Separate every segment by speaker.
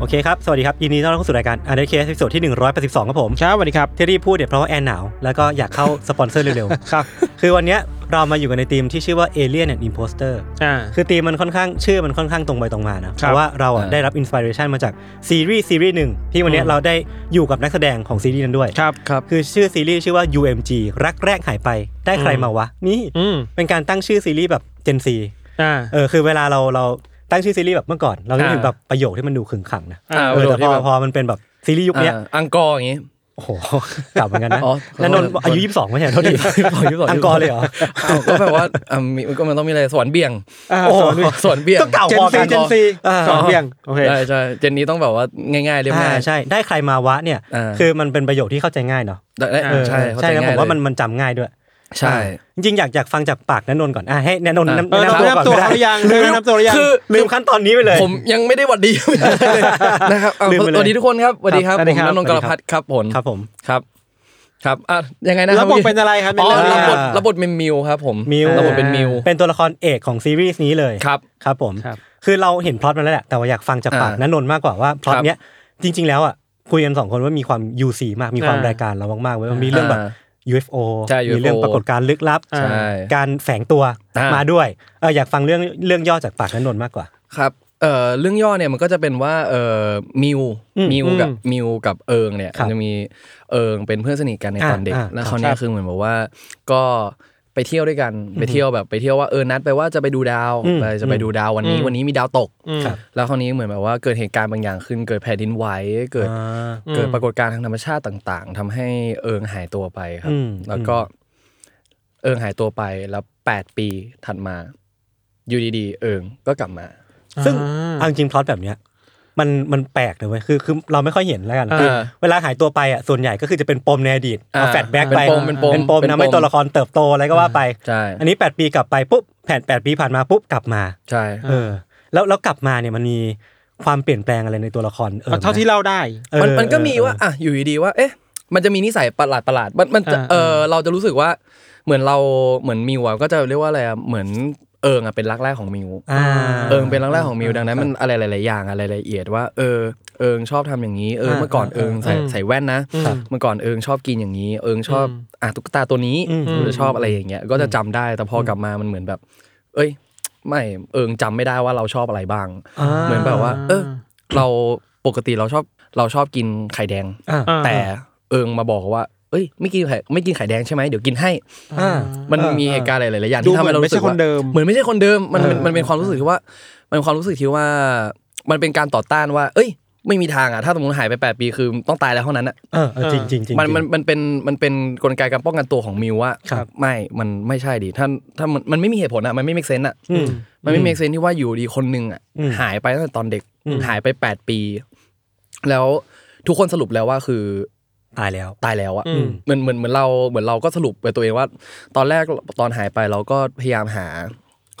Speaker 1: โอเคครับ สวัสดีครับ ยินดีต้อนรับเข้าสู่รายการ Untitled Case ตอนที่ 182 ครับผม
Speaker 2: ครับสวัสดีครับ
Speaker 1: ที่รีบพูดเนี่ยเพราะว่าแอนหนาว แล้วก็อยากเข้า สปอนเซอร์เร็วๆ
Speaker 2: ครับ
Speaker 1: คือวันเนี้ยเรามาอยู่กันในทีมที่ชื่อว่า Alien and Imposter
Speaker 2: อ่า
Speaker 1: คือทีมมันค่อนข้างชื่อมันค่อนข้างตรงไปตรงมานะ
Speaker 2: ค
Speaker 1: เพ
Speaker 2: รับ
Speaker 1: ราะว่าเราอ่ะได้รับอินสปิเรชันมาจากซีรีส์ซีรีส์หนึ่งที่วันเนี้ย
Speaker 2: อืม
Speaker 1: เราได้อยู่กับนักแสดงของซีรีส์นั้นด้วย
Speaker 2: ครับ ครับ
Speaker 1: คือชื่อซีรีส์ชื่อว่า UMG รักแรกหายไปได้ใคร
Speaker 2: อืม
Speaker 1: มาวะ นี่
Speaker 2: อืม
Speaker 1: เป็นการตั้งชื่อซีรีส์แบบ Gen Z
Speaker 2: อ่า
Speaker 1: เออคือเวลาเราเราตั้งชื่อซีรีส์แบบเมื่อก่อน เราจะนึกถึง
Speaker 3: อ่า
Speaker 1: แบบประโยคที่มันดูขึงขังนะ
Speaker 2: อ่า
Speaker 1: เออแต่พอ
Speaker 3: แบบ
Speaker 1: พอมันเป็นแบบซีรีส์ยุคเนี้ย
Speaker 3: อ่าอังกอร์อย่างงี้
Speaker 1: โอ้โหกลับเหมือนกันนะ
Speaker 3: อ๋อ
Speaker 1: แล้วนนท์
Speaker 3: ขอโทษ
Speaker 1: อายุ 22 ไม่ใช่เหรอโทษทีอังกอร์เลยเหรอ
Speaker 3: อ้าวก็แปลว่าอ่ามีมันก็มันต้องมีอะไรสวนเบี่ยง
Speaker 2: อ่า
Speaker 1: โอ้โห
Speaker 2: สอนด้วย
Speaker 3: สวนเบี่ยง
Speaker 1: ก็เก่า
Speaker 2: เจ
Speaker 1: พ
Speaker 2: น
Speaker 1: อ
Speaker 2: ซี
Speaker 1: กัน
Speaker 2: เจนซี
Speaker 1: อ่า
Speaker 2: สอนเบียง โอเค
Speaker 3: ใช่ใช่เจนนี้ต้องแบบว่าง่ายๆเรียบ
Speaker 1: อ่า
Speaker 3: ง่าย
Speaker 1: ใช่ได้ใครมาวะเนี่ย
Speaker 3: อ่า
Speaker 1: คือมันเป็นประโยคที่เข้าใจง่ายเนาะ
Speaker 3: ได้ได้
Speaker 2: อ่า
Speaker 1: เออ
Speaker 3: ใช่เข้า
Speaker 1: ใช่
Speaker 3: ใจ
Speaker 1: แล้วผ
Speaker 3: ง่า
Speaker 1: ม
Speaker 3: ยเลย
Speaker 1: ว่ามันมันจำง่ายด้วย
Speaker 3: ใช่
Speaker 1: จริงๆอยากอยากฟังจากปากนันนนท์ก่อนอ่ะให้นันนนท์
Speaker 3: อ่ะ
Speaker 1: แนะ
Speaker 2: เออนับ
Speaker 1: นำตัวก่อน
Speaker 2: ตัว
Speaker 1: ก็
Speaker 2: เขาหรือ
Speaker 1: ได้
Speaker 2: ยังเรื่องนับตัวหรือยัง
Speaker 3: คือ
Speaker 1: ลืมขั้นตอนนี้ไปเลย
Speaker 3: ผมยังไม่ได้หวัดดี นะครับเอา
Speaker 1: ลืมไปเลย
Speaker 3: สวัสดีทุกคนครับสวัสดีครับ
Speaker 2: สวัส
Speaker 3: ผ
Speaker 2: ดี
Speaker 3: ม
Speaker 2: ครับ
Speaker 3: นันนท์กรพัฒน์ครับผม
Speaker 1: ครับผม
Speaker 3: ครับครับอ่ะยังไงนะค
Speaker 2: แล้
Speaker 3: รั
Speaker 2: ว
Speaker 3: บบ
Speaker 2: ท
Speaker 3: มื่อกี้
Speaker 2: เป็นอะไรครับ
Speaker 3: อ๋อ
Speaker 2: เป็นอะไร
Speaker 3: รับบท
Speaker 2: อ่ะ
Speaker 3: รับบทเป็นมิวครับผม
Speaker 1: มิว
Speaker 3: รับบทเป็นมิว
Speaker 1: เป็นตัวละครเอกของซีรีส์นี้เลย
Speaker 3: ครับ
Speaker 1: ครับผม
Speaker 2: ครับ
Speaker 1: คือเราเห็นพล็อตมันแล้วแหละแต่ว่าอยากฟังจากปาก
Speaker 3: อ่า
Speaker 1: นันนนท์มากกว่าว่าพล็อตเนี้ยจริง ๆ แล้วอ่ะคุยกันสองคนว่ามีความ UC มากมีความ
Speaker 2: อ่าร
Speaker 1: รายการเรามากๆเว้ยมันมีเรื่องแบบ UFO
Speaker 3: ใช่
Speaker 1: มีเรื่อง
Speaker 3: UFO
Speaker 1: ปรากฏการณ์ลึกลับ
Speaker 2: อ่า
Speaker 3: ใช่
Speaker 1: การแฝงตัว
Speaker 3: อ่าม
Speaker 1: มาด้วยเอออยากฟังเรื่องเรื่องย่อจากปากนันนท์มากกว่า
Speaker 3: ครับเอ่อเรื่องย่อเนี่ยมันก็จะเป็นว่าเอ่อมิว
Speaker 1: อืม
Speaker 3: มิว
Speaker 2: อืม
Speaker 3: กับมิวกับเอิงเนี่ย
Speaker 1: ครับ
Speaker 3: มันจะมีเอิงเป็นเพื่อนสนิทกันใน
Speaker 1: อ่า
Speaker 3: ตอนเด็ก
Speaker 1: อ่า
Speaker 3: แล้
Speaker 1: ค
Speaker 3: ว
Speaker 1: รับ
Speaker 3: เขาวเนี่ยคือเหมือนแบบว่าก็ไปเที่ยวด้วยกันไปเที่ยวแบบไปเที่ยวว่าเออนัดไปว่าจะไปดูดาว
Speaker 1: อืม
Speaker 3: ไปจะไปดูดาววันนี้
Speaker 2: อืม
Speaker 3: วันนี้มีดาวตก
Speaker 2: อืม
Speaker 1: ครับ
Speaker 3: แล้วคราวนี้เหมือนแบบว่าเกิดเหตุการณ์บางอย่างขึ้นเกิดแผ่นดินไหวเกิด
Speaker 1: อ่า
Speaker 2: อืม
Speaker 3: เกิดปรากฏการณ์ทางธรรมชาติต่าง ๆทำให้เอิงหายตัวไปครั
Speaker 1: อื
Speaker 3: บ
Speaker 1: ม
Speaker 3: แล้วก็ เอิงหายตัวไปแล้วแปดปีถัดมา อยู่ดีๆ เอิงก็กลับมา
Speaker 1: ซึ่ง
Speaker 2: อ่า
Speaker 1: เอาจริงพล็อตแบบเนี้ยมันมันแปลกเลยเว้ยคือคือเราไม่ค่อยเห็นแล้วกัน
Speaker 2: อ่า
Speaker 1: คือเวลาหายตัวไปอ่ะส่วนใหญ่ก็คือจะเป็นปมในอดีตเอา
Speaker 3: อ่า
Speaker 1: แฟลชแบ็ก
Speaker 3: เป็น
Speaker 1: ไป
Speaker 3: ปมเป็นปม
Speaker 1: เป็นปม
Speaker 3: เป็น
Speaker 1: ทำให้
Speaker 3: ปม
Speaker 1: ตัวละครเติบโตอะไรก็ว่าไป
Speaker 3: ใช่
Speaker 1: อันนี้ 8 ปีกลับไปปุ๊บแผ่น8ปีผ่านมาปุ๊บกลับมา
Speaker 3: ใช่
Speaker 1: เออแล้วแล้วกลับมาเนี่ยมันมีความเปลี่ยนแปลงอะไรในตัวละครเออ
Speaker 2: เท่าที่เล่าได้
Speaker 1: เออ
Speaker 3: มันมันก็มี
Speaker 1: เออ
Speaker 3: ว่าอ่ะอยู่ดีๆว่า เอ๊ะ มันจะมีนิสัยประหลาดประหลาดๆมันมันจะ
Speaker 2: อ่า
Speaker 3: เออเราจะรู้สึกว่าเหมือนเราเหมือนมิวอะก็จะเรียกว่าอะไรอะเหมือนเอิงอะเป็นรักแรกของมิว
Speaker 1: อ่า
Speaker 3: เอิงเป็นรักแรกของมิวดังนั้นมันอะไรหลายๆอย่างอะไรละเอียดว่าเออเอิงชอบทำอย่างนี้เออเมื่อก่อนเอิงใส่
Speaker 2: อืม
Speaker 3: ใส่แว่นนะ
Speaker 2: อืม
Speaker 3: เมื่อก่อนเอิงชอบกินอย่างนี้ เอิงชอบ
Speaker 2: อืม
Speaker 3: อ่ะตุ๊กตาตัวนี้
Speaker 1: อืม
Speaker 3: หรือชอบอะไรอย่างเงี้ยก็จะจำได้แต่พอกลับมามันเหมือนแบบ เอ้ย ไม่เอิงจำไม่ได้ว่าเราชอบอะไรบ้าง
Speaker 1: อ่า
Speaker 3: เหมือนแบบว่า เออ เราปกติเราชอบเราชอบกินไข่แดง
Speaker 1: อ่า
Speaker 2: อ่า
Speaker 3: แต่เอิงมาบอกว่า เอ้ย ไม่กินไข่ไม่กินไข่แดงใช่ไหมเดี๋ยวกินให้
Speaker 1: อ่า
Speaker 3: มันมีเหตุการณ์หลายๆอย่าง
Speaker 2: ดู
Speaker 3: ที่ทำให้เรา
Speaker 2: เหมือนไม่
Speaker 3: รู้สึก
Speaker 2: ใช่
Speaker 3: ว่า
Speaker 2: คนเดิม
Speaker 3: เหมือนไม่ใช่คนเดิมมันมัน
Speaker 2: เออ
Speaker 3: มันเป็นความรู้สึกที่ว่า มันเป็นความรู้สึกที่ว่า มันเป็นการต่อต้านว่า เอ้ย ไม่มีทางอ่ะถ้าสมมติหายไปแปดปีคือต้องตายแล้วเท่านั้นอ่ะ
Speaker 1: เออเออจริงจริงจริง
Speaker 3: มันมันมันเป็นมันเป็นกลไกการป้องกันตัวของมิวว่า
Speaker 1: ครับ
Speaker 3: ไม่มันไม่ใช่ดิถ้าถ้ามันมันไม่มีเหตุผลอ่ะมันไม่ make sense อ่ะ
Speaker 1: อืม
Speaker 3: มันไม่ make sense ที่ว่าอยู่ดีคนหนึ่งอ่ะ
Speaker 1: อืม
Speaker 3: หายไปตั้งแต่ตอนเด็ก
Speaker 1: อืม
Speaker 3: หายไปแปดปี แล้วทุกคนสรุปแล้วว่าคือ
Speaker 1: ตายแล้ว
Speaker 3: ตายแล้วอ่ะ
Speaker 2: อืม
Speaker 3: เหมือนเหมือนเหมือนเราเหมือนเราก็สรุปไปตัวเองว่า ตอนแรกตอนหายไปเราก็พยายามหา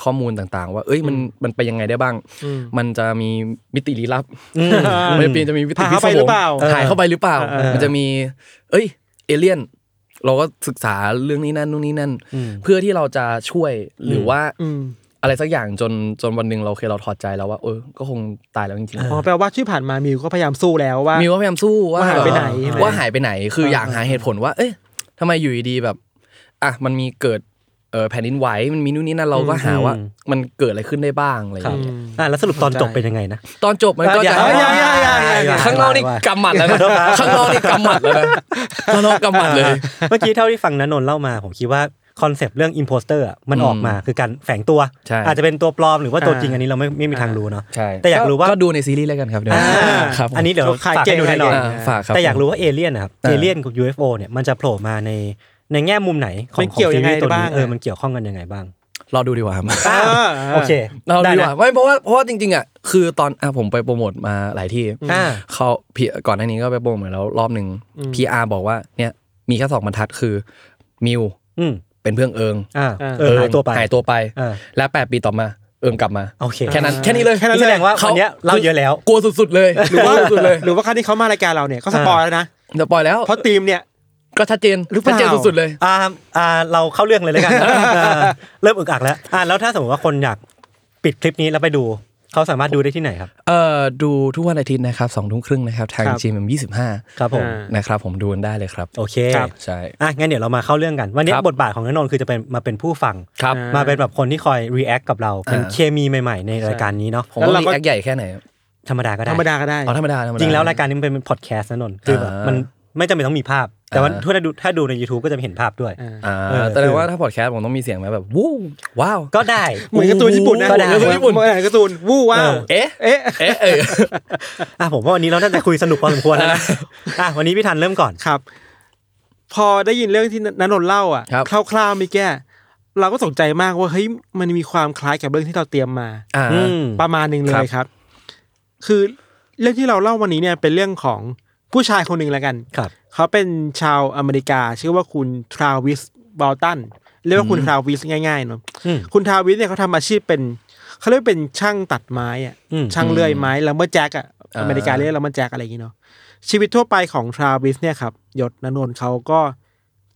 Speaker 3: ข้อมูลต่างๆ ว่า เอ้ยมันมันไปยังไงได้บ้าง
Speaker 2: อืม
Speaker 3: มันจะมีมิติลี้ลับ
Speaker 2: อืม
Speaker 3: มันจะมีจะมีวิธี
Speaker 2: พาเข้าไปหรือเปล่า
Speaker 3: หายเข้าไปหรือเปล่า
Speaker 2: เออเออ
Speaker 3: มันจะมี เอ้ย เอเลี่ยน เราก็ศึกษาเรื่องนี้นั่นนู่นนี่นั่น
Speaker 1: อืม
Speaker 3: เพื่อที่เราจะช่วยหรือว่า
Speaker 2: อืม
Speaker 3: อะไรสักอย่างจนจนวันหนึ่งเราเคยเราถอดใจแล้วว่าเออ ก็คงตายแล้วจริง
Speaker 2: อ๋อแปลว่าที่ผ่านมามิวก็พยายามสู้แล้วว่า
Speaker 3: ๆมิวก็พยายามสู้ว่า
Speaker 2: ว่าหายไปไหน
Speaker 3: เออ
Speaker 2: ใช่ไหม
Speaker 3: ว่าหายไปไหน คืออยาก
Speaker 2: เออ
Speaker 3: หาเหตุผลว่า เอ๊ะทำไมอยู่ดีๆแบบ อ่ะมันมีเกิด เออแผ่นดินไหวมันมีนู่นนี่นั่นเราก็หาว่า
Speaker 1: อืม
Speaker 3: มันเกิดอะไรขึ้นได้บ้างอะไรอ
Speaker 1: ค
Speaker 3: ย่า
Speaker 1: รับ
Speaker 3: งเงี้ย
Speaker 1: อ่ะแล้วสรุปตอนจบเป็นยังไงนะ
Speaker 3: ตอนจบมันก็
Speaker 1: อย่า
Speaker 3: จะ
Speaker 1: อย่าอย่าอย่าอย่า
Speaker 3: ข้างนอกนี่กำหมัดแล้วนะข้างนอกนี่กำหมัดแล้วนะข้างนอกกำหมัดเลย
Speaker 1: เมื่อกี้เท่าที่ฟังนันนนท์เล่ามา ผมคิดว่าคอนเซปต์เรื่องอิ p โพสเตอร์มัน
Speaker 3: อืม
Speaker 1: ออกมาคือการแฝงตัว
Speaker 3: ใช่
Speaker 1: อาจจะเป็นตัวปลอมหรือว่าตัว
Speaker 2: อ่า
Speaker 1: จริงอันนี้เราไม่ไม่มีทางรู้เนาะ
Speaker 3: ใช่
Speaker 1: แต่อยากรู้ว่า
Speaker 3: ก็ดูในซีรีส์แล้วกันครับเดี๋ยว
Speaker 1: อ่า
Speaker 3: ครับผม
Speaker 1: อันนี้เดี๋ยว
Speaker 2: ขาย
Speaker 1: ฝาก
Speaker 2: เก่
Speaker 1: ให้
Speaker 2: ง
Speaker 1: ดูแน่นอน
Speaker 2: ขายเก่ง
Speaker 3: อ่าฝากครับ
Speaker 1: แต่อยากรู้ว่าเอเลี่ยนนะครับ
Speaker 3: อ่า
Speaker 1: เอเลี่ยนกับ UFO เนี่ยมันจะโผล่มาในในแง่มุมไหนของ
Speaker 2: มันเกี่ยว
Speaker 1: ขอซีรี
Speaker 2: ยั
Speaker 1: ส์
Speaker 2: งไง
Speaker 1: ตัว
Speaker 2: บ้า
Speaker 1: นี้
Speaker 2: ง
Speaker 1: เออ
Speaker 2: อะ
Speaker 1: มันเกี่ยวข้องกันยังไงบ้าง
Speaker 3: รอดูดีกว่าครับ
Speaker 2: อ่า
Speaker 1: โอเค
Speaker 3: เรา
Speaker 1: ได้
Speaker 3: ดีก
Speaker 1: นะ
Speaker 3: ว่าไม่เพราะว่าเพราะว่าจริงๆอ่ะคือตอนอ่ะผมไปโปรโมทมาหลายที่
Speaker 1: อ่า
Speaker 3: เขาพี่ก่อนหน้านี้ก็ไปโปรโมทมาแล้วรอบหนึ่งพีอาร์บอกว่าเนี่ยมีแค่สองบรรทัดคือมิว
Speaker 1: อืม
Speaker 3: เป็นเพื่อนเอิง
Speaker 1: อ่า
Speaker 2: อ่า
Speaker 1: เออหายตัวไป
Speaker 3: หายตัวไป
Speaker 1: อ่า
Speaker 3: และแปดปีต่อมาเอิงกลับมา
Speaker 1: โอเค
Speaker 3: แค่นั้นแค่นี้เลย
Speaker 2: แค่นั้น
Speaker 1: แสดงว่า
Speaker 3: ข
Speaker 1: วันเนี้ยเราเยอะแล้ว
Speaker 3: กลัวสุดๆเลย
Speaker 2: หรือว่า
Speaker 3: สุดๆเลย
Speaker 2: หรือว่าครั้งที่เขามารายการเราเนี่ยก็สปอยแล้วนะ
Speaker 3: เดี๋ยวปล่อยแล้ว
Speaker 2: เพราะทีมเนี่ย
Speaker 3: ก็ชัดเจน
Speaker 2: หรือเป
Speaker 3: ชั
Speaker 2: ล่า
Speaker 3: ดเจนสุดๆเลย
Speaker 1: อ่าอ่าเราเข้าเรื่องเลยแล้วกัน อ่าเริ่มอึกอักแล้วอ่าแล้วถ้าสมมติว่าคนอยากปิดคลิปนี้แล้วไปดู เขาสามารถดูได้ที่ไหนครับ
Speaker 3: เอ่อดูทุกวันอาทิตย์นะครับสองทุ่มครึ่งนะครับ ทาง
Speaker 2: ครับ
Speaker 3: GMM ยี่สิบห้า
Speaker 1: ครับผม
Speaker 2: อ่า
Speaker 3: นะครับผมดูกันได้เลยครับ
Speaker 1: โอเค
Speaker 2: ครับ
Speaker 3: ใช่
Speaker 1: อ่ะงั้นเดี๋ยวเรามาเข้าเรื่องกัน วันนี้
Speaker 3: ครับ
Speaker 1: บทบาทของนนนท์คือจะเป็นมาเป็นผู้ฟัง
Speaker 3: ครับ
Speaker 2: อ่า
Speaker 1: มาเป็นแบบคนที่คอย react กับเราเป็น
Speaker 3: อ่า
Speaker 1: เคมีใหม่ ๆ ในรายการนี้เนาะ
Speaker 3: ผม
Speaker 2: แล้ว
Speaker 3: ว่า
Speaker 2: เรา
Speaker 3: มี
Speaker 2: ก็
Speaker 3: แอคใหญ่แค่ไหนอะ
Speaker 1: ธรรมดาก็ได้
Speaker 2: ธรรมดาก็ได้
Speaker 3: อ๋อธรรมดาธรรมดา
Speaker 1: จริงแล้วรายการนี้มันเป็นพอดแคสต์นนนท์คือแบบ
Speaker 3: อ่า
Speaker 1: มั
Speaker 3: มั
Speaker 1: นไม่จำเป็นต้องมีภาพ แต่ว่า
Speaker 3: อ่า
Speaker 1: ถ้าดูถ้าดูใน YouTube ก็จะเห็นภาพด้วย
Speaker 3: อ่า
Speaker 1: เออ
Speaker 3: แสดงว่าถ้าพอดแคสต์ผมต้องมีเสียงไหมแบบวู้ว้าว
Speaker 1: ก็ได้
Speaker 2: เหมือนการ์ตูนญี่ปุ่นนะ
Speaker 1: ก็ได้
Speaker 2: เหมือนการ์ตูนญี่ปุ่นเหมือนการ์ตูนวู้ว้าว
Speaker 3: เอ๊ะ
Speaker 2: เอ๊ะ
Speaker 3: เอ๊ะเออ
Speaker 1: อ่ะผมว่าวันนี้เราน่าจะคุยสนุกพอสมควรแล้วนะอ่ะวันนี้พี่ทันเริ่มก่อน
Speaker 2: ครับ พอได้ยินเรื่องที่นันนนท์เล่าอ่ะ
Speaker 3: ครับ
Speaker 2: คร่าวๆมีแก้เราก็ตกใจมากว่าเฮ้ยมันมีความคล้ายกับเรื่องที่เราเตรียมมา
Speaker 3: อ่า
Speaker 1: อืม
Speaker 2: ประมาณหนึ่งเล
Speaker 3: ครับ
Speaker 2: ยครับ คือเรื่องที่เราเล่าวันนี้เนี่ยเป็นเรื่องของผู้ชายคนหนึ่งแล้วกัน
Speaker 1: ครับ
Speaker 2: เขาเป็นชาวอเมริกา ชื่อว่าคุณทราวิสบอลตันเรียกว่าคุณทราวิสง่ายๆเนาะ
Speaker 1: อืม
Speaker 2: คุณทราวิสเนี่ยเขาทำอาชีพเป็นเขาเรียกเป็นช่างตัดไม้อะ
Speaker 1: อืม
Speaker 2: ช่างเลื่อยไม้แล้วเมื่อแจ็คอะ
Speaker 3: อ่า
Speaker 2: อเมริกาเรียกแล้วเมื่อแจ็คอะไรอย่างงี้เนาะชีวิตทั่วไปของทราวิสเนี่ยครับยศนนนท์เขาก็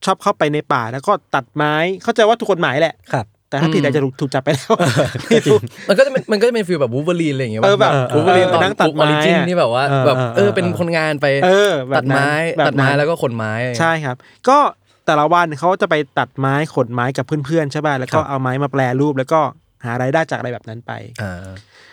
Speaker 2: ชอบเข้าไปในป่าแล้วก็ตัดไม้เข้าใจว่าถูกกฎหมายแหละ
Speaker 1: ครับ
Speaker 2: แต่ถ้าผิดอาจจะถูกจับไปแล้ว
Speaker 3: มันก็จะเป็นมันก็จะเป็นฟีลแบบวูเวอรีนอะไรอย่างเงี้ย
Speaker 2: เออแบบ
Speaker 3: วูเวอรีน
Speaker 2: เออ
Speaker 3: ตอน
Speaker 2: นั่งตัดไม้
Speaker 3: ออริจิน
Speaker 2: อะ
Speaker 3: ที่แบบว่า
Speaker 1: เออ
Speaker 3: แบบเอ
Speaker 1: เอ
Speaker 3: อ
Speaker 1: อ
Speaker 3: เป็นคนงานไป
Speaker 2: เออแบบ
Speaker 3: ตัดไม้
Speaker 2: นั้นแบบ
Speaker 3: ตัดไม้
Speaker 2: นั้น
Speaker 3: แล้วก็ขนไม้
Speaker 2: ใช่ครับ ก็แต่ละวันเขาจะไปตัดไม้ขนไม้กับเพื่อนๆใช่ป่ะแล้วก็
Speaker 3: ครับ
Speaker 2: เอาไม้มาแปรรูปแล้วก็หารายได้จากอะไรแบบนั้นไป
Speaker 3: อ่า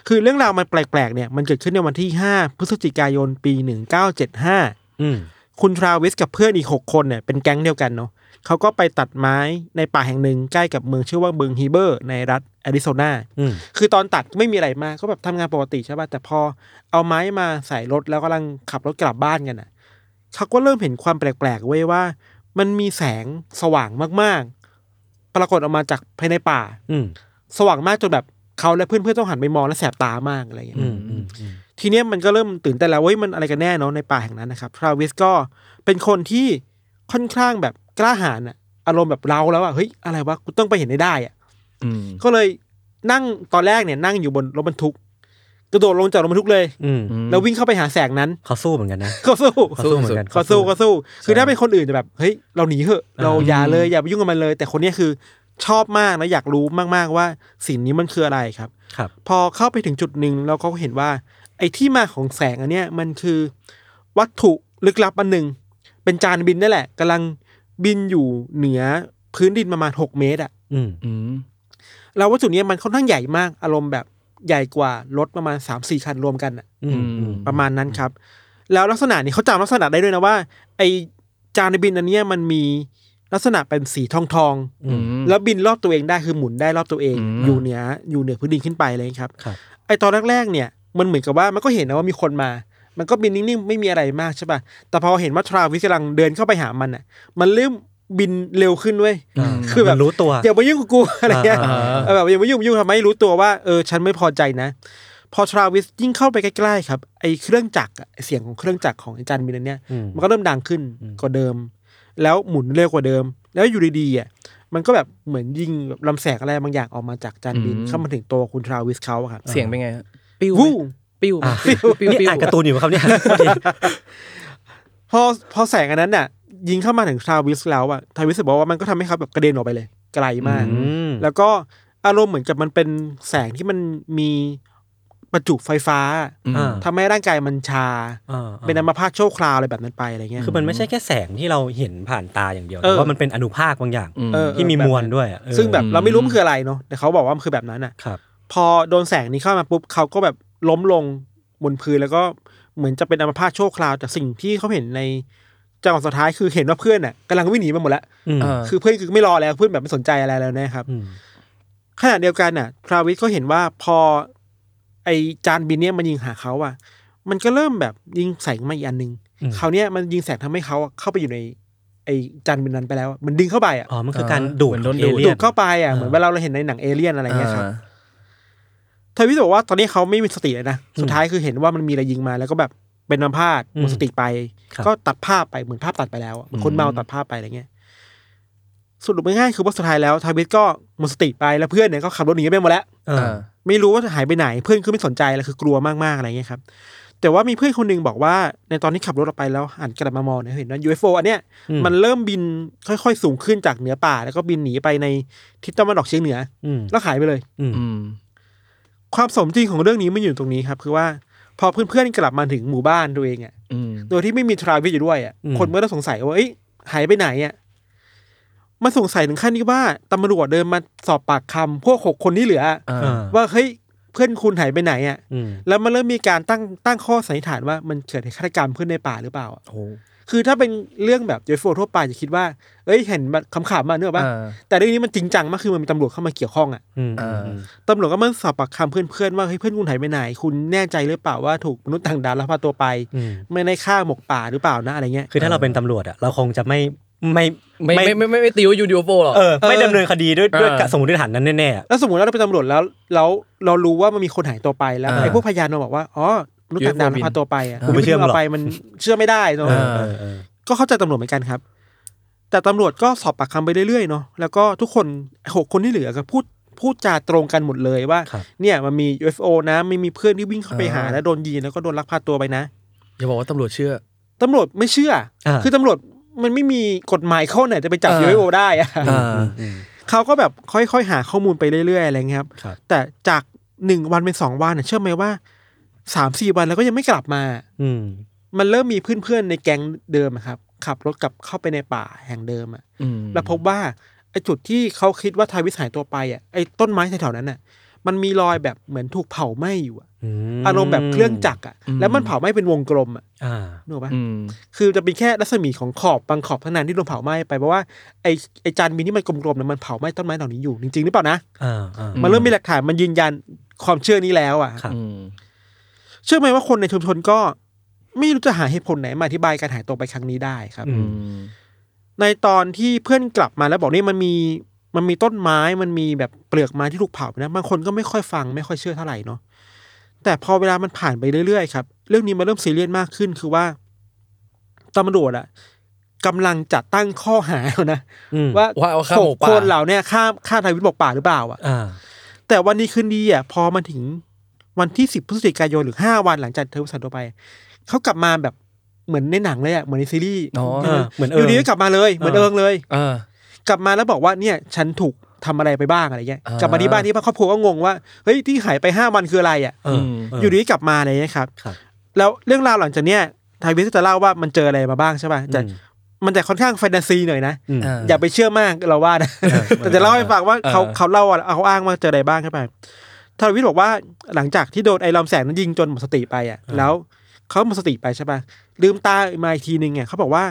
Speaker 2: คือเรื่องราวมันแปลกๆเนี่ยมันเกิดขึ้นในวันที่ 5 พฤศจิกายนปี 1975
Speaker 1: อืม
Speaker 2: คุณทราวิสกับเพื่อนอีก 6 คนเนี่ยเป็นแก๊งเดียวกันเนาะเขาก็ไปตัดไม้ในป่าแห่งหนึ่งใกล้กับเมืองชื่อว่าเมืองฮีเบอร์ ในรัฐแอริโซนา
Speaker 1: อืม
Speaker 2: คือตอนตัดไม่มีอะไรมากก็แบบทำงานปกติใช่ป่ะแต่พอเอาไม้มาใส่รถแล้วกำลังขับรถกลับบ้านกันอ่ะเขาก็เริ่มเห็นความแปลกๆเว้ยว่า มันมีแสงสว่างมากๆ ปรากฏออกมาจากภายในป่า
Speaker 1: อืม
Speaker 2: สว่างมากจนแบบเขาและเพื่อนๆต้องหันไปมองและแสบตามากอะไรอย่างเงี้ย
Speaker 1: อืมอืมอืม
Speaker 2: ทีเนี้ยมันก็เริ่มตื่นแต่แล้วเว้ยมันอะไรกันแน่เนาะในป่าแห่งนั้นนะครับทราวิสก็เป็นคนที่ค่อนข้างแบบกล้าหาญอะอารมณ์แบบเราแล้วอะเฮ้ยอะไรวะกูต้องไปเห็นให้ได้อะ
Speaker 3: อืม
Speaker 2: ก็เลยนั่งตอนแรกเนี่ยนั่งอยู่บนรถบรรทุก กระโดดลงจากรถบรรทุกเลย
Speaker 1: อืม
Speaker 3: อืม
Speaker 2: แล้ววิ่งเข้าไปหาแสงนั้น
Speaker 1: เขาสู้เหมือนกันนะ
Speaker 2: ก็สู้
Speaker 1: เขาสู้เหมือนกัน
Speaker 2: ก็สู้ก็สู้ คือ
Speaker 3: ใช่
Speaker 2: ถ้าเป็นคนอื่นจะแบบเฮ้ยเราหนีเหอะ เราอย่าเลยอย่าไปยุ่งกับมันเลย แต่คนเนี้ยคือชอบมากนะอยากรู้มากๆว่าสิ่งนี้มันคืออะไรครับ
Speaker 1: ครับ
Speaker 2: พอเข้าไปถึงจุดหนึ่งเราก็เห็นว่า ไอ้ที่มาของแสงอันเนี้ยมันคือวัตถุลึกลับอันหนึ่งเป็นจานบินนั่นแหละกำลังบินอยู่เหนือพื้นดินประมาณหกเมตรอะ
Speaker 1: อืม
Speaker 3: อืม
Speaker 2: เราว่าจุดเนี้ยมันค่อนข้างใหญ่มากอารมณ์แบบใหญ่กว่ารถประมาณ3ามสี่คันรวมกันน่ะ
Speaker 1: อืมอืม
Speaker 2: ประมาณนั้นครับ แล้วลักษณะนี้เขาจำลักษณะได้ด้วยนะว่า ไอจานบินอันเนี้ยมันมีลักษณะเป็นสีทองทองๆ
Speaker 3: อืม
Speaker 2: แล้วบินรอบตัวเองได้คือหมุนได้รอบตัวเอง
Speaker 3: อืม
Speaker 2: อยู่เหนืออยู่เหนือพื้นดินขึ้นไปเลยครับ
Speaker 1: ครับ
Speaker 2: ไอตอนแรกๆเนี่ยมันเหมือนกับว่ามันก็เห็นนะว่ามีคนมา มันก็บินนิ่งๆไม่มีอะไรมากใช่ป่ะแต่พอเห็นว่าทราวิสกำลังเดินเข้าไปหามันอ่ะ มันเริ่มบินเร็วขึ้นเว้ย
Speaker 3: อืม
Speaker 2: คือแบบ
Speaker 1: มันรู้ตัว
Speaker 2: อย่ามายุ่งกับกู อะไรเงี้ย
Speaker 3: อ่า
Speaker 2: เออแบบอย่ามายุ่งยุ่งทำไมรู้ตัวว่าเออฉันไม่พอใจนะ พอทราวิสยิ่งเข้าไปใกล้ๆครับไอเครื่องจักรอะไอ้เสียงของเครื่องจักรของอาจารย์มินอันเนี่ย
Speaker 1: อืม
Speaker 2: มันก็เริ่มดังขึ้นกว่าเดิม แล้วหมุนเร็วกว่าเดิม แล้วอยู่ดีๆอ่ะมันก็แบบเหมือนยิงแบบลำแสงอะไรบางอย่างออกมาจากจานบิน
Speaker 3: อืม
Speaker 2: เข้ามาถึงตัวคุณทราวิสเขาอะครับ
Speaker 3: เสียงเป็นไงฮะปิ้วไหม
Speaker 2: วู้
Speaker 3: ปิ้วไหม
Speaker 1: อ่ะ
Speaker 3: ปิ้วปิ้ว
Speaker 1: นี่
Speaker 3: ปิ้ว
Speaker 1: อ่านการ์ตูนอยู่ไหมครับเนี่ย
Speaker 2: พอพอแสงอันนั้นน่ะ ยิงเข้ามาถึงทราวิสแล้วอ่ะทราวิสบอกว่ามันก็ทำให้เขาแบบกระเด็นออกไปเลย ไกลมาก
Speaker 1: อืม
Speaker 2: แล้วก็อารมณ์เหมือนกับมันเป็นแสงที่มันมี บรรจุไฟฟ้า
Speaker 3: อืม
Speaker 1: อ่า
Speaker 2: ทำให้ร่างกายมันชา
Speaker 1: อ่า
Speaker 2: เป็นอัมพาตชั่วคราวอะไรแบบนั้นไปอะไรเงี้ย
Speaker 1: คือมันไม่ใช่แค่แสงที่เราเห็นผ่านตาอย่างเดียว
Speaker 2: เออ
Speaker 1: แต่ว่ามันเป็นอนุภาคบางอย่าง
Speaker 3: อืม
Speaker 2: เออ
Speaker 1: ที่มีมวลด้วยอะเออ
Speaker 2: ซึ่งแบบ
Speaker 3: เออ
Speaker 2: เราไม่รู้มันคืออะไรเนาะแต่เขาบอกว่ามันคือแบบนั้นอ่ะ
Speaker 1: ครับ
Speaker 2: พอโดนแสงนี้เข้ามาปุ๊บเขาก็แบบล้มลงบนพื้นแล้วก็เหมือนจะเป็นอัมพาตชั่วคราวแต่สิ่งที่เขาเห็นในจังหวะสุดท้ายคือเห็นว่าเพื่อนอ่ะกำลังวิ่งหนีไปหมดแล้ว
Speaker 1: อืม
Speaker 3: เออ
Speaker 2: คือเพื่อนคือไม่รอแล้วเพื่อนแบบไม่สนใจอะไรแล้วนะครับ
Speaker 1: อืม
Speaker 2: ขณะเดียวกันน่ะทราวิสก็เห็นว่าพอไอจานบินเนี่ยมันยิงหาเขาอ่ะ มันก็เริ่มแบบยิงแสงมาอีกอันหนึ่ง
Speaker 1: อืม
Speaker 2: คราวเนี้ยมันยิงแสงทำให้เขาอะเข้าไปอยู่ในไอจานบินนั้นไปแล้วอะมันดึงเข้าไปอ่ะ
Speaker 1: อ๋อมันคือการดูด
Speaker 3: เหมือน
Speaker 1: ข
Speaker 3: โด
Speaker 1: องเอ
Speaker 3: นดูด
Speaker 1: เลี่
Speaker 2: ดู
Speaker 1: ยน
Speaker 2: ดเข้าไปอ่ะ
Speaker 1: เออ
Speaker 2: เหมือนเวลาเราเห็นในหนังเอเลี่ยนอะไรเงี้ยครับ
Speaker 3: อ่า
Speaker 2: ทวิสบอกว่าตอนนี้เขาไม่มีสติเลยนะ สุดท้ายคือเห็นว่ามันมีอะไรยิงมาแล้วก็แบบเป็นอัมพาต
Speaker 1: อืม
Speaker 2: หมดสติไป
Speaker 1: ครับ
Speaker 2: ก็ตัดภาพไปเหมือนภาพตัดไปแล้วอะเหมือนคน
Speaker 3: อืม
Speaker 2: เมาตัดภาพไปอะไรเงี้ยสรุปง่ายๆคือว่าสุดท้ายแล้วทวิสก็หมดสติไปแล้วเพื่อนเนี่ยก็ขับรถหนีไปหมดแล้ว
Speaker 1: เออ
Speaker 3: อ่า
Speaker 2: ไม่รู้ว่าหายไปไหนเพื่อนคือไม่สนใจแล้วคือกลัวมากๆอะไรเงี้ยครับแต่ว่ามีเพื่อนคนหนึ่งบอกว่าในตอนที่ขับรถออกไปแล้วหันกลับมามองเนี่ยเห็นว่า UFO อันเนี้ย
Speaker 1: อื
Speaker 2: มันเริ่มบินค่อยๆสูงขึ้นจากเหนือป่า แล้วก็บินหนีไปในทิศตะวันออกเฉียงเหนือ
Speaker 1: อืม
Speaker 2: แล้วหายไปเลย
Speaker 1: อืม
Speaker 3: อืม
Speaker 2: ความสมจริงของเรื่องนี้มันอยู่ตรงนี้ครับ คือว่าพอเพื่อนๆกลับมาถึงหมู่บ้านตัวเองอะ่ะ
Speaker 3: อืม
Speaker 2: โดยที่ไม่มีทราวิสอยู่ด้วยอะ่ะคนก็ต้องสงสัยว่าเอ้ยหายไปไหนอะ่ะมันสงสัยถึงขั้นที่ว่าตำรวจเดินมาสอบปากคำพวกหกคนที่เหลืออะ
Speaker 3: อ่า
Speaker 1: อ่า
Speaker 2: ว่าเฮ้ยเพื่อนคุณหายไปไหนอะ่ะ
Speaker 1: อืม
Speaker 2: แล้วมันเริ่มมีการตั้งตั้งข้อสันนิษฐานว่ามันเกิดเหตุฆาตกรรมขึ้นในป่าหรือเปล่าอะ
Speaker 3: โอ้
Speaker 2: คือถ้าเป็นเรื่องแบบยูโฟทั่วไปจะคิดว่า เอ้ยเห็นแบบขำๆมาเนกอะปะ
Speaker 3: อ่า
Speaker 2: แต่เรื่องนี้มันจริงจังมากคือมันมีตำรวจเข้ามาเกี่ยวข้องอ่ะ
Speaker 1: อืม
Speaker 3: อ่า
Speaker 1: อืม
Speaker 2: ตำรวจก็มาสอบปากคำเพื่อนๆว่าเฮ้ยเพื่อนคุณหายไปไหน คุณแน่ใจหรือเปล่าว่าถูกมนุษย์ต่างดาวลักพาตัวไป
Speaker 1: อืม
Speaker 2: ไม่ได้ฆ่าหมกป่าหรือเปล่านะอะไรเงี้ย
Speaker 1: คือถ้าเราเป็นตำรวจอะเราคงจะไม่ไม่
Speaker 3: ไม่ไม่ไม่ไม่ไม่ตีว่ายูดิโอโฟหรอก
Speaker 1: เออไม่
Speaker 2: เออ
Speaker 1: ดำเนินคดีด้วยด้วย
Speaker 3: เออ
Speaker 1: สมมติฐานนั้นแน่ๆอะ
Speaker 2: แล้วสมมติว่าเราเป็นตำรวจแล้วเราเรารู้ว่ามันมีคนหายตัวไปแล้ว
Speaker 3: อ่า
Speaker 2: ไอ้พวกพยานเราบอกว่าอ๋อมนุษย์ต่างดาวลักพาตัวไปอ่ะ
Speaker 1: กูไม่เชื่อมันหรอก
Speaker 2: าไปมันเชื่อไม่ได้เนาะ
Speaker 3: เออ
Speaker 1: เออเออ
Speaker 2: ก็เข้าใจตำรวจเหมือนกันครับ แต่ตำรวจก็สอบปากคำไปเรื่อยๆเนาะแล้วก็ทุกคนหกคนที่เหลือก็พูดพูดจาตรงกันหมดเลยว่า
Speaker 1: ครับ
Speaker 2: เนี่ยมันมี UFO นะไม่มีเพื่อนที่วิ่งเข้าไปหาแล้วโดนยิงแล้วก็โดนลักพาตัวไปนะ
Speaker 3: อย่าบอกว่าตำรวจเชื่อ
Speaker 2: ตำรวจไม่เชื่ออา คือตำรวจมันไม่มีกฎหมายข้อไหนจะไปจับ
Speaker 3: อ่า
Speaker 2: ยูเอโอได้อะ
Speaker 3: อ่า
Speaker 1: อืม
Speaker 2: เขาก็แบบค่อยๆ หาข้อมูลไปเรื่อยๆ อะไรเงี้ยครับ
Speaker 1: ครับ
Speaker 2: แต่จากหนึ่งวันเป็นสองวันน่ะเชื่อไหมว่าสามสี่วันแล้วก็ยังไม่กลับมา
Speaker 1: อืม
Speaker 2: มันเริ่มมีเพื่อนๆ ในแก๊งเดิมอะครับ ขับรถกลับเข้าไปในป่าแห่งเดิมอะ
Speaker 3: อืม
Speaker 2: แล้วพบว่าไอ้จุดที่เขาคิดว่าทาวิสหายตัวไปอ่ะไอ้ต้นไม้แถวๆนั้นน่ะ มันมีรอยแบบเหมือนถูกเผาไหม้อยู่อะอารมณ์แบบเครื่องจักรอ่ะ แล้วมันเผาไหม้เป็นวงกลมอ่ะ
Speaker 1: อ่า
Speaker 2: นึกออกปะ
Speaker 3: อืม
Speaker 2: คือจะเป็นแค่รัศมีของขอบบางขอบเท่านั้นที่โดนเผาไหม้ไปเพราะว่าไอ้ไอ้จานบินที่มันกลมๆนะมันเผาไหม้ต้นไม้เหล่านี้อยู่จริงๆหรือเปล่านะ
Speaker 1: อ่าอ่า
Speaker 3: ม
Speaker 2: มันเริ่มมีหลักฐานมันยืนยันความเชื่อนี้แล้วอ่ะ
Speaker 1: ครับ
Speaker 3: อืม
Speaker 2: เชื่อไหมว่าคนในชุมชนก็ไม่รู้จะหาเหตุผลไหนมาอธิบายการหายตัวไปครั้งนี้ได้ครับ
Speaker 1: อื
Speaker 3: อื
Speaker 1: ม
Speaker 3: ม
Speaker 2: ในตอนที่เพื่อนกลับมาแล้วบอกนี่มันมีมันมีต้นไม้มันมีแบบเปลือกไม้ที่ถูกเผานะบางคนก็ไม่ค่อยฟังไม่ค่อยเชื่อเท่าไหร่เนาะแต่พอเวลามันผ่านไปเรื่อยๆครับ เรื่องนี้มันเริ่มซีเรียสมากขึ้นคือว่าตำรวจอะกำลังจะตั้งข้อหาแล้วนะ
Speaker 1: อืม
Speaker 2: ว่า
Speaker 3: ว่าเอาฆ่าหมกป่า
Speaker 2: คนเหล่าเนี่ยฆ่าฆ่าทาวิทย์หมกป่าหรือเปล่าอะ
Speaker 1: อ่า
Speaker 2: แต่วันนี้คืนดีอะพอมันถึงวันที่สิบพฤศจิกายนหรือห้าวันหลังจากเธอสันตัวไปเขากลับมาแบบเหมือนในหนังเลยอะเหมือนในซีรีส์
Speaker 3: อ๋อ
Speaker 2: เออ
Speaker 1: เหมือนเอิ
Speaker 2: อง ยู่ดีก็กลับมาเลยเหมือนเอิงเลย
Speaker 3: อ่า
Speaker 2: กลับมาแล้วบอกว่าเนี่ยฉันถูกทำอะไรไปบ้างอะไรเงี้ย
Speaker 3: อ่าก
Speaker 2: ลับมาที่บ้านที่บ้านครอบครัวก็งงว่าเฮ้ยที่หายไปห้าวันคืออะไรอ่ะ
Speaker 1: เออเ
Speaker 2: อยู่ดีๆกลับมาอะไรเงี้ยครับ
Speaker 1: ครับ
Speaker 2: แล้วเรื่องราวหลังจากเนี้ยทายวิสจะเล่าว่ามันเจออะไรมาบ้างใช่ป่ะแต่
Speaker 1: อืม
Speaker 2: มันจะค่อนข้างแฟนตาซีหน่อยนะ
Speaker 1: อืม
Speaker 3: า
Speaker 2: อย่าไปเชื่อมากเราว่านะ
Speaker 1: เออ
Speaker 2: แต่จะเล่าให้ฟังว่า
Speaker 3: เออ
Speaker 2: เขาเขาเล่าอะเขาอ้างว่าเจออะไรบ้างใช่ป่ะทายวิสบอกว่าหลังจากที่โดนไอ้ลำแสงนั้นยิงจนหมดสติไปอ่ะแล้วเขาหมดสติไปใช่ป่ะลืมตามาอีกทีนึงเนี่ยเขาบอกว่า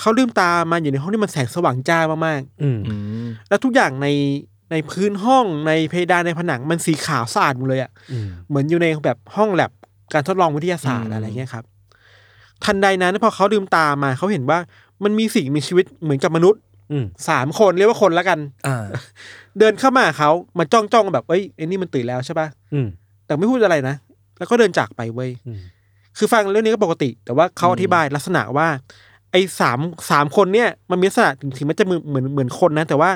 Speaker 2: เขาลืมตามาอยู่ในห้องที่มันแสงสว่างจ้ามากๆ
Speaker 1: อืม
Speaker 3: อืม
Speaker 2: แล้วทุกอย่างในในพื้นห้องในเพดานในผนังมันสีขาวสะอาดหมดเลยอะ่ะ
Speaker 1: อืม
Speaker 2: เหมือนอยู่ในแบบห้องแลบการทดลองวิทยาศาสตร์อะไรเงี้ยครับ ทันใดนั้นพอเขาลืมตามาเขาเห็นว่ามันมีสิ่งมีชีวิตเหมือนกับมนุษย์
Speaker 1: อืม
Speaker 2: สามคนเรียกว่าคนละกัน
Speaker 3: อ่า
Speaker 2: เดินเข้ามาหาเขามาจ้องจ้องๆแบบเอ้ยไอ้นี่มันตื่นแล้วใช่ปะ
Speaker 1: อืม
Speaker 2: แต่ไม่พูดอะไรนะแล้วก็เดินจากไปเว้ย
Speaker 1: อืม
Speaker 2: คือฟังเรื่องนี้ก็ปกติ แต่ว่าเขาอธิบายลักษณะว่า ไอ้สามสามคนเนี่ยมันมีลักษณะถึงถึงมันจะเหมือนเหมือนเหมือนคนนะ แต่ว่า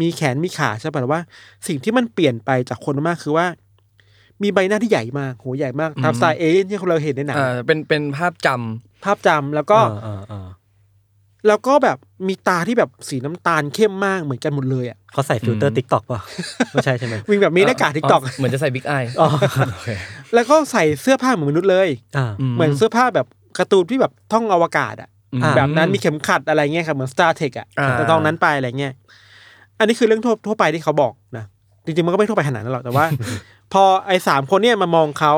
Speaker 2: มีแขนมีขาใช่ป่ะแต่ว่า สิ่งที่มันเปลี่ยนไปจากคนมากคือว่า มีใบหน้าที่ใหญ่มากโหใหญ่มากตาม
Speaker 3: อืม
Speaker 2: สไตล์เอเลี่ยนที่เราเห็นในหนัง
Speaker 3: อ่า เป็นเป็นภาพจำ
Speaker 2: ภาพจำแล้วก็
Speaker 1: อ่าอ่า
Speaker 2: แล้วก็แบบมีตาที่แบบสีน้ำตาลเข้มมากเหมือนกันหมดเลยอ่ะ
Speaker 1: เขาใส่ฟิลเตอร์ติ๊กต็อกป่ะไม่ใช่ใช่ไหม
Speaker 2: วิ่งแบบมีหน้ากากทิกตอก
Speaker 3: เหมือนจะใส่บิ๊กไอ
Speaker 1: อ๋อ
Speaker 2: แล้วก็ใส่เสื้อผ้าเหมือนมนุษย์เลย
Speaker 1: อ่า
Speaker 2: เหมือนเสื้อผ้าแบบการ์ตูนที่แบบท่องอวกาศอ่ะ
Speaker 1: อ่า
Speaker 2: แบบนั้นมีเข็มขัดอะไรเงี้ยครับเหมือน Star Trek อ่ะ
Speaker 3: อ่า
Speaker 2: แต่ตอนนั้นไปอะไรเงี้ยอันนี้คือเรื่องทั่วทั่วไปที่เขาบอกนะจริงๆมันก็ไม่ทั่วไปขนาดนั้นหรอกแต่ ว่า พอไอ้สามคนเนี่ยมามองเขา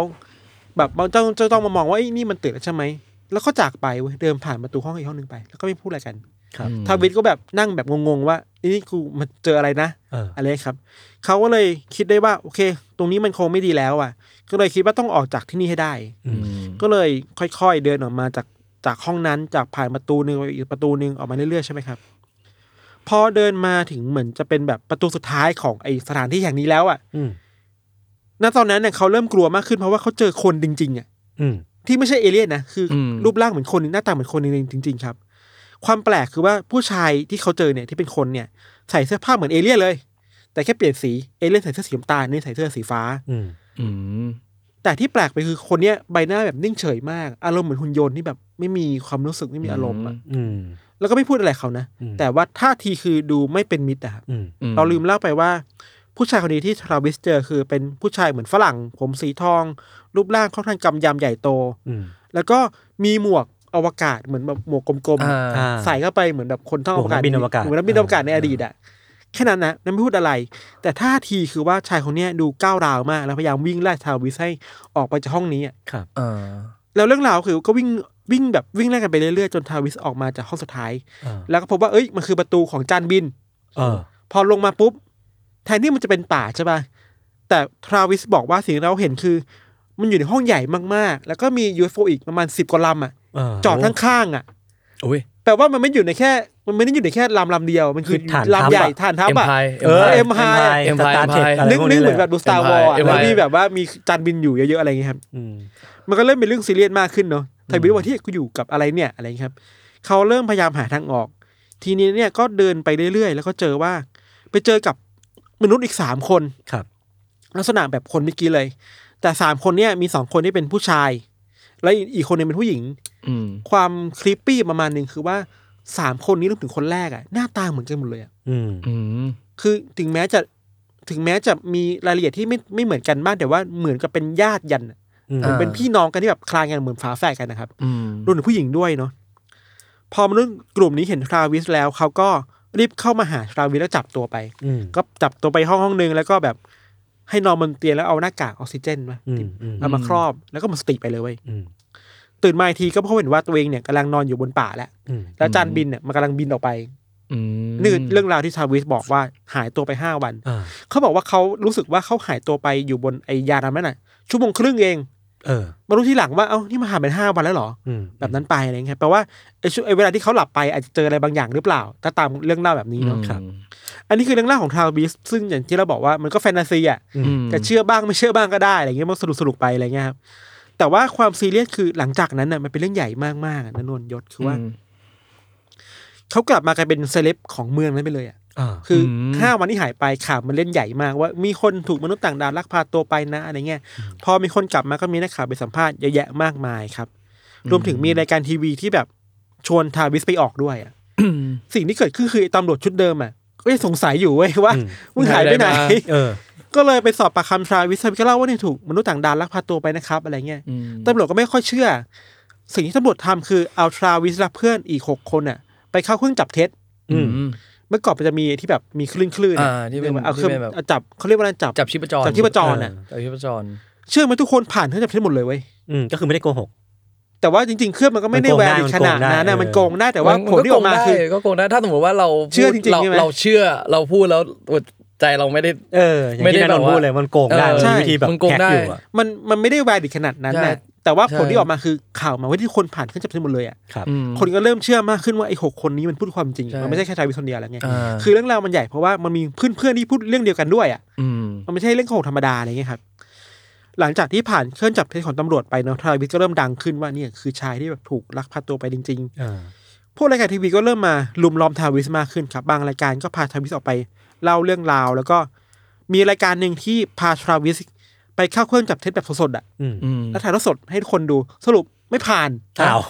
Speaker 2: แบบมันจ้องจ้องต้องมามองว่าไอ้ยนี่มันตื่นแล้วใช่ไหมแล้วก็จากไปเว้ยเดินผ่านประตูห้องอีกห้องหนึ่งไป แล้วก็ไม่พูดอะไรกัน
Speaker 1: ครับ
Speaker 2: ทาวิทก็แบบนั่งแบบงงๆว่าไอ้นี่กูมาเจออะไรนะ
Speaker 1: เออ
Speaker 2: อะไรครับ เขาก็เลยคิดได้ว่าโอเค ตรงนี้มันคงไม่ดีแล้วอ่ะ ก็เลยคิดว่าต้องออกจากที่นี่ให้ได้ ก็เลยค่อยๆเดินออกมาจากจากห้องนั้นจากผ่านประตูหนึ่งไปอีกประตูหนึ่งออกมาเรื่อยๆใช่ไหมครับ พอเดินมาถึงเหมือนจะเป็นแบบประตูสุดท้ายของไอสถานที่แห่งนี้แล้วอ่ะ
Speaker 1: อืม
Speaker 2: ณตอนนั้นเนี่ยเขาเริ่มกลัวมากขึ้นเพราะว่าเขาเจอคนจริงๆอ่ะ
Speaker 1: อืม
Speaker 2: ที่ไม่ใช่เอเลี่ยนนะคืออ
Speaker 3: ม
Speaker 2: รูปร่างเหมือนคนหน้าตาเหมือนคนจริงๆครับ ความแปลกคือว่าผู้ชายที่เขาเจอเนี่ยที่เป็นคนเนี่ยใส่เสื้อผ้าเหมือนเอเลี่ยนเลย แต่แค่เปลี่ยนสีเอเลี่ยนใส่เสื้อสีน้ำตาลนี่ใส่เสื้อสีฟ้า
Speaker 1: อืม
Speaker 3: อืม
Speaker 2: แต่ที่แปลกไปคือคนเนี้ยใบหน้าแบบนิ่งเฉยมาก อารมณ์เหมือนหุ่นยนต์ที่แบบไม่มีความรู้สึกไม่มีอารมณ์อะ
Speaker 1: อืม
Speaker 2: แล้วก็ไม่พูดอะไรเขานะ
Speaker 1: อืม
Speaker 2: แต่ว่าท่าทีคือดูไม่เป็นมิตรอะครับ
Speaker 1: อืม
Speaker 3: อื
Speaker 2: เราลืมเล่าไปว่า ผู้ชายคนนี้ที่ทราวิสเจอคือเป็นผู้ชายเหมือนฝรั่ง ผมสีทอง รูปร่างค่อนข้างกำยำใหญ่โต
Speaker 1: อืม
Speaker 2: แล้วก็มีหมวกอวกาศเหมือนแบบหมวกกลม
Speaker 3: อ่า
Speaker 1: อ่า
Speaker 2: ๆใส่เข้าไปเหมือนแบบคนท่องอวกาศ
Speaker 1: หมวกนักบินอวกาศ
Speaker 2: เหมือนนักบินอวกาศในอดีตอะแค่นั้นนะนั่นไม่พูดอะไร แต่ท่าทีคือว่าชายคนเนี้ยดูก้าวร้าวมากแล้วพยายามวิ่งไล่ทราวิสให้ออกไปจากห้องนี้อะ
Speaker 1: ครับ
Speaker 3: อ่า
Speaker 2: แล้วเรื่องราวคือก็วิ่งวิ่งแบบวิ่งไล่กันไปเรื่อยๆ จนทาวิสออกมาจากห้องสุดท้าย
Speaker 1: เออ
Speaker 2: แล้วก็พบว่าเอ้ยมันคือประตูของจานบิน
Speaker 1: เออ
Speaker 2: พอลงมาปุ๊บ แทนที่มันจะเป็นป่าใช่ปะแต่ทราวิสบอกว่าสิ่งที่เราเห็นคือ มันอยู่ในห้องใหญ่มากๆ แล้วก็มี UFO อีกประมาณสิบกว่าลำอ่ะ
Speaker 1: เ
Speaker 2: จอดข้างๆอ่ะ
Speaker 3: อุ้ย
Speaker 2: แปลว่ามันไม่อยู่ในแค่ มันไม่ได้อยู่ในแค่ลำลำเดียว มันคือ
Speaker 1: คือฐานทัพอะ
Speaker 2: ลำใหญ่ฐานทัพอ่ะ
Speaker 3: Empire
Speaker 2: เออเอ็มไฮ
Speaker 1: Empire
Speaker 3: Empire
Speaker 1: Star Trek
Speaker 3: อะ
Speaker 1: อะไร
Speaker 2: นึก
Speaker 1: พว
Speaker 2: นึก
Speaker 1: ลย
Speaker 2: เหมือนแบบดูสตาร์วอล
Speaker 3: Empire
Speaker 2: แล้วมี
Speaker 3: Empire
Speaker 2: แบบว่ามีจานบินอยู่เยอะๆอะไรเงี้ยครับ
Speaker 1: อืม
Speaker 2: มันก็เริ่มเป็นเรื่องซีเรียสมากขึ้นเนาะไทยบิวว่าที่กูอยู่กับอะไรเนี่ยอะไรอย่างเงี้ยครับ เขาเริ่มพยายามหาทางออก ทีนี้เนี่ยก็เดินไปเรื่อยๆ แล้วก็เจอว่า ไปเจอกับมนุษย์อีกสามคน
Speaker 1: ครับ
Speaker 2: ลักษณะแบบคนเมื่อกี้เลย แต่สามคนเนี่ยมีสองคนที่เป็นผู้ชาย และอีกอีกคนหนึงเป็นผู้หญิง
Speaker 3: อืม
Speaker 2: ความคลิปปี้ประมาณหนึ่งคือว่าสามคนนี้รวมถึงคนแรกอะหน้าตาเหมือนกันหมดเลยอะ
Speaker 1: อืม
Speaker 3: อืม
Speaker 2: คือถึงแม้จะถึงแม้จะมีรายละเอียดที่ไม่ไม่เหมือนกันมากแต่ว่าเหมือนกับเป็นญาติยันอะ
Speaker 1: อืม
Speaker 2: เหมือนเป็น
Speaker 3: อ่า
Speaker 2: พี่น้องกันที่แบบคลานกันเหมือนฝาแฝดกันนะครับ
Speaker 3: อืม
Speaker 2: รวมถึงผู้หญิงด้วยเนาะพอมนุษย์กลุ่มนี้เห็นทราวิสแล้วเขาก็รีบเข้ามาหาทราวิสแล้วจับตัวไป
Speaker 1: อืม
Speaker 2: ก็จับตัวไปห้องห้องหนึงแล้วก็แบบให้นอนบนเตียงแล้วเอาหน้ากากออกซิเจนมา
Speaker 1: อืมอืม
Speaker 2: เอามาครอบแล้วก็หมดสติไปเลยเว้ย
Speaker 1: อืม
Speaker 2: ตื่นมาอีกทีก็พบเห็นว่าตัวเองเนี่ยกำลังนอนอยู่บนป่าแล้ว
Speaker 1: อืม
Speaker 2: แล้วจานบินเนี่ยมันกำลังบินออกไป
Speaker 3: อืม
Speaker 2: นี่คือเรื่องราวที่ทราวิสบอกว่าหายตัวไปห้าวัน
Speaker 1: อ่า
Speaker 2: เขาบอกว่าเขารู้สึกว่าเขาหายตัวไปอยู่บนไอยานนั้นน่ะชั่วโมงครึ่งเอง
Speaker 1: เออ
Speaker 2: มารู้ทีหลังว่าเอ้านี่มาหายไปห้าวันแล้วเหรอ
Speaker 1: อืม
Speaker 2: แบบนั้นไปอะไรเงี้ยแปลว่าไอ้ช่วงไอ้เวลาที่เขาหลับไปอาจจะเจออะไรบางอย่างหรือเปล่า ถ้าตามเรื่องเล่าแบบนี้เนาะ
Speaker 3: ครับ
Speaker 2: อันนี้คือเรื่องเล่าของทราวบิสซึ่งอย่างที่เราบอกว่ามันก็แฟนตาซีอ่ะ
Speaker 3: อืม
Speaker 2: จะเชื่อบ้างไม่เชื่อบ้างก็ได้อะไรเงี้ยมันสรุปสรุปไปอะไรเงี้ยครับแต่ว่าความซีเรียสคือหลังจากนั้นน่ะมันเป็นเรื่องใหญ่มากๆอะนะนนยศคือว่า
Speaker 3: อืม
Speaker 2: เขากลับมากลายเป็นเซเลบของเมืองนั้นไปเลยอ่ะ
Speaker 1: อ่า
Speaker 2: คืออ
Speaker 3: ม
Speaker 2: ห้าวันที่หายไปข่าวมันเล่นใหญ่มากว่ามีคนถูกมนุษย์ต่างดาวลักพาตัวไปนะอะไรเงี้ยพอมีคนกลับมาก็มีนักข่าวไปสัมภาษณ์เยอะแยะมากมายครับ รวมถึงมีรายการทีวีที่แบบชวนทาวิสไปออกด้วยอะสิ่งที่เกิดขึ้นคือไอ้ตำรวจชุดเดิมอ่ะก็ยังสงสัยอยู่เว้ยว่ามึงหายไปไหน
Speaker 3: หายไปไหน
Speaker 1: เออ
Speaker 2: ก็เลยไปสอบปากคำทาวิสทาวิสก็เล่าว่าเนี่ยถูกมนุษย์ต่างดาวลักพาตัวไปนะครับ อะไรเงี้ย
Speaker 3: อืม
Speaker 2: ตำรวจก็ไม่ค่อยเชื่อ สิ่งที่ตำรวจทำคือเอาทราวิสและเพื่อนอีกหกคนอ่ะ ไปเข้าเครื่องจับเท็จ
Speaker 3: อืม
Speaker 2: เมื่อก่อนมันจะมีที่แบบมีคลื่นคลื่น
Speaker 3: อ่าที่เป็น
Speaker 2: เอาเครื่อง
Speaker 3: ที่เป็นแบบ
Speaker 2: เอาจับเขาเรียกว่าอะไรจับ
Speaker 3: จับชีพจร
Speaker 2: จับชีพจรน่ะ
Speaker 3: เจับชีพจร
Speaker 2: เชื่อไหมทุกคนผ่านเครื่องจับเท็จหมดเลยเว้ย
Speaker 1: อืมก็คือไม่ได้โกหก
Speaker 2: แต่ว่าจริง ๆ เครื่องมันก็ไม่ได้แวร์ถึงขนาดนั้นนะ
Speaker 1: มั
Speaker 2: มัน
Speaker 1: น
Speaker 2: โก
Speaker 1: โก
Speaker 2: ง
Speaker 1: งได้
Speaker 2: ได้แต่ว่าผลที่ออกมาคือ
Speaker 3: นก็โกงได้ถ้าสมมติว่าเราพูด
Speaker 2: เชื่อจริงๆ
Speaker 3: เรา
Speaker 2: ใช่ไหม
Speaker 3: เราเชื่อเราพูดแล้วใจเราไม่ได้
Speaker 1: เอออย่างที่นันนนท์พูดเลยมันโกงได้
Speaker 3: เออ
Speaker 1: มันมีวิธีแบบ
Speaker 3: มันโกง
Speaker 1: แฮก
Speaker 3: ได้
Speaker 1: อยู่อะ
Speaker 2: มันมันไม่ได้แวร์ดิขนาดนั้นนะ
Speaker 3: ใช่
Speaker 2: แต่ว่า
Speaker 3: ใช่
Speaker 2: ผลที่ออกมาคือข่าวมาว่าที่คนผ่านเครื่องจับเท็จหมดเลยอ่ะ
Speaker 1: ครับ
Speaker 3: อืม
Speaker 2: คนก็เริ่มเชื่อมากขึ้นว่าไอ้หกคนนี้มันพูดความจริง
Speaker 3: ใช่
Speaker 2: มันไม่ใช่แค่ทายวิคนเดียวแล้วไง
Speaker 3: อ่า
Speaker 2: คือเรื่องราวมันใหญ่เพราะว่ามันมีเพื่อนเพื่อนๆที่พูดเรื่องเดียวกันด้วยอ่ะ
Speaker 3: ม
Speaker 2: มันไม่ใช่เรื่องโกหกธรรมดาอะไรเงี้ยครับหลังจากที่ผ่านเครื่องจับเท็จของตำรวจไปเนาะทายวิสก็เริ่มดังขึ้นว่าเนี่ยคือชายที่แบบถูกลักพาตัวไปจริง ๆ
Speaker 1: เออ
Speaker 2: พวกรายการทีวีก็เริ่มมาลุมล้อมทาวิสมากขึ้นครับ บางรายการก็พาทาวิสออกไปเล่าเรื่องราว แล้วก็มีรายการหนึ่งที่พาทาวิสไปเข้าเครื่องจับเท็จแบบสดๆอ่ะ
Speaker 1: อืม
Speaker 3: อืม
Speaker 2: แล้วถ่ายทอดสดให้ทุกคนดูสรุป ไม่ผ่าน
Speaker 1: อ้าว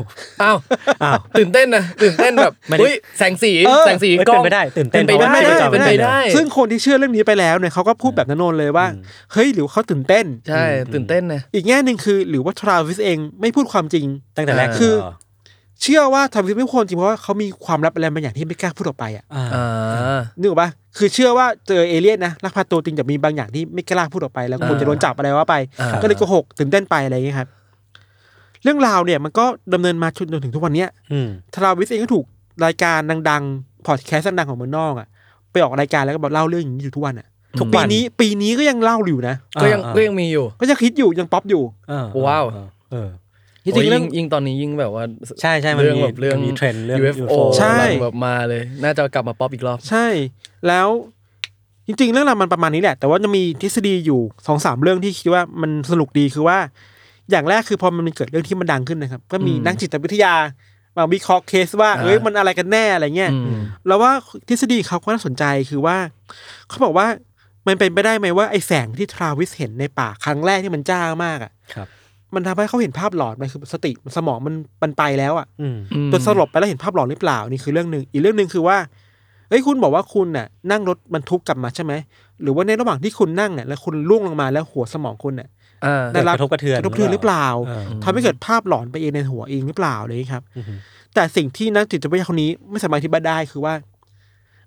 Speaker 3: อ้าว
Speaker 1: อ้าว
Speaker 3: ตื่นเต้นนะตื่นเต้นแบบ
Speaker 1: ไม่ได้
Speaker 3: เฮ้ยแสงสี
Speaker 2: เออ
Speaker 3: แสงสี
Speaker 1: เฮ้ย
Speaker 3: กล้อง
Speaker 1: เป็นไปได้ตื่นเต้น
Speaker 3: เป็นไป
Speaker 1: เพ
Speaker 3: ได้
Speaker 1: ราะว่า
Speaker 3: เป็น
Speaker 1: ไม่
Speaker 3: ไป
Speaker 1: ได้
Speaker 3: ได้
Speaker 2: ซึ่งคนที่เชื่อเรื่องนี้ไปแล้วเนี่ยเขาก็พูดแบบนันนนเลยว่า
Speaker 1: อืม
Speaker 2: เฮ้ยหรือเขาตื่นเต้น
Speaker 3: ใช่ตื่นเต้นนะ
Speaker 2: อีกแง่หนึ่งคือ หรือว่าทราวิสเองไม่พูดความจริง
Speaker 1: ตั้งแต่แรก
Speaker 3: อ่า
Speaker 2: คือ เชื่อว่าทราวิสไม่พูดความจริงเพราะว่าเขามีความลับอะไรบางอย่างที่ไม่กล้าพูดออกไปอ่ะ
Speaker 1: อ่า
Speaker 3: อ่า
Speaker 2: นึกออกปะคือเชื่อว่าเจอเอเลี่ยนนะลักพาตัวจริงแต่มีบางอย่างที่ไม่กล้าพูดออกไป แล้ว
Speaker 3: อ่า
Speaker 2: ควรจะโดนจับอะไรว่าไป
Speaker 3: อ่า
Speaker 2: ก็เลยโกหกตื่นเต้นไปอะไรอย่างเงี้ยครับเรื่องราวเนี่ยมันก็ดำเนินมาจนถึงทุกวันเนี้ย
Speaker 1: อืม
Speaker 2: ทราวิสเองก็ถูกรายการดังๆ พอดแคสต์ดังๆของเมืองนอกอ่ะไปออกรายการแล้วก็แบบเล่าเรื่องอย่างนี้อยู่ทุกวันอ่ะ
Speaker 1: ทุกวั
Speaker 2: ปีนี้ปีนี้ก็ยังเล่าอยู่นะ
Speaker 3: ก็ยัง
Speaker 1: อ่า
Speaker 3: ก็ยังมีอยู่
Speaker 2: ก็ยังคิดอยู่ยังป๊อปอยู่
Speaker 1: อ่
Speaker 3: ว้าว
Speaker 1: เออ
Speaker 3: ที่จริงเรื่องยิ่งตอนนี้ยิ่งแบบว่า
Speaker 1: ใช่ใช่มัน
Speaker 3: เรื่อง
Speaker 1: มี
Speaker 3: แบบเรื่อง
Speaker 1: มันมีเทรนด์เรื่อง
Speaker 3: UFO
Speaker 1: UFO
Speaker 2: ใช่
Speaker 3: แบบมาเลย น่าจะกลับมาป๊อปอีกรอบ
Speaker 2: ใช่ แล้วจริงๆ เรื่องราวมันประมาณนี้แหละ แต่ว่าจะมีทฤษฎีอยู่สองสามเรื่องที่คิดว่ามันสนุกดีคือว่า อย่างแรกคือพอมันเกิดเรื่องที่มันดังขึ้นนะครับ ก็มี
Speaker 3: อืม
Speaker 2: นักจิตวิทยามาวิเคราะห์เคสว่า
Speaker 3: อ่า
Speaker 2: เอ้ยมันอะไรกันแน่อะไรเงี้ย
Speaker 3: อืม
Speaker 2: แล้วว่าทฤษฎีเขาก็น่าสนใจคือว่า เขาบอกว่ามันเป็นไปได้ไหมว่าไอ้แสงที่ทราวิสเห็นในป่าครั้งแรกที่มันจ้ามากอ่ะ
Speaker 1: ครับ
Speaker 2: มันทำให้เขาเห็นภาพหลอนมันคือสติสมองมันมันไปแล้วอ่ะ
Speaker 1: อืม
Speaker 3: อืม
Speaker 2: จนสลบไปแล้วเห็นภาพหลอนหรือเปล่านี่คือเรื่องหนึ่งอีกเรื่องหนึ่งคือว่าเอ้ยคุณบอกว่าคุณน่ะ นั่งรถบรรทุกกลับมาใช่ไหมหรือว่าในระหว่างที่คุณนั่งเนี่ยแล้วคุณล่วงลงมาแล้วหัวสมองคุณเนี่ย
Speaker 3: อ่า
Speaker 2: ได้
Speaker 1: กระทบกระเทือน
Speaker 2: กระทบกระเทือนหรือเปล่า
Speaker 1: เออ
Speaker 2: ทำให้เกิดภาพหลอนไปเองในหัวเองหรือเปล่าอะไรอย่างนี้ครับ
Speaker 1: อือฮึ
Speaker 2: แต่สิ่งที่นักจิตวิทยาคนนี้ไม่สามารถอธิบายได้คือว่า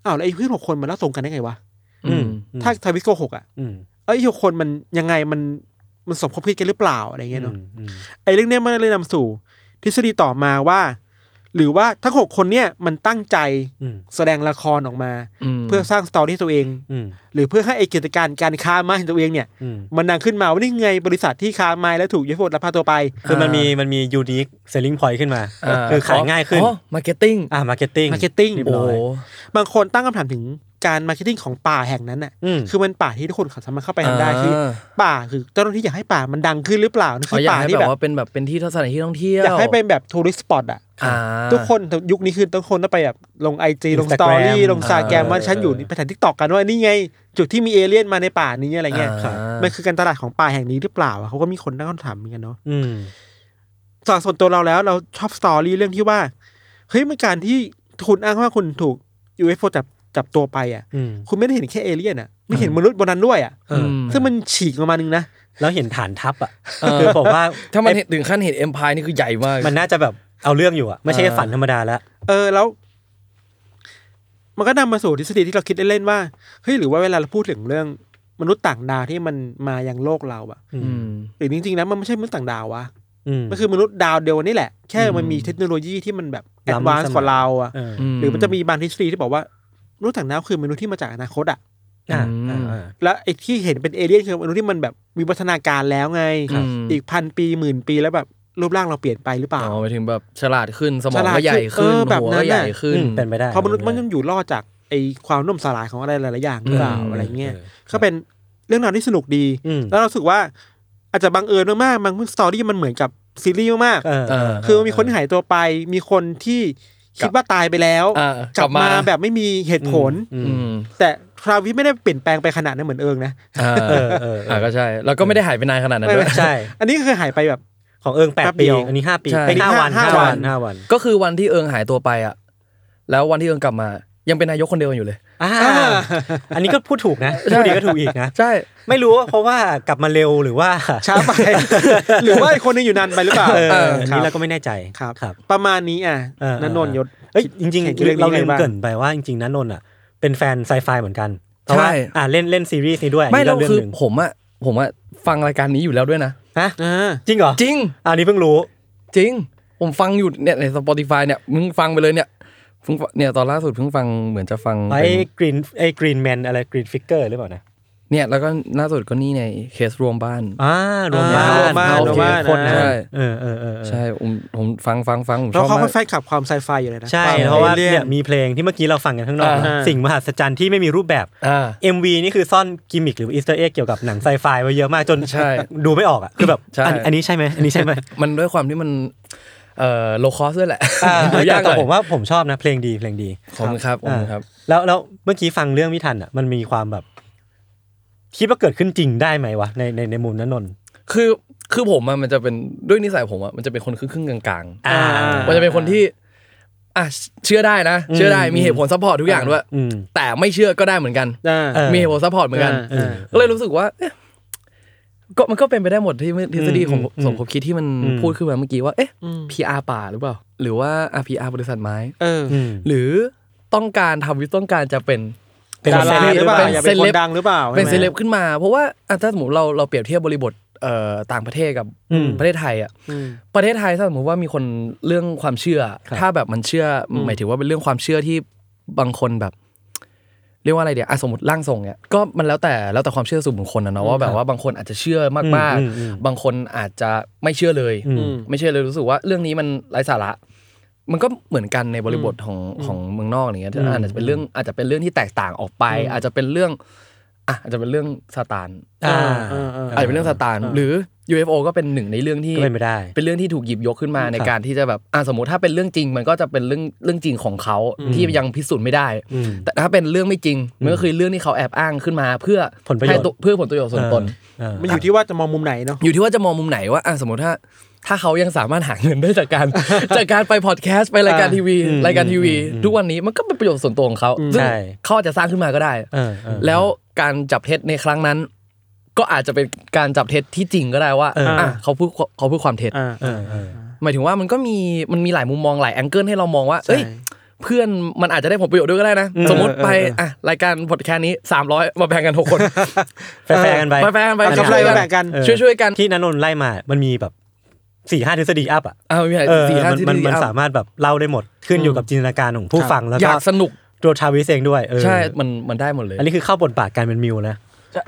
Speaker 2: อ้าวแล้วไอ้เพื่อนหกคนมันเล่าตรงกันได้ไงวะ
Speaker 1: อืม
Speaker 2: ถ้าทาวิสโกหกอ่ะ
Speaker 1: อืม
Speaker 2: เอ้ยหกคนมันยังไงมันมันสมคบคิดกันหรือเปล่าอะไรอย่างเงี้ยเนาะ
Speaker 1: อืม
Speaker 2: ไอ้เรื่องเนี้ยมันเลยนำสู่ ทฤษฎีต่อมาว่า หรือว่าทั้งหกคนเนี่ยมันตั้งใจ
Speaker 1: อืม
Speaker 2: แสดงละครออกมา
Speaker 3: ม
Speaker 2: เพื่อสร้างสตอรี่ตัวเอง
Speaker 1: อืม
Speaker 2: หรือเพื่อให้ไอกิจการการค้าไม้ของตัวเองเนี่ย
Speaker 1: อืม
Speaker 2: มันดังขึ้นมาว่านี่ไงบริษัทที่ค้าไม้แล้วถูกยูโฟลักพาตัวไป
Speaker 1: คือมันมีมันมียูนิคเซลลิงพอยต์ขึ้นมา
Speaker 3: อ่
Speaker 1: คือขายง่ายขึ้น
Speaker 3: อ๋อมาร์เก็ตติ้ง
Speaker 1: อ่ามาร์เก็ตติ้ง
Speaker 2: marketing
Speaker 1: เรียบ
Speaker 3: โอ้
Speaker 1: ร้อย
Speaker 3: โห
Speaker 2: บางคนตั้งคำถามถึงการมาร์เก็ตติ้งของป่าแห่งนั้นน่ะ
Speaker 1: อืม
Speaker 2: คือมันป่าที่ทุกคนเขาสามารถเข้าไปทำได้คืออา ป่าคือเจ้าหน้าที่อยากให้ป่ามันดังขึ้นหรือเปล่านั่น
Speaker 3: อ๋
Speaker 2: คืออ
Speaker 3: อยา
Speaker 2: ป่าก
Speaker 3: ให้
Speaker 2: ที่
Speaker 3: แบ
Speaker 2: แบบ บ
Speaker 3: ว่าเป็นแบบเป็นที่สถานที่ท่องเที่ยวอย
Speaker 2: อากให้เป็นแบบทัวริสปอตอ่ะ
Speaker 3: อ่า
Speaker 2: ทุกคนยุคนี้คือทุกคนต้องไปแบบลงไอจีลงสตอรี่
Speaker 1: Instagram
Speaker 2: ลงสาแกรม
Speaker 3: เออ
Speaker 2: ว่าฉันอยู่นี่ไปถ่ายทิกตอกกันว่านี่ไง จุดที่มีเอเลี่ยนมาในป่านี้อะไรเงี้ย
Speaker 3: อ่า
Speaker 2: ครับมันคือการตลาดของป่าแห่งนี้หรือเปล่าอะเขาก็มีคนตั้งคำถามเหมือนกันเนาะ
Speaker 1: อืม
Speaker 2: สำหรับส่วนตัวเราแล้วเราชอบสตอรี่เรื่องที่ว่าเฮ้ยมันการที่คุณอ้างว่าคุณถูก UFO จับจับตัวไปอ่ะ
Speaker 1: อืม
Speaker 2: คุณไม่ได้เห็นแค่เอเลี่ยนอ่ะไม่เห็นมนุษย์บนนั้นด้วยอ่ะ
Speaker 1: เอออื
Speaker 3: ม
Speaker 2: ซึ่งมันฉีกออกมานึงนะ
Speaker 1: แล้วเห็นฐานทัพอ่ะ
Speaker 3: เออ
Speaker 1: คือผมว่า
Speaker 3: ถ้ามันเห็นถึงขั้นเห็นเอ็มพายนี่คือใหญ่มาก
Speaker 1: มันน่าจะแบบเอาเรื่องอยู่อ่ะ ไม่ใช่แค่ฝันธรรมดาแล้ว
Speaker 2: เออแล้ว มันก็นำมาสู่ทฤษฎีที่เราคิดเล่นๆว่าเฮ้ยหรือว่าเวลาเราพูดถึงเรื่องมนุษย์ต่างดาวที่มันมายังโลกเราอ่ะ
Speaker 3: อืม
Speaker 2: หรือจริงๆนะมันไม่ใช่มนุษย์ต่างดาววะ
Speaker 1: อืม
Speaker 2: มันคือมนุษย์ดาวเดียวกันนี่แหละ แค่มัน
Speaker 3: อืม
Speaker 2: มีเทคโนโลยีที่มันแบบแอด
Speaker 1: ล้ำ
Speaker 2: วานซ์กว่า
Speaker 1: สมัย
Speaker 2: เราอ่ะ
Speaker 1: เออ
Speaker 2: หรือมันจะมีบางทฤษฎีที่บอกว่ามนุษย์ต่างดาวคือมนุษย์ที่มาจากอนาคตอ่ะ
Speaker 1: อ่า
Speaker 3: อื
Speaker 1: อ่าม อ่า
Speaker 2: แล้วไอ้ที่เห็นเป็นเอเลี่ยนคือมนุษย์ที่มันแบบวิวัฒนาการแล้วไง
Speaker 3: ครับ
Speaker 2: อีกพันปีหมื่นปีแล้วแบบรูปร่างเราเปลี่ยนไปหรือเป
Speaker 3: อ๋
Speaker 2: ล่า
Speaker 3: อหมายถึงแบบฉลาดขึ้นสมอง
Speaker 2: ฉลาด
Speaker 3: ก็ใหญ่
Speaker 2: ขึ้
Speaker 3: ขึ้
Speaker 2: น
Speaker 3: น
Speaker 2: เออแบบ
Speaker 3: หัว
Speaker 2: นั้
Speaker 3: ก็
Speaker 2: น
Speaker 3: ให
Speaker 2: น่ะ
Speaker 3: ญ่ขึ้น
Speaker 1: อืมเป็นไปได้
Speaker 2: เพราะมนุษย์มัน
Speaker 1: เป็
Speaker 2: ยั
Speaker 1: ไป
Speaker 2: ง
Speaker 1: ได้
Speaker 2: อยู่รอดจากไอ้ความโน่มสลายของอะไรหลาย ๆ อย่างหรือเปล่า
Speaker 3: อืม
Speaker 2: อะไรเงี้ย
Speaker 1: เออ
Speaker 2: ก็เป็นเรื่องราวที่สนุกดี
Speaker 1: อืม
Speaker 2: แล้วเรารู้สึกว่าอาจจะบังเอิญมากๆบางสตอรี่มันเหมือนกับซีรีส์มาก
Speaker 1: เออ
Speaker 3: เออ
Speaker 2: ๆคือมีคนหายตัวไป มีคนที่คิดว่าตายไปแล้ว
Speaker 3: อ่าก
Speaker 2: ลับ
Speaker 3: กลั
Speaker 2: มา
Speaker 3: บมา
Speaker 2: แบบไม่มีเหตุผล
Speaker 1: อื
Speaker 3: อื
Speaker 1: ม
Speaker 3: ม
Speaker 2: แต่คราวนี้ไม่ได้เปลี่ยนแปลงไปขนาดนั้นเหมือนเอิงนะ
Speaker 3: อ่า
Speaker 1: เออเออเออ
Speaker 3: อ่าก็ใช่ แล้วก็ไม่ได้หายไปนานขนาดนั้นด้วย
Speaker 1: ใช่
Speaker 2: อันนี้ก็คือหายไปแบบ
Speaker 1: ของเอิงแปด
Speaker 2: แป๊บ
Speaker 1: ปี
Speaker 2: เดียว
Speaker 1: อันนี้ห้าปี
Speaker 3: ใช่
Speaker 1: เอ้ยห้าวัน
Speaker 2: ห้า
Speaker 1: ห้า
Speaker 2: วั
Speaker 1: วัน นห้าวัน
Speaker 3: ก็คือวันที่เอิงหายตัวไปอ่ะ แล้ววันที่เอิงกลับมา ยังเป็นนายกคนเดียวกันอยู่เลย
Speaker 1: อ่าอันนี้ก็พูดถูกนะพูดดีก็ถูกอีกนะ
Speaker 3: ใช่
Speaker 1: ไม่รู้ว่าเพราะว่ากลับมาเร็วหรือว่า
Speaker 2: ช้า ไป หรือว่าไอ้คนนึงอยู่นานไปหรือเปล่า
Speaker 1: เออ
Speaker 3: เออ
Speaker 1: อัน
Speaker 2: ค
Speaker 1: นี้เรา
Speaker 2: รับ
Speaker 1: ก็ไม่แน่ใจ
Speaker 2: ครับ
Speaker 1: ครับ
Speaker 2: ประมาณนี้อ่ะ
Speaker 1: เออ
Speaker 2: นันนนท์ยศ
Speaker 1: เอ้ยจริง
Speaker 2: เห็นเรื่อง
Speaker 1: ๆเรา
Speaker 2: นี้
Speaker 1: ลืม
Speaker 2: ไงบ้าง
Speaker 1: เกรินไปว่าจริงๆนันนนท์อ่ะเป็นแฟนไซไฟเหมือนกันเพราะว่า
Speaker 3: ใช่
Speaker 1: อ่าเล่นเล่นซีรีส์นี้ด้วย
Speaker 3: ไม่เรา
Speaker 1: นนี้
Speaker 3: คือ
Speaker 1: เงหนึ่ง
Speaker 3: ผมอ่ะผมอ่ะฟังรายการนี้อยู่แล้วด้วยนะ
Speaker 1: ฮะ
Speaker 2: อ่า
Speaker 1: จริงเหรอ
Speaker 3: จริง
Speaker 1: อันนี้เพิ่งรู้
Speaker 3: จริง ผมฟังอยู่เนี่ยใน Spotify เนี่ยมึงฟังไปเลยเนี่ยเพิ่งฟังเนี่ยตอนล่าสุดเพิ่งฟังเหมือนจะฟัง
Speaker 1: ไอ้ก
Speaker 3: เป็น
Speaker 1: รีนไอ้กรีนแมนอะไรกรีนฟิกเกอร์หรือเปล่านะ
Speaker 3: เนี่ยแล้วก็ล่าสุดก็นี่ในเคสรวมบ้าน
Speaker 1: อ่า
Speaker 2: ารวมบ้าน
Speaker 1: โอ
Speaker 2: รวม
Speaker 1: เค
Speaker 2: บ้าน
Speaker 1: โคตรนะ
Speaker 3: ใช่
Speaker 1: เออเออเออเออ
Speaker 3: ใช่ผมผมฟังฟังฟังผม
Speaker 2: แล้ว
Speaker 3: ชอบ
Speaker 2: เขา
Speaker 3: มา
Speaker 2: ก็
Speaker 3: ก
Speaker 2: แฟนคลับความไซไฟอยู่เลยนะ
Speaker 1: ใช่
Speaker 2: ความ
Speaker 1: เพราะว่า
Speaker 2: อลี่
Speaker 1: เนี่ยมีเพลงที่เมื่อกี้เราฟังกันข้างนอก
Speaker 2: อ่า
Speaker 1: สิ่งมหัศจรรย์ที่ไม่มีรูปแบบ
Speaker 3: อ่า
Speaker 1: MV นี่คือซ่อนกิมมิคหรืออีสเตอร์เอ็กเกี่ยวกับหนังไซไฟไว้เยอะมากจน
Speaker 3: ใช่
Speaker 1: ดูไม่ออกอ่ะคือแบบ
Speaker 3: ใช่
Speaker 1: อันอันนี้ใช่ไหมอันนี้ใช่ไหม
Speaker 3: มันด้วยความที่มันเอ่อโลคอสด้วยแหละ
Speaker 1: อ่า
Speaker 3: หรือยากห
Speaker 1: แต่
Speaker 3: น่อย
Speaker 1: ผมว่าผมชอบนะเพลงดีเพลงดี
Speaker 3: ขอบคุณครับขอบคุณครับ
Speaker 1: แล้วแล้วเมื่อกี้ฟังเรื่องไม่ทันอ่ะมันมีความแบบ คิดว่าเกิดขึ้นจริงได้ไหมวะในในในมุมนั้นนนท์
Speaker 3: คือคือผมอะมันจะเป็นด้วยนิสัยผมอะมันจะเป็นคนครึ่งๆกลางๆ
Speaker 1: อ่า
Speaker 3: มันจะเป็นคนที่อ่ะเชื่อได้นะ เชื่อได้มีเหตุผลซัพพอร์ตทุกอย่างด้วย
Speaker 1: อืม
Speaker 3: แต่ไม่เชื่อก็ได้เหมือนกัน
Speaker 2: อ่า
Speaker 1: เออ
Speaker 3: มีเหตุผลซัพพอร์ตเหมือนกัน
Speaker 2: เออ
Speaker 3: ก็เลยรู้สึกว่าเอ๊ะก็มันก็เป็นไปได้หมดที่ทฤษฎีของ
Speaker 1: อืม
Speaker 3: สมคบคิดที่มัน
Speaker 1: อืม
Speaker 3: พูดขึ้นมาเมื่อกี้ว่าเอ๊ะ
Speaker 2: อืม
Speaker 3: PR ป่าหรือเปล่า หรือว่า RPR บริษัทไม้
Speaker 2: เออ
Speaker 1: อืม
Speaker 3: หรือต้องการทำวิต้องการจะเป็น
Speaker 1: เป็น
Speaker 2: ดา
Speaker 1: เซ
Speaker 2: รา
Speaker 1: เลบห
Speaker 2: ห
Speaker 1: รื
Speaker 2: รื
Speaker 1: ออเป
Speaker 2: เปล่า
Speaker 1: ล่า
Speaker 2: อยาก
Speaker 3: เป็
Speaker 2: เป็น นค
Speaker 3: เซเลบ
Speaker 2: นดังหรือเปล่า
Speaker 3: เป็นเซ
Speaker 2: ใช่ไหม
Speaker 3: เลบขึ้นมาเพราะว่าอ่ะถ้าสมมติเราเราเปรียบเทียบบริบทเอ่อต่างประเทศกับ
Speaker 1: อืม
Speaker 3: ประเทศไทยอ่ะ
Speaker 2: อืม
Speaker 3: ประเทศไทยถ้าสมมติว่ามีคนเรื่องความเชื่อ ถ้าแบบมันเชื่ออ
Speaker 2: ม
Speaker 3: หมายถึงว่าเป็นเรื่องความเชื่อที่บางคนแบบ เรียกว่าอะไรเดี๋ยวอ่ะสมมติร่างทรงเนี่ยก็มันแล้วแต่แล้วแต่ความเชื่อส่วนบุคคลนะเนาะว่าแบบว่าบางคนอาจจะเชื่อมาก
Speaker 1: อืมอืมอืม
Speaker 3: ๆ บางคนอาจจะไม่เชื่อเลย
Speaker 2: อืม
Speaker 3: ไม่เชื่อเลยรู้สึกว่าเรื่องนี้มันไร้สาระ มันก็เหมือนกันในบริบทของของเมืองนอกอย่างเงี้ย
Speaker 1: อืม
Speaker 3: อาจจะเป็นเรื่องอาจจะเป็นเรื่องที่แตกต่างออกไป อาจจะเป็นเรื่องอ่ะอาจจะเป็นเรื่องซาตาน
Speaker 1: อ่า
Speaker 2: เออเออ
Speaker 3: อาจจะเป็นเรื่องซาตานหรือ UFO ก็เป็นหนึ่งในเรื่องที่
Speaker 1: ก็เป็นไม่ได้
Speaker 3: เป็นเรื่องที่ถูกหยิบยกขึ้นมาใน
Speaker 1: ครับ
Speaker 3: การที่จะแบบอ่ะสมมติถ้าเป็นเรื่องจริง มันก็จะเป็นเรื่องเรื่องจริงของเขาที่ยังพิสูจน์ไม่ได้
Speaker 1: อืม
Speaker 3: แต่ถ้าเป็นเรื่องไม่จริงมันก็คือเรื่องที่เขาแอบอ้างขึ้นมา เพื่อ
Speaker 1: ผลประโยชน์
Speaker 3: ให้ตัวเพื่อผลประโยชน์ส่วนตน
Speaker 1: เออ
Speaker 2: มันอยู่ที่ว่าจะมองมุมไหนเนาะ
Speaker 3: อยู่ที่ว่าจะมองมุมไหนว่าอ่ะสมมติถ้า ถ้าเขายังสามารถหาเงินได้จากการ จากการไปพอดแคสต์ไปรายการทีวี
Speaker 1: อืม
Speaker 3: รายการทีวี
Speaker 1: อืม
Speaker 3: ทุกวันนี้มันก็เป็นประโยชน์ส่วนตัวของเขาซึ่ง
Speaker 1: ใช่
Speaker 3: เขาอาจจะสร้างขึ้นมาก็ได้
Speaker 1: เออเออ
Speaker 3: แล้วการจับเท็จในครั้งนั้น ก็อาจจะเป็นการจับเท็จที่จริงก็ได้ว่า
Speaker 1: เอออ่
Speaker 3: ะเขาพูดเขาพูดความเท็จ
Speaker 2: อ่า
Speaker 1: เออเออ
Speaker 3: หมายถึงว่ามันก็มีมันมีหลายมุมมองหลายแองเกิลให้เรามองว่าเอ้ยเพื่อนมันอาจจะได้ผลประโยชน์ด้วยก็ได้นะ
Speaker 1: อืม
Speaker 3: สมมติไปอ่ะรายการพอดแคสต์นี้ 300 มาแบ่งกัน 6 คน
Speaker 1: แฟร์ๆกันไป
Speaker 3: ไปแบ่งกันไป
Speaker 2: เอากำไรมาแบ่งกัน
Speaker 1: เออ
Speaker 3: ช่วยๆกัน
Speaker 1: ที่นันนนท์ไล่มา มันมีแบบสี่ห้าทฤษฎีอัพอ่ะ
Speaker 3: เอามีหลาย
Speaker 1: เออ
Speaker 3: สี่ห้า
Speaker 1: มัน
Speaker 3: ที่
Speaker 1: มัน
Speaker 3: ดี
Speaker 1: มัน
Speaker 3: อ่ะ
Speaker 1: สามารถแบบเล่าได้หมดขึ้นอยู่กับจินตนาการของผู้ฟังแล้ว
Speaker 3: อ
Speaker 1: ก็
Speaker 3: ยากสนุก
Speaker 1: ตัวชาวิสเองด้วยเออ
Speaker 3: ใช่ มันมันได้หมดเลย
Speaker 1: อันนี้คือเข้าบทบาทการเป็นมิวนะ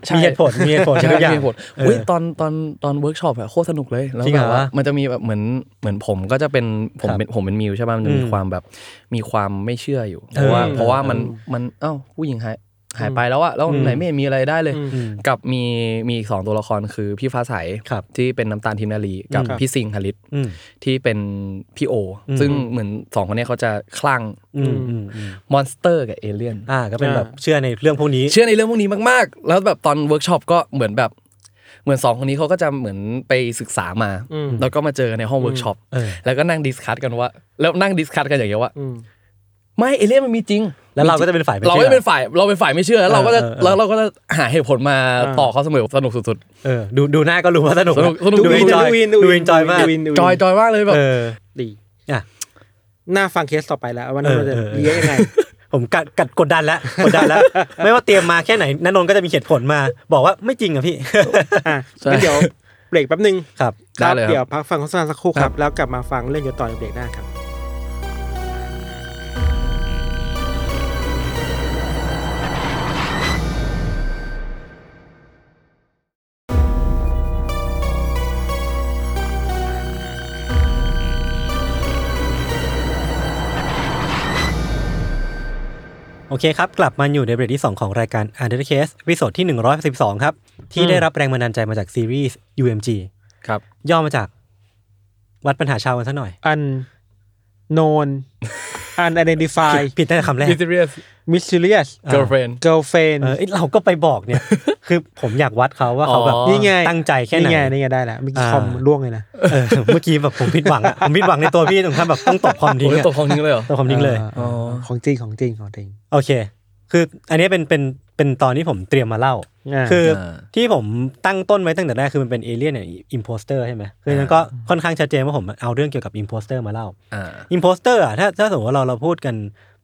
Speaker 3: ใช่
Speaker 1: มีเหตุผลมีเหตุผล
Speaker 3: ใช่
Speaker 1: ทุกอย่าง
Speaker 3: มีเหตุผล
Speaker 1: เออ
Speaker 3: อุ้ยตอนตอนตอนเวิร์กช็อปอะโคตรสนุกเลยแล้ว
Speaker 1: จริงเห
Speaker 3: แบ
Speaker 1: รอบ
Speaker 3: ว่ามันจะมีแบบเหมือนเหมือนผมก็จะเป็นผมเป็นผมเป็นมิวใช่ป่ะมันจะมี
Speaker 1: อืม
Speaker 3: ความแบบมีความไม่เชื่ออยู่
Speaker 1: เอ
Speaker 3: เพ
Speaker 1: อ
Speaker 3: ราะว่า
Speaker 1: เออ
Speaker 3: เพราะว่ามันมันเอ้าผู้หญิงหายหายไปแล้วอะแล้ว
Speaker 1: อืม
Speaker 3: ไหนไม่เห็นมีอะไรได้เลย
Speaker 1: อืม
Speaker 3: กับมีมีอีกสองตัวละครคือพี่ฟ้าใส
Speaker 1: ครับ
Speaker 3: ที่เป็นน้ำตาลทิมนาลีกับ
Speaker 1: อืม
Speaker 3: พี่ซิงหลิต
Speaker 1: อืม
Speaker 3: ที่เป็นพี่โออ
Speaker 1: ม
Speaker 3: ซึ่งเหมือนสองคนเนี้ยเขาจะคลั่ง
Speaker 1: อืมอืมอืม
Speaker 3: มอนสเตอร์กับเอเลี่ยน
Speaker 1: อ่า ก็เป็นแบบเชื่อในเรื่องพวกนี้
Speaker 3: เชื่อในเรื่องพวกนี้มากๆ แล้วแบบตอนเวิร์กช็อปก็เหมือนแบบเหมือนสองคนนี้เขาก็จะเหมือนไปศึกษามา
Speaker 2: อืม
Speaker 3: แล้วก็มาเจอในห้องเวิร์กช็อป
Speaker 1: เออ
Speaker 3: แล้วก็นั่งดิสคัตกันว่า แล้วนั่งดิสคัตกันอย่างเงี้ยว่า
Speaker 2: อืม
Speaker 3: ไม่เอเลี่ยนมันมีจริง
Speaker 1: แล้วเราก็จะเป็นฝ่ายไม่
Speaker 3: เรา
Speaker 1: เชื่อ
Speaker 3: ก็จะเป็นฝ่ายเราเป็นฝ่ายไม่เชื่อแล้วเราก็จะ
Speaker 1: เออเออ
Speaker 3: แล้วเราก็จะหาเหตุผลมาต่อเขาเสมอสนุกสุด
Speaker 1: เออดูดูหน้าก็รู้ว่าสนุก
Speaker 3: สนุกสนุก
Speaker 1: ดูเอนจอย
Speaker 2: ดูอินดู
Speaker 1: ดู
Speaker 2: อิ
Speaker 1: เอ
Speaker 2: น
Speaker 1: นจอยมาก
Speaker 2: วินดู
Speaker 3: ๆจอยจอยมากเลยแบบ
Speaker 1: เออ
Speaker 2: ดี
Speaker 1: อ่ะ
Speaker 2: น่าฟังเคสต่อไปแล้วว่าเราจะ
Speaker 1: เออเออ
Speaker 2: เลี้ยงยังไง
Speaker 1: ผมกัดกัดกดดันแล้วกดดันแล้ว ไม่ว่าเตรียมมาแค่ไหนนันนนท์ก็จะมีเหตุผลมา บอกว่าไม่จริงอ่ะ พี่
Speaker 2: อ่ะงั้นเดี๋ยวเบรกแป๊บนึง
Speaker 1: ครับ
Speaker 3: ได้เลยครับ
Speaker 2: เดี๋ยวพักฟังโฆษณาสักครู่ครับ แล้วกลับมาฟังเรื่องเกี่ยวต่อในเบรกหน้าครับ
Speaker 1: โอเคครับ กลับมาอยู่ในเบรกที่ 2 ของรายการ u n d e r the Case ตอนที่ 112 ครับ ที่ได้รับแรงบันดาลใจมาจากซีรีส์ UMG
Speaker 3: ครับ
Speaker 1: ย่อมาจากวัดปัญหาชาวกันซะหน่อย
Speaker 2: อันโนนอัน identify
Speaker 1: ผิดตั้งแต่คำแรก
Speaker 3: mysterious
Speaker 2: mysterious
Speaker 3: girlfriend
Speaker 2: girlfriend
Speaker 1: เออเอ้ยเราก็ไปบอกเนี่ย คือผมอยากวัดเขาว่าเขาแบบ
Speaker 3: อ๋อ
Speaker 2: นี่ไง
Speaker 1: ตั้งใจแค่ไหน
Speaker 2: นี่ไงนี่ไงได้แล้วเมื่อกี้
Speaker 1: อ่า
Speaker 2: คอมล่วงเลยนะ
Speaker 1: เออเมื่อกี้แบบผมผิดหวังอะผมผิดหวังในตัวพี่ถึงขั้นแบบต้องตบความทิ้ง
Speaker 3: โอ้ย
Speaker 1: อะ
Speaker 3: ตกของจริงเลยเหรอ
Speaker 1: ตบความทิ้งเลย
Speaker 2: ออ
Speaker 3: อ
Speaker 2: ของจริงของจริงของจริง
Speaker 1: โอเค คืออันนี้เป็นเป็นเป็นตอนที่ผมเตรียมมาเล่า
Speaker 2: า
Speaker 1: คืออา ที่ผมตั้งต้นไว้ตั้งแต่แรกคือมันเป็นเอเลี่ยนเนี่ยอิมโพสเตอร์ใช่ไหมคือนั้น
Speaker 3: อ่า
Speaker 1: ก็ค่อนข้างชัดเจนว่าผมเอาเรื่องเกี่ยวกับอิมโพสเตอร์มาเล่า
Speaker 3: อ่า
Speaker 1: อิมโพสเตอร์อ่ะถ้าถ้าสมมติว่าเราเราพูดกัน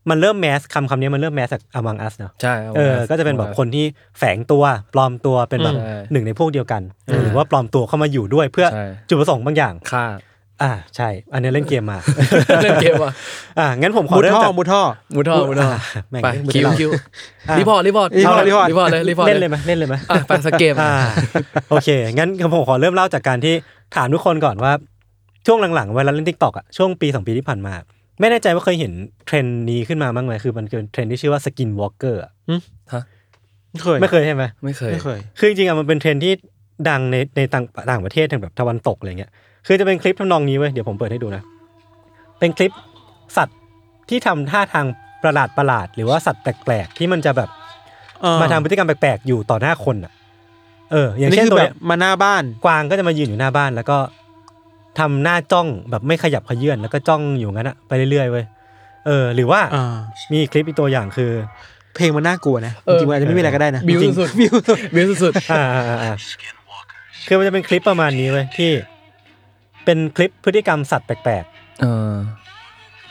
Speaker 1: มันเริ่มแมสคำคำนี้มันเริ่มแมสจาก among us เนาะ
Speaker 3: ใช่
Speaker 1: เออก็จะเป็นแบบ
Speaker 3: อา
Speaker 1: คนที่แฝงตัวปลอมตัวเป็นแบบ
Speaker 3: ใช่
Speaker 1: หนึ่งในพวกเดียวกัน
Speaker 3: อ่า
Speaker 1: หรือว่าปลอมตัวเข้ามาอยู่ด้วยเพื่อ
Speaker 3: ใช่
Speaker 1: จุดประสงค์บางอย่าง
Speaker 3: ฆ่า
Speaker 1: อ่าใช่ อันนี้เล่นเกม มา
Speaker 3: เล่นเกมว่ะ
Speaker 1: อ่างั้นผมขอ
Speaker 2: มุด
Speaker 1: เริ่ม
Speaker 2: ท่อ
Speaker 1: จาก
Speaker 2: มุดท่อ
Speaker 3: มุดทอมุดทอ
Speaker 1: อ่าแม่ง
Speaker 3: ไป
Speaker 1: มุด
Speaker 3: คิว
Speaker 1: เรา
Speaker 3: คิว
Speaker 1: อ่ะ
Speaker 3: รีพอร์ตรีพอร์ต
Speaker 2: รีพอร์ตรีพอร์ต
Speaker 3: รีพอร์ตเลยรีพอร์ต
Speaker 1: เล่นเลยไหมเล่นเลยไหม
Speaker 3: อ่ะไปสักเกม
Speaker 1: อ่า โอเค งั้นผมขอเริ่มเล่าจากการที่ถามทุกคนก่อนว่า ช่วงหลังๆ เวลาเล่นทิกตอกอะช่วงปีสองปีที่ผ่านมา ไม่แน่ใจว่าเคยเห็นเทรนด์นี้ขึ้นมาบ้างไหมคือมันคือเทรนด์ที่ชื่อว่าสกินวอล์กเกอร์
Speaker 2: ไม่เคย
Speaker 1: ไม่เคยใช่ไหม
Speaker 3: ไม่เคย
Speaker 2: ไม่เคย
Speaker 1: คือจริงๆอะมันเป็นเทรนด์ที่ดังในในต่างต่างประเทศทางแบบตะวันตกอะไรเงี้ยคือจะเป็นคลิปทำนองนี้เว้ยเดี๋ยวผมเปิดให้ดูนะ เป็นคลิปสัตว์ที่ทำท่าทางประหลาดประหลาดๆหรือว่าสัตว์แปลกๆที่มันจะแบบ
Speaker 2: เออ
Speaker 1: มาทำพฤติกรรมแปลกๆอยู่ต่อหน้าคนอะ เออ อ
Speaker 2: อั
Speaker 1: ย่าน ง
Speaker 2: นี่
Speaker 1: เช่น
Speaker 2: คือ
Speaker 1: ตัว
Speaker 2: แบ
Speaker 1: เนี้
Speaker 2: บ
Speaker 1: ย
Speaker 2: มาหน้าบ้าน
Speaker 1: กวางก็จะมายืนอยู่หน้าบ้านแล้วก็ทำหน้าจ้องแบบไม่ขยับขยื่นแล้วก็จ้องอยู่งั้นอะไปเรื่อยๆเว้ยเออ หรือว่า
Speaker 2: อ่า
Speaker 1: มีคลิปอีกตัวอย่างคือ
Speaker 2: เพลงมันน่ากลัวนะ
Speaker 3: เอ
Speaker 2: จ
Speaker 3: อ
Speaker 2: ริงๆมันอาจจะไม่มีอะไรก็ได้นะ
Speaker 3: บิว
Speaker 2: จริงๆ
Speaker 3: สุดๆ
Speaker 2: บิวสุด
Speaker 3: เวลสุด
Speaker 1: อ่าๆๆคือมันจะเป็นคลิปประมาณนี้เว้ยที่ เป็นคลิปพฤติกรรมสัตว์แปลก
Speaker 3: เออ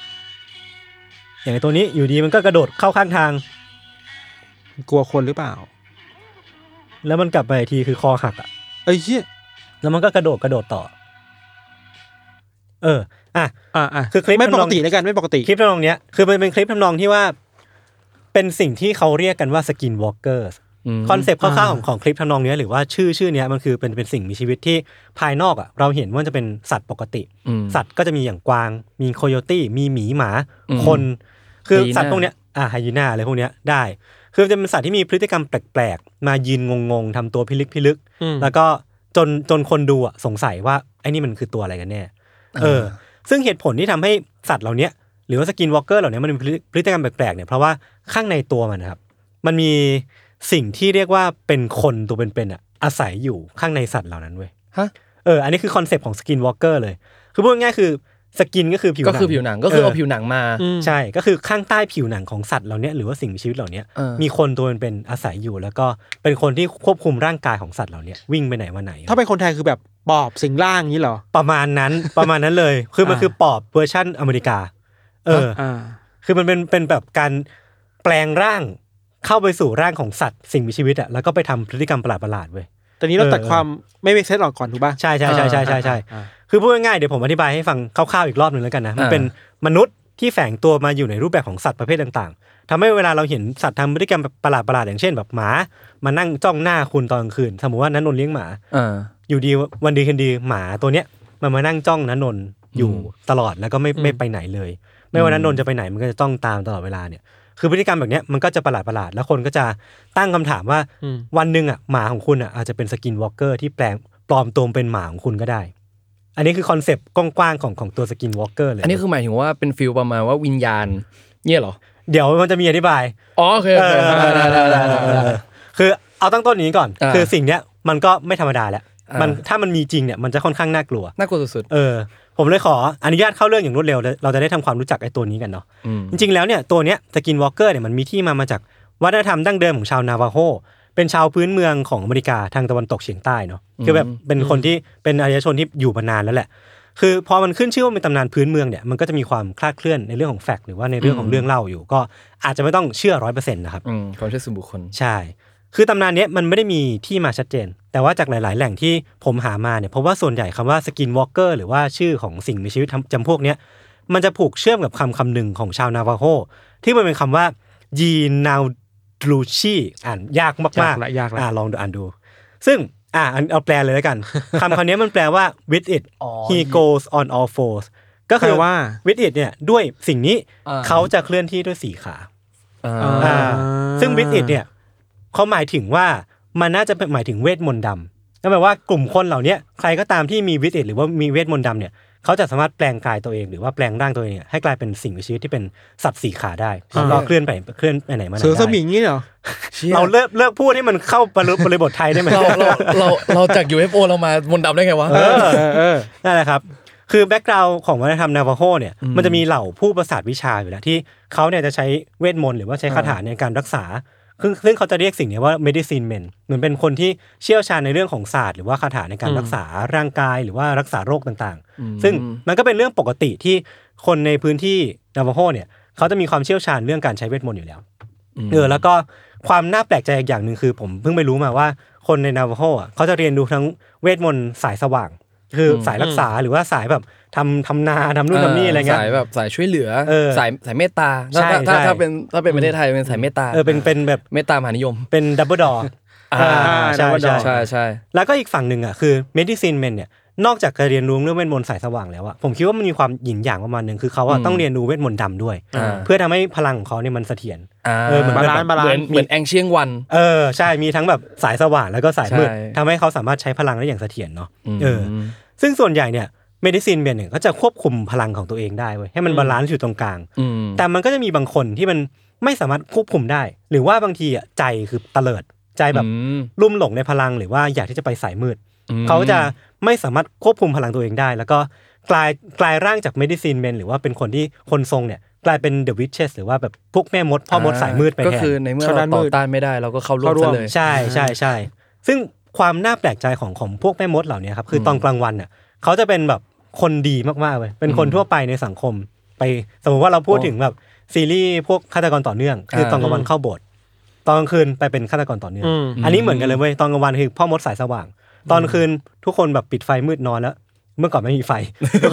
Speaker 1: ๆ อย่างไอ้ตัวนี้อยู่ดีมันก็กระโดดเข้าข้างทาง
Speaker 2: กลัวคนหรือเปล่า
Speaker 1: แล้วมันกลับไปทีคือคอหักอะ
Speaker 2: เอ้ยเชี่ย
Speaker 1: แล้วมันก็กระโดดกระโดดต่อ เออ อ่ะ
Speaker 2: อ่าอ่า
Speaker 1: คือคลิป
Speaker 2: ไม่
Speaker 1: มัน
Speaker 2: ป
Speaker 1: ล
Speaker 2: ก
Speaker 1: อง
Speaker 2: ติแล้วกันไม่ปกติ
Speaker 1: คลิปทำนองเนี้ยคือมันเป็นคลิปทำนองที่ว่า เป็นสิ่งที่เขาเรียกกันว่าสกินวอล์กเกอร์คอนเซปต์คร่าวๆของของคลิปทำนองเนี้ยหรือว่าชื่อชื่อเนี้ยมันคือเป็นเป็นสิ่งมีชีวิตที่ภายนอกอะเราเห็นว่าจะเป็นสัตว์ปกติ สัตว์ก็จะมีอย่างกวาง มีโคโยตี้ มีหมีหมา
Speaker 3: อืม
Speaker 1: คน คือ
Speaker 3: ไฮยีน่า
Speaker 1: สัตว์พวกเนี้ย อ่าไฮยีน่าอะไรพวกเนี้ยได้ คือจะเป็นสัตว์ที่มีพฤติกรรมแปลกๆ มายืนงงๆทำตัวพิลึกพิลึก
Speaker 2: อืม
Speaker 1: แล้วก็จนจนคนดูอ่ะสงสัยว่าไอ้นี่มันคือตัวอะไรกันแน่ เออ ซึ่งเหตุผลที่ทำให้สัตว์เหล่าเนี้ยหรือว่าสกินวอล์กเกอร์เหล่าเนี้ยมันมีพฤติกรรมแปลกๆเนี่ยเพราะว่าข้างในตัวมันนะครับ มันมีสิ่งที่เรียกว่าเป็นคนตัวเป็นๆอ่ะอาศัยอยู่ข้างในสัตว์เหล่านั้นเว้ย
Speaker 3: ฮะ
Speaker 1: เอออันนี้คือคอนเซปต์ของสกินวอล์กเกอร์เลย คือพูดง่ายๆคือสกินก็คือผิวห
Speaker 3: ก็
Speaker 1: นัง
Speaker 3: คือผิวหนังก็คือเอาผิว
Speaker 1: เห
Speaker 3: นังมา
Speaker 2: อืม
Speaker 1: ใช่ก็คือข้างใต้ผิวหนังของสัตว์เหล่าเนี้ยหรือว่าสิ่งมีชีวิตเหล่าเนี้ย
Speaker 3: เออ
Speaker 1: มีคนตัวเป็นๆอาศัยอยู่ แล้วก็เป็นคนที่ควบคุมร่างกายของสัตว์เหล่าเนี้ยวิ่งไปไหนมาไหน
Speaker 2: ถ้าเป็นคนไทยคือแบบปอบสิงร่างนี้เหรอ
Speaker 1: ประมาณนั้น ประมาณนั้นเลย คือมัน
Speaker 3: อ่า
Speaker 1: คือปอบเวอร์ชั่นอเมริกา เออ
Speaker 2: อ่า
Speaker 1: คือมันเป็นเป็นแบบการแปลงร่างเข้าไปสู่ร่างของสัตว์สิ่งมีชีวิตอะแล้วก็ไปทำพฤติกรรมประหลาดๆเว้ย
Speaker 2: แต่นี้เรา
Speaker 1: เออ
Speaker 2: ตัดความไม่เวกเซตออกก่อนถูกป่ะ
Speaker 1: ใช่ใช่ใช่ใช่ใช่ใช่
Speaker 2: อ่า
Speaker 1: คือพูดง่ายๆเดี๋ยวผมอธิบายให้ฟังคร่าวๆอีกรอบหนึ่งแล้วกันนะ มัน
Speaker 3: อ่า
Speaker 1: เป็นมนุษย์ที่แฝงตัวมาอยู่ในรูปแบบของสัตว์ประเภทต่างๆทำให้เวลาเราเห็นสัตว์ทำพฤติกรรมประหลาดๆอย่างเช่นแบบหมามานั่งจ้องหน้าคุณตอนกลางคืน สมมติว่านันนนเลี้ยงหมา
Speaker 3: เออ
Speaker 1: อยู่ดีวันดีคืนดีหมาตัวเนี้ยมันมานั่งจ้องนันนนอยู่
Speaker 3: อืม
Speaker 1: ตลอดแล้วก็ไม่
Speaker 2: อืม
Speaker 1: ไม่ไปไหนเลย ไม่
Speaker 3: อื
Speaker 1: ว่าม นันนนจะไปไหนมันก็จะต้องตามตลอดเวลาเนี่ย คือพฤติกรรมแบบเนี้ยมันก็จะประหลาดประหลาดๆแล้วคนก็จะตั้งคำถามว่า
Speaker 2: อืม
Speaker 1: วันหนึ่งอ่ะหมาของคุณอ่ะอาจจะเป็นสกินวอล์กเกอร์ที่แปลงปลอมตัวเป็นหมาของคุณก็ได้ อันนี้คือคอนเซปต์กว้างๆของของตัวสกินวอล์กเกอร์เลย
Speaker 3: อันนี้คือหมายถึงว่าเป็นฟิลประมาณว่าวิญญาณเนี่ยเหรอ
Speaker 1: เดี๋ยวมันจะมีอธิบาย
Speaker 3: อ๋อโอเคโอเคได้ได้ได้ได้ได้
Speaker 1: คือเอาตั้งต้นนี้ก่อน
Speaker 3: อ่า
Speaker 1: คือสิ่งเนี้ยมันก็ไม่ธรรมดาแหละมัน
Speaker 3: อ่า
Speaker 1: ถ้ามันมีจริงเนี่ยมันจะค่อนข้างน่ากลัว
Speaker 3: น่ากลัวสุด
Speaker 1: เออผมเลยขออนุญาตเข้าเรื่องอย่างรวดเร็วเลยเราจะได้ทำความรู้จักไอ้ตัวนี้กันเนาะ
Speaker 3: ๆอืม
Speaker 1: จริงๆแล้วเนี่ยตัวเนี้ยสกินวอล์กเกอร์เนี่ยมันมีที่มามาจากวัฒนธรรมดั้งเดิมของชาวนาวาโฮเป็นชาวพื้นเมืองของอเมริกาทางตะวันตกเฉียงใต้เนาะคือแบบเป็นคนที่เป็นอารยชนที่อยู่มานานแล้วแหละ คือพอมันขึ้นชื่อว่าเป็นตำนานพื้นเมืองเนี่ยมันก็จะมีความคลาดเคลื่อนในเรื่องของแฟกต์หรือว่าในเรื่องของเรื่องเล่าอยู่ ก็อาจจะไม่ต้องเชื่อร้อยเปอร์เซ็นต์นะครับ
Speaker 3: อืมความเชื่อส่วนบุคคล
Speaker 1: ใช่ คือตำนานเนี้ยมันไม่ได้มีที่มาชัดเจน แต่ว่าจากหลาย ๆ แหล่งที่ผมหามาเนี่ยเพราะว่าส่วนใหญ่คำว่าสกินวอล์กเกอร์หรือว่าชื่อของสิ่งมีชีวิตจำพวกเนี้ยมันจะผูกเชื่อมกับคำคำหนึ่งของชาวนาวาโฮที่มันเป็นคำว่ายีนาวดลูชีอ่านยากมากๆ
Speaker 2: ยากละยากละ
Speaker 1: อ่าลองดูอ่านดู ซึ่งอ่าอันเอาแปลเลยแล้วกัน คำคำนี้มันแปลว่า with it
Speaker 3: อ๋อ
Speaker 1: he goes on all fours ก็
Speaker 2: แป
Speaker 1: คื
Speaker 2: ล
Speaker 1: อว่า
Speaker 2: ว่า
Speaker 1: with it เนี่ยด้วยสิ่งนี้
Speaker 3: อ่า
Speaker 1: เขาจะเคลื่อนที่ด้วยสี่ขา
Speaker 3: อ่า
Speaker 2: อ่า
Speaker 1: อ่าซึ่งวิสิตเนี่ยเขาหมายถึงว่ามันน่าจะเป็นหมายถึงเวทมนต์ดำนั่นหมายว่ากลุ่มคนเหล่าเนี้ยใครก็ตามที่มีวิสิตหรือว่ามีเวทมนต์ดำเนี่ยเขาจะสามารถแปลงกายตัวเองหรือว่าแปลงร่างตัวเองเนี่ยให้กลายเป็นสิ่งมีชีวิตที่เป็นสัตว์สี่ขาได้
Speaker 2: อ่า
Speaker 1: แล้วก็เคลื่อนไปเคลื่อนไปไหนมาไหน
Speaker 2: เสือสมิ
Speaker 1: ได้
Speaker 2: งงี้เหรอ
Speaker 1: เราเลิกเลิกพูดให้มันเข้าบริบริบทไทยได้ไหม
Speaker 3: เราเราเราเราจาก UFO เรามามนต์ดำได้ไงวะ
Speaker 1: เออ
Speaker 2: เออเออ
Speaker 1: นั่นแหละครับ คือแบ็กกราวน์ของวัฒนธรรมนาวาโฮเนี่ย
Speaker 3: อืม
Speaker 1: มันจะมีเหล่าผู้ประสาทวิชาอยู่แล้วที่เขาเนี่ยจะใช้เวทมนต์หรือว่าใช้คาถาในการรักษา ซึ่งซึ่งเขาจะเรียกสิ่งเนี้ว่า medicine men เหมือนเป็นคนที่เชี่ยวชาญในเรื่องของศาสตร์หรือว่าคาถาในการ
Speaker 2: อืม
Speaker 1: รักษาร่างกายหรือว่ารักษาโรคต่าง
Speaker 3: อืม
Speaker 1: ๆ ซึ่งมันก็เป็นเรื่องปกติที่คนในพื้นที่นาวาโฮเนี่ยเขาจะมีความเชี่ยวชาญเรื่องการใช้เวทมนต์อยู่แล้ว
Speaker 3: ม
Speaker 1: เออแล้วก็ความน่าแปลกใจอีกอย่างหนึ่งคือ ผมเพิ่งไปรู้มาว่าคนในนาวาโฮอ่ะเขาจะเรียนดูทั้งเวทมนต์สายสว่าง คือสายรักษาหรือว่าสายแบบทำทำนาทำนู่นทำนี่อะไรเงี้ย
Speaker 3: สายแบบสายช่วยเหลือ
Speaker 1: เออ
Speaker 3: สายสายเมตตา
Speaker 1: ใช่
Speaker 3: ถ้าถ้า
Speaker 1: ใช่
Speaker 3: ถ้าเป็นถ้าเป็นประเทศไทยเป็นสายเมตตา
Speaker 1: เออเป็นเป็นแบบ
Speaker 3: เมตตามหานิยม
Speaker 1: เป็นดับเบิลดอ
Speaker 3: อ่า
Speaker 1: ใช่
Speaker 2: อ่า
Speaker 1: ใช่
Speaker 3: ใช่ใช่
Speaker 1: แล้วก็อีกฝั่งหนึ่งอ่ะคือเมดิซินเมนเนี่ยนอกจากจะเรียนรู้เรื่องเวทมนต์สายสว่างแล้วอ่ะผมคิดว่ามันมีความหยินหยางประมาณหนึ่งคือเขาอ่ะต้องเรียนรู้เวทมนต์ดำด้วย
Speaker 3: อ่า
Speaker 1: เพื่อทำให้พลังของเขาเนี่ยมันเสถียร
Speaker 3: า
Speaker 1: เออเหมือน
Speaker 2: บาลานซ์บาลา
Speaker 3: เหมือน น
Speaker 2: ซ์
Speaker 3: เหมือนแองเชียงวัน
Speaker 1: เออใช่มีทั้งแบบสายสว่างแล้วก็สายมืด
Speaker 3: ใช่
Speaker 1: ทำให้เขาสามารถใช้พลังได้อย่างเสถียรเนาะเออ
Speaker 3: ม
Speaker 1: ซึ่งส่วนใหญ่เนี่ยเมดิซินเมนเนี่ยก็จะควบคุมพลังของตัวเองได้เว้ยให้มันบาลานซ์อยู่ตรงกลาง
Speaker 3: อืม
Speaker 1: แต่มันก็จะมีบางคนที่มันไม่สามารถควบคุมได้ หรือว่าบางทีอ่ะใจคือเตลิด ใจแบบ
Speaker 3: อืม
Speaker 1: ลุ่มหลงในพลังหรือว่าอยากที่จะไปสายมืด
Speaker 3: อืม
Speaker 1: เขาจะไม่สามารถควบคุมพลังตัวเองได้ แล้วก็กลายกลายร่างจาก medicine men หรือว่าเป็นคนที่คนทรงเนี่ย กลายเป็น the witches หรือว่าแบบพวกแม่มดพ่อมดสายมืดไป
Speaker 3: ก็
Speaker 1: แทน
Speaker 3: คือในเมื่อ
Speaker 2: เข้า
Speaker 3: เรา
Speaker 2: ด้านมื
Speaker 3: ต่อ
Speaker 2: ด
Speaker 3: ต้านไม่ได้เราก็เข้าร่วม
Speaker 2: เข้าร่ว
Speaker 3: ซะ
Speaker 2: ม
Speaker 3: เลย
Speaker 1: ใช่ใช่ใช่ซึ่งความน่าแปลกใจของของพวกแม่มดเหล่านี้ครับ คือตอนกลางวันเนี่ยเขาจะเป็นแบบคนดีมากๆเลยเป็นคนทั่วไปในสังคม ไปสมมติว่าเราพูดถึงแบบซีรีส์พวกฆาตกรต่อเนื่อง คือตอนกลางวันเข้าโบสถ์ตอนกลางคืนไปเป็นฆาตกรต่อเนื่อง
Speaker 2: อืม
Speaker 1: อันนี้เหมือนกันเลยเว้ยตอนกลางวันคือพ่อมดสายสว่าง ตอนคืนทุกคนแบบปิดไฟมืดนอนแล้ว เมื่อก่อนไม่มีไฟ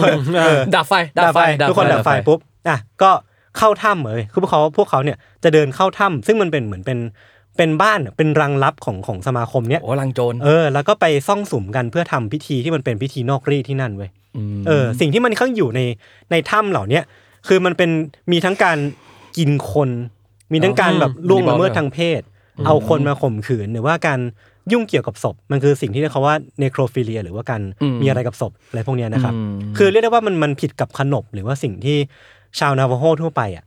Speaker 1: เออ
Speaker 3: ดับไฟ
Speaker 1: ดับไฟทุกคนดับไฟ
Speaker 3: ฟ
Speaker 1: ปุ๊บอ่ะก็เข้าถ้ำเลยคือพวกเขาพวกเขาเนี่ยจะเดินเข้าถ้ำซึ่งมันเป็นเหมือนเป็นเป็นบ้านเป็นรังลับของของสมาคมเนี่ย
Speaker 3: โอ้ลังโจร
Speaker 1: เออ แล้วก็ไปซ่องสุมกันเพื่อทำพิธีที่มันเป็นพิธีนอกรีดที่นั่นเว้ย
Speaker 3: ม
Speaker 1: เออสิ่งที่มันเข้างอยู่ในในถ้ำเหล่าเนี้ยคือมันเป็นมีทั้งการกินคน มีทั้งการแบบล่วงละเมิดทางเพศ เอาคนมาข่มขืนหรือว่าการยุ่งเกี่ยวกับศพ มันคือสิ่งที่เรียกว่าเนโครฟิเลีย หรือว่าการมีอะไรกับศพอะไรพวกเนี้ยนะครับ
Speaker 3: ม
Speaker 1: คือเรียกได้ว่ามันมันผิดกับขนบหรือว่าสิ่งที่ชาวนาวาโฮทั่วไปอ่ะ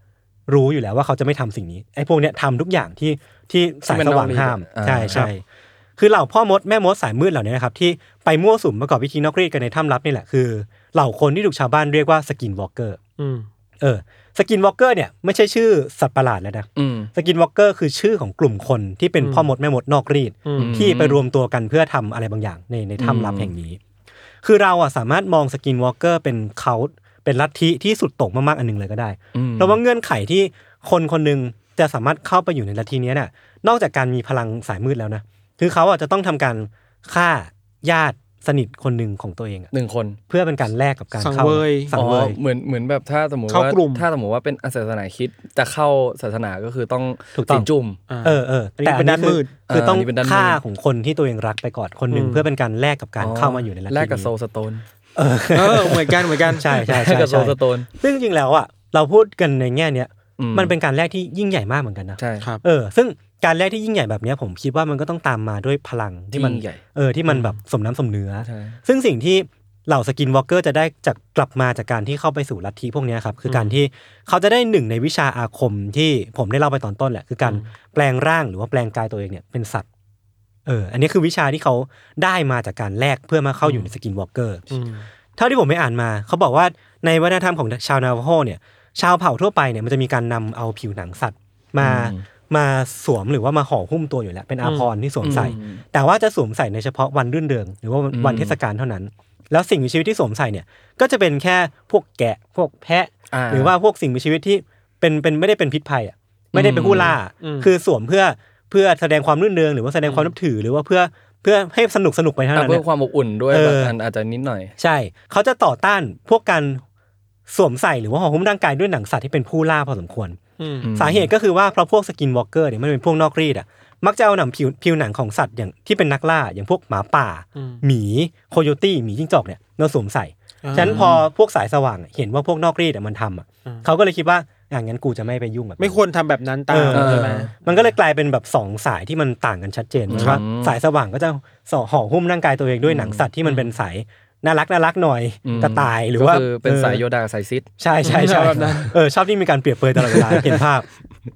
Speaker 1: รู้อยู่แล้วว่าเขาจะไม่ทำสิ่งนี้ไอ้พวกเนี้ยทำทุกอย่างที่ที่สายสว่างห้าม ใช่ใช่คือเหล่าพ่อมดแม่มดสายมืดเหล่านี้นะครับที่ไปมั่วสุมประกอบพิธีนอกรีดกันในถ้ำลับนี่แหละคือ เหล่าคนที่ถูกชาวบ้านเรียกว่าสกินวอล์กเกอร์
Speaker 2: อืม
Speaker 1: เออสกินวอล์กเกอร์เนี่ยไม่ใช่ชื่อสัตว์ประหลาดแล้วนะ
Speaker 3: อืม
Speaker 1: สกินวอล์กเกอร์คือชื่อของกลุ่มคนที่เป็นพ่อมดแม่มดนอกรีด
Speaker 2: อืม
Speaker 1: ที่ไปรวมตัวกันเพื่อทำอะไรบางอย่างในในถ้ำลับ
Speaker 3: อืม
Speaker 1: แห่งนี้ คือเราอ่ะสามารถมองสกินวอล์กเกอร์เป็นเขาเป็นลัทธิที่สุดโต่งมากๆอันหนึงเลยก็ได้
Speaker 3: อืม
Speaker 1: เราว่าเงื่อนไขที่คนคนหนึ่งจะสามารถเข้าไปอยู่ในลัทธิเนี้ยน่ะ นอกจากการมีพลังสายมืดแล้วนะ คือเขาอ่ะจะต้องทำการฆ่าญาติสนิทคนหนึ่งของตัวเองอะ
Speaker 3: หนึ่งคน
Speaker 1: เพื่อเป็นการแลกกับการ
Speaker 2: สัง
Speaker 1: เข้า
Speaker 2: เวย
Speaker 1: สังเวย
Speaker 3: อ๋อเหมือนเหมือนแบบถ้าสมมติ
Speaker 2: เข้า
Speaker 3: ว่าก
Speaker 2: ลุ่ม
Speaker 3: ถ้าสมมติว่าเป็นศาสนาคริดจะเข้าศาสนาก็คือต้อง
Speaker 1: ถูกต้อง
Speaker 3: สินจุ่ม
Speaker 2: อ่า
Speaker 1: เออเออ
Speaker 2: อันนี้เป็นด้าน
Speaker 1: คือ
Speaker 2: มืด
Speaker 1: คือต้อง
Speaker 3: เอออันนี้เป็นด้านมืด
Speaker 1: ฆ่าของคนที่ตัวเองรักไปก่อนคนหนึ่งเพื่อเป็นการแลกกับการเข้ามาอยู่ในลัทธิ
Speaker 3: แลกกับ
Speaker 1: นี้
Speaker 3: โซสโตน
Speaker 2: เออเหมือนกันเหมือนกัน
Speaker 1: ใช่ใช่
Speaker 3: แล
Speaker 1: ใช่
Speaker 3: กกับโซ
Speaker 1: ใช่
Speaker 3: สโตน
Speaker 1: ซึ่งจริงแล้วอ่ะเราพูดกันในแง่เนี้ย
Speaker 3: อืม
Speaker 1: มันเป็นการแลกที่ยิ่งใหญ่มากเหมือนกันนะ
Speaker 3: ใช่
Speaker 2: ครับ
Speaker 1: เออซึ่งการแลกที่ยิ่งใหญ่แบบเนี้ยผมคิดว่ามันก็ต้องตามมาด้วยพลังที่มัน
Speaker 3: ยิ่งใหญ่
Speaker 1: เออที่มันแบบสมน้ำสมเนื้อ
Speaker 3: ใช่
Speaker 1: ซึ่งสิ่งที่เหล่าสกินวอล์กเกอร์จะได้จากกลับมาจากการที่เข้าไปสู่ลัทธิพวกเนี้ยครับคือการที่เขาจะได้หนึ่งในวิชาอาคมที่ผมได้เล่าไปตอนต้นแหละคือการแปลงร่างหรือว่าแปลงกายตัวเองเนี่ยเป็นสัตว์เอออันนี้คือวิชาที่เขาได้มาจากการแลกเพื่อมาเข้าอยู่ในสกินวอล์กเกอร์
Speaker 2: อืม
Speaker 1: เท่าที่ผมไปอ่านมาเขาบอกว่าในวัฒนธรรมของชาวนาวาโฮเนี่ยชาวเผ่าทั่วไปเนี่ยมันจะมีการนำเอาผิวหนังสัตว์มา
Speaker 3: อืม
Speaker 1: มาสวมหรือว่ามาห่อหุ้มตัวอยู่แล้ว เป็นอาภรณ์ที่สวมใส่
Speaker 3: อืม
Speaker 1: แต่ว่าจะสวมใส่ในเฉพาะวันรื่นเริงหรือว่าวัน
Speaker 3: อืม
Speaker 1: วันเทศกาลเท่านั้น แล้วสิ่งมีชีวิตที่สวมใส่เนี่ยก็จะเป็นแค่พวกแกะพวกแพะ หรือว่าพวกสิ่งมีชีวิตที่เป็นเป็นไม่ได้เป็นพิษภัยอ่ะไม่ได้เป็นผู้ล่า
Speaker 2: อืม
Speaker 1: คือสวมเพื่อเพื่อแสดงความรื่นเริงหรือว่าแสดงความนับถือหรือว่าเพื่อเพื่อให้สนุกสนุกไปเท่า
Speaker 3: อ่ะ
Speaker 1: นั้น
Speaker 3: เพื่
Speaker 1: เนี่
Speaker 3: อย ความอบอุ่นด้วย
Speaker 1: เออ
Speaker 3: แบบอันอาจจะนิดหน่อย
Speaker 1: ใช่ เขาจะต่อต้านพวกการสวมใส่หรือว่าห่อหุ้มร่างกายด้วยหนังสัตว์ที่เป็นผู้ล่าพอสมควร
Speaker 2: อืม
Speaker 3: อืม
Speaker 1: สาเหตุก็คือว่าเพราะพวกสกินวอล์กเกอร์เนี่ยมันเป็นพวกนอกรีดอ่ะ มักจะเอาหนังผิวผิวหนังของสัตว์อย่างที่เป็นนักล่าอย่างพวกหมาป่า
Speaker 2: อืม
Speaker 1: หมีโคโยตี้หมีจิ้งจอกเนี่ยมาสวมใส่ ฉะนั้นพอพวกสายสว่างเห็นว่าพวกนอกรีดอะมันทำอ่ะเขาก็เลยคิดว่าอย่างนั้นกูจะไม่ไปยุ่งกับน
Speaker 2: ไม่ควรทำแบบนั้นตา
Speaker 1: เอ
Speaker 2: ม
Speaker 1: อ
Speaker 2: ใช่ไหม
Speaker 1: มันก็เลยกลายเป็นแบบสองสายที่มันต่างกันชัดเจน
Speaker 3: ครั
Speaker 1: ว่า
Speaker 3: บ
Speaker 1: สายสว่างก็จะส่อห่อหุ้มร่างกายตัวเองด้วยหนังสัตว์ที่มันเป็นสายน่ารักน่ารักหน่อยกระต่ายหรือว่า
Speaker 3: ก็คือเป็นสา
Speaker 1: อ
Speaker 3: ย
Speaker 1: อ
Speaker 3: โยดากับสายซิด
Speaker 1: ใช่ใช่ใช่เออชอบที่มีการเปรียบเปรยตลอดเวลา เห็นภาพ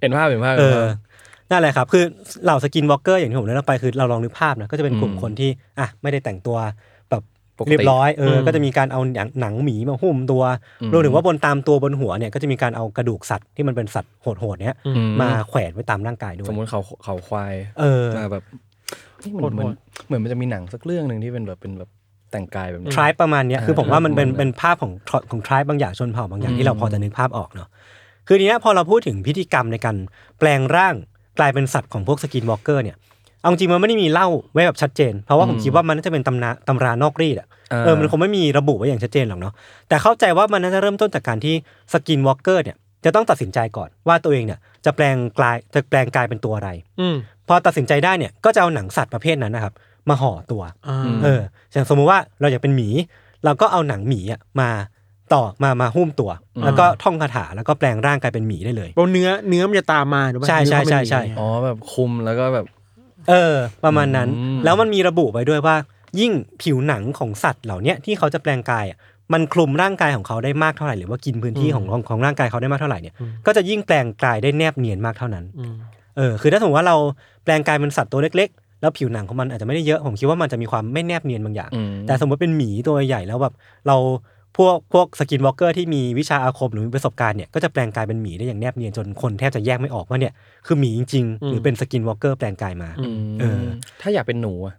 Speaker 3: เห็นภาพเห็นภาพ
Speaker 1: เอ
Speaker 3: เห็น
Speaker 1: อ
Speaker 3: ภาพ
Speaker 1: นั่นแหละครับ คือเหล่าสกินวอล์กเกอร์อย่างที่ผมเล่าไปคือเราลองนึกภาพนะก็จะเป็นกลุ่ม
Speaker 3: อืม
Speaker 1: คนที่อ่ะไม่ได้แต่งตัวแบบ
Speaker 3: ปกติ
Speaker 1: เรียบร้อยเอออ
Speaker 2: ม
Speaker 1: ก็จะมีการเอาหนังหนังหมีมาหุ้มตัว
Speaker 3: อืม
Speaker 1: รวมถึงว่าบนตามตัวบนหัวเนี่ยก็จะมีการเอากระดูกสัตว์ที่มันเป็นสัตว์โหดๆเนี้ย
Speaker 3: อื
Speaker 1: มาแขวนไว้ตามร่างกายด้วย
Speaker 3: สมมติเขาเขาควาย
Speaker 1: เออ
Speaker 3: มาแบบเฮ้ยเหมือนเหมือนเหมือนมันจะมีหนังสักเรื่องหนึ่งที่เป็นแบบเป็นแบบแต่งกายแบบนี้
Speaker 1: ทริปประมาณเนี้ย
Speaker 3: อ่า
Speaker 1: คือผมว่ามันเป็น
Speaker 3: ประมาณนั้น
Speaker 1: เป็นภาพของ tribe ของทริปบางอย่างชนเผ่าบางอย่าง
Speaker 3: อืม
Speaker 1: ที่เราพอจะนึกภาพออกเนาะคือทีเนี้ยพอเราพูดถึงพิธีกรรมในการแปลงร่างกลายเป็นสัตว์ของพวกสกินวอล์กเกอร์เนี่ยเอาจริงมันไม่ได้มีเล่าไว้แบบชัดเจน เพราะว่าผมคิดว่ามันน่าจะเป็นตำนาตำรานอกรีดอ่ะเออมันคงไม่มีระบุไว้อย่างชัดเจนหรอกเนาะแต่เข้าใจว่ามันน่าจะเริ่มต้นจากการที่สกินวอล์กเกอร์เนี่ยจะต้องตัดสินใจก่อนว่าตัวเองเนี่ยจะแปลงกลายจะแปลงกายเป็นตัวอะไร
Speaker 2: อืม
Speaker 1: พอตัดสินใจได้เนี่ยก็จะเอาหนังสัตว์ประเภทนั้นนะครับมาห่อตัว
Speaker 2: อ่า
Speaker 3: อืม
Speaker 1: เอออย่างสมมุติว่าเราอยากเป็นหมี เราก็เอาหนังหมีอ่ะมาต่อมามาหุ้มตัว แล้วก็ท่องคาถาแล้วก็แปลงร่างกลายเป็นหมีได้เลย
Speaker 2: เพราะเนื้อเนื้อมันจะตามมาถูกไหม
Speaker 1: ใช่ใช่ใช่ใช่
Speaker 3: อ๋อแบบคุมแล้วก็แบบ
Speaker 1: เออ ประมาณนั้น
Speaker 3: อืม
Speaker 1: แล้วมันมีระบุไว้ด้วยว่า ยิ่งผิวหนังของสัตว์เหล่าเนี้ยที่เขาจะแปลงกายอ่ะมันคลุมร่างกายของเขาได้มากเท่าไหร่หรือว่ากินพื้นที่ของของของร่างกายเขาได้มากเท่าไหร่เนี่ยก็จะยิ่งแปลงกายได้แนบเนียนมากเท่านั้น เออคือถ้าสมมติว่าเราแปลงกายเป็นสัตว์ตัวเล็ก ๆ แล้วผิวหนังของมันอาจจะไม่ได้เยอะผมคิดว่ามันจะมีความไม่แนบเนียนบางอย่าง
Speaker 3: อืม
Speaker 1: แต่สมมติเป็นหมีตัวใหญ่แล้วแบบเราพวกพวกสกินวอล์กเกอร์ที่มีวิชาอาคมหรือมีประสบการณ์เนี่ยก็จะแปลงกายเป็นหมีได้อย่างแนบเนียนจนคนแทบจะแยกไม่ออกว่าเนี่ยคือหมีจริงๆหรือเป็นสกินวอล์กเกอร์แปลงกายมา
Speaker 3: อืม
Speaker 1: เออ
Speaker 3: ถ้าอยากเป็นหนูอะ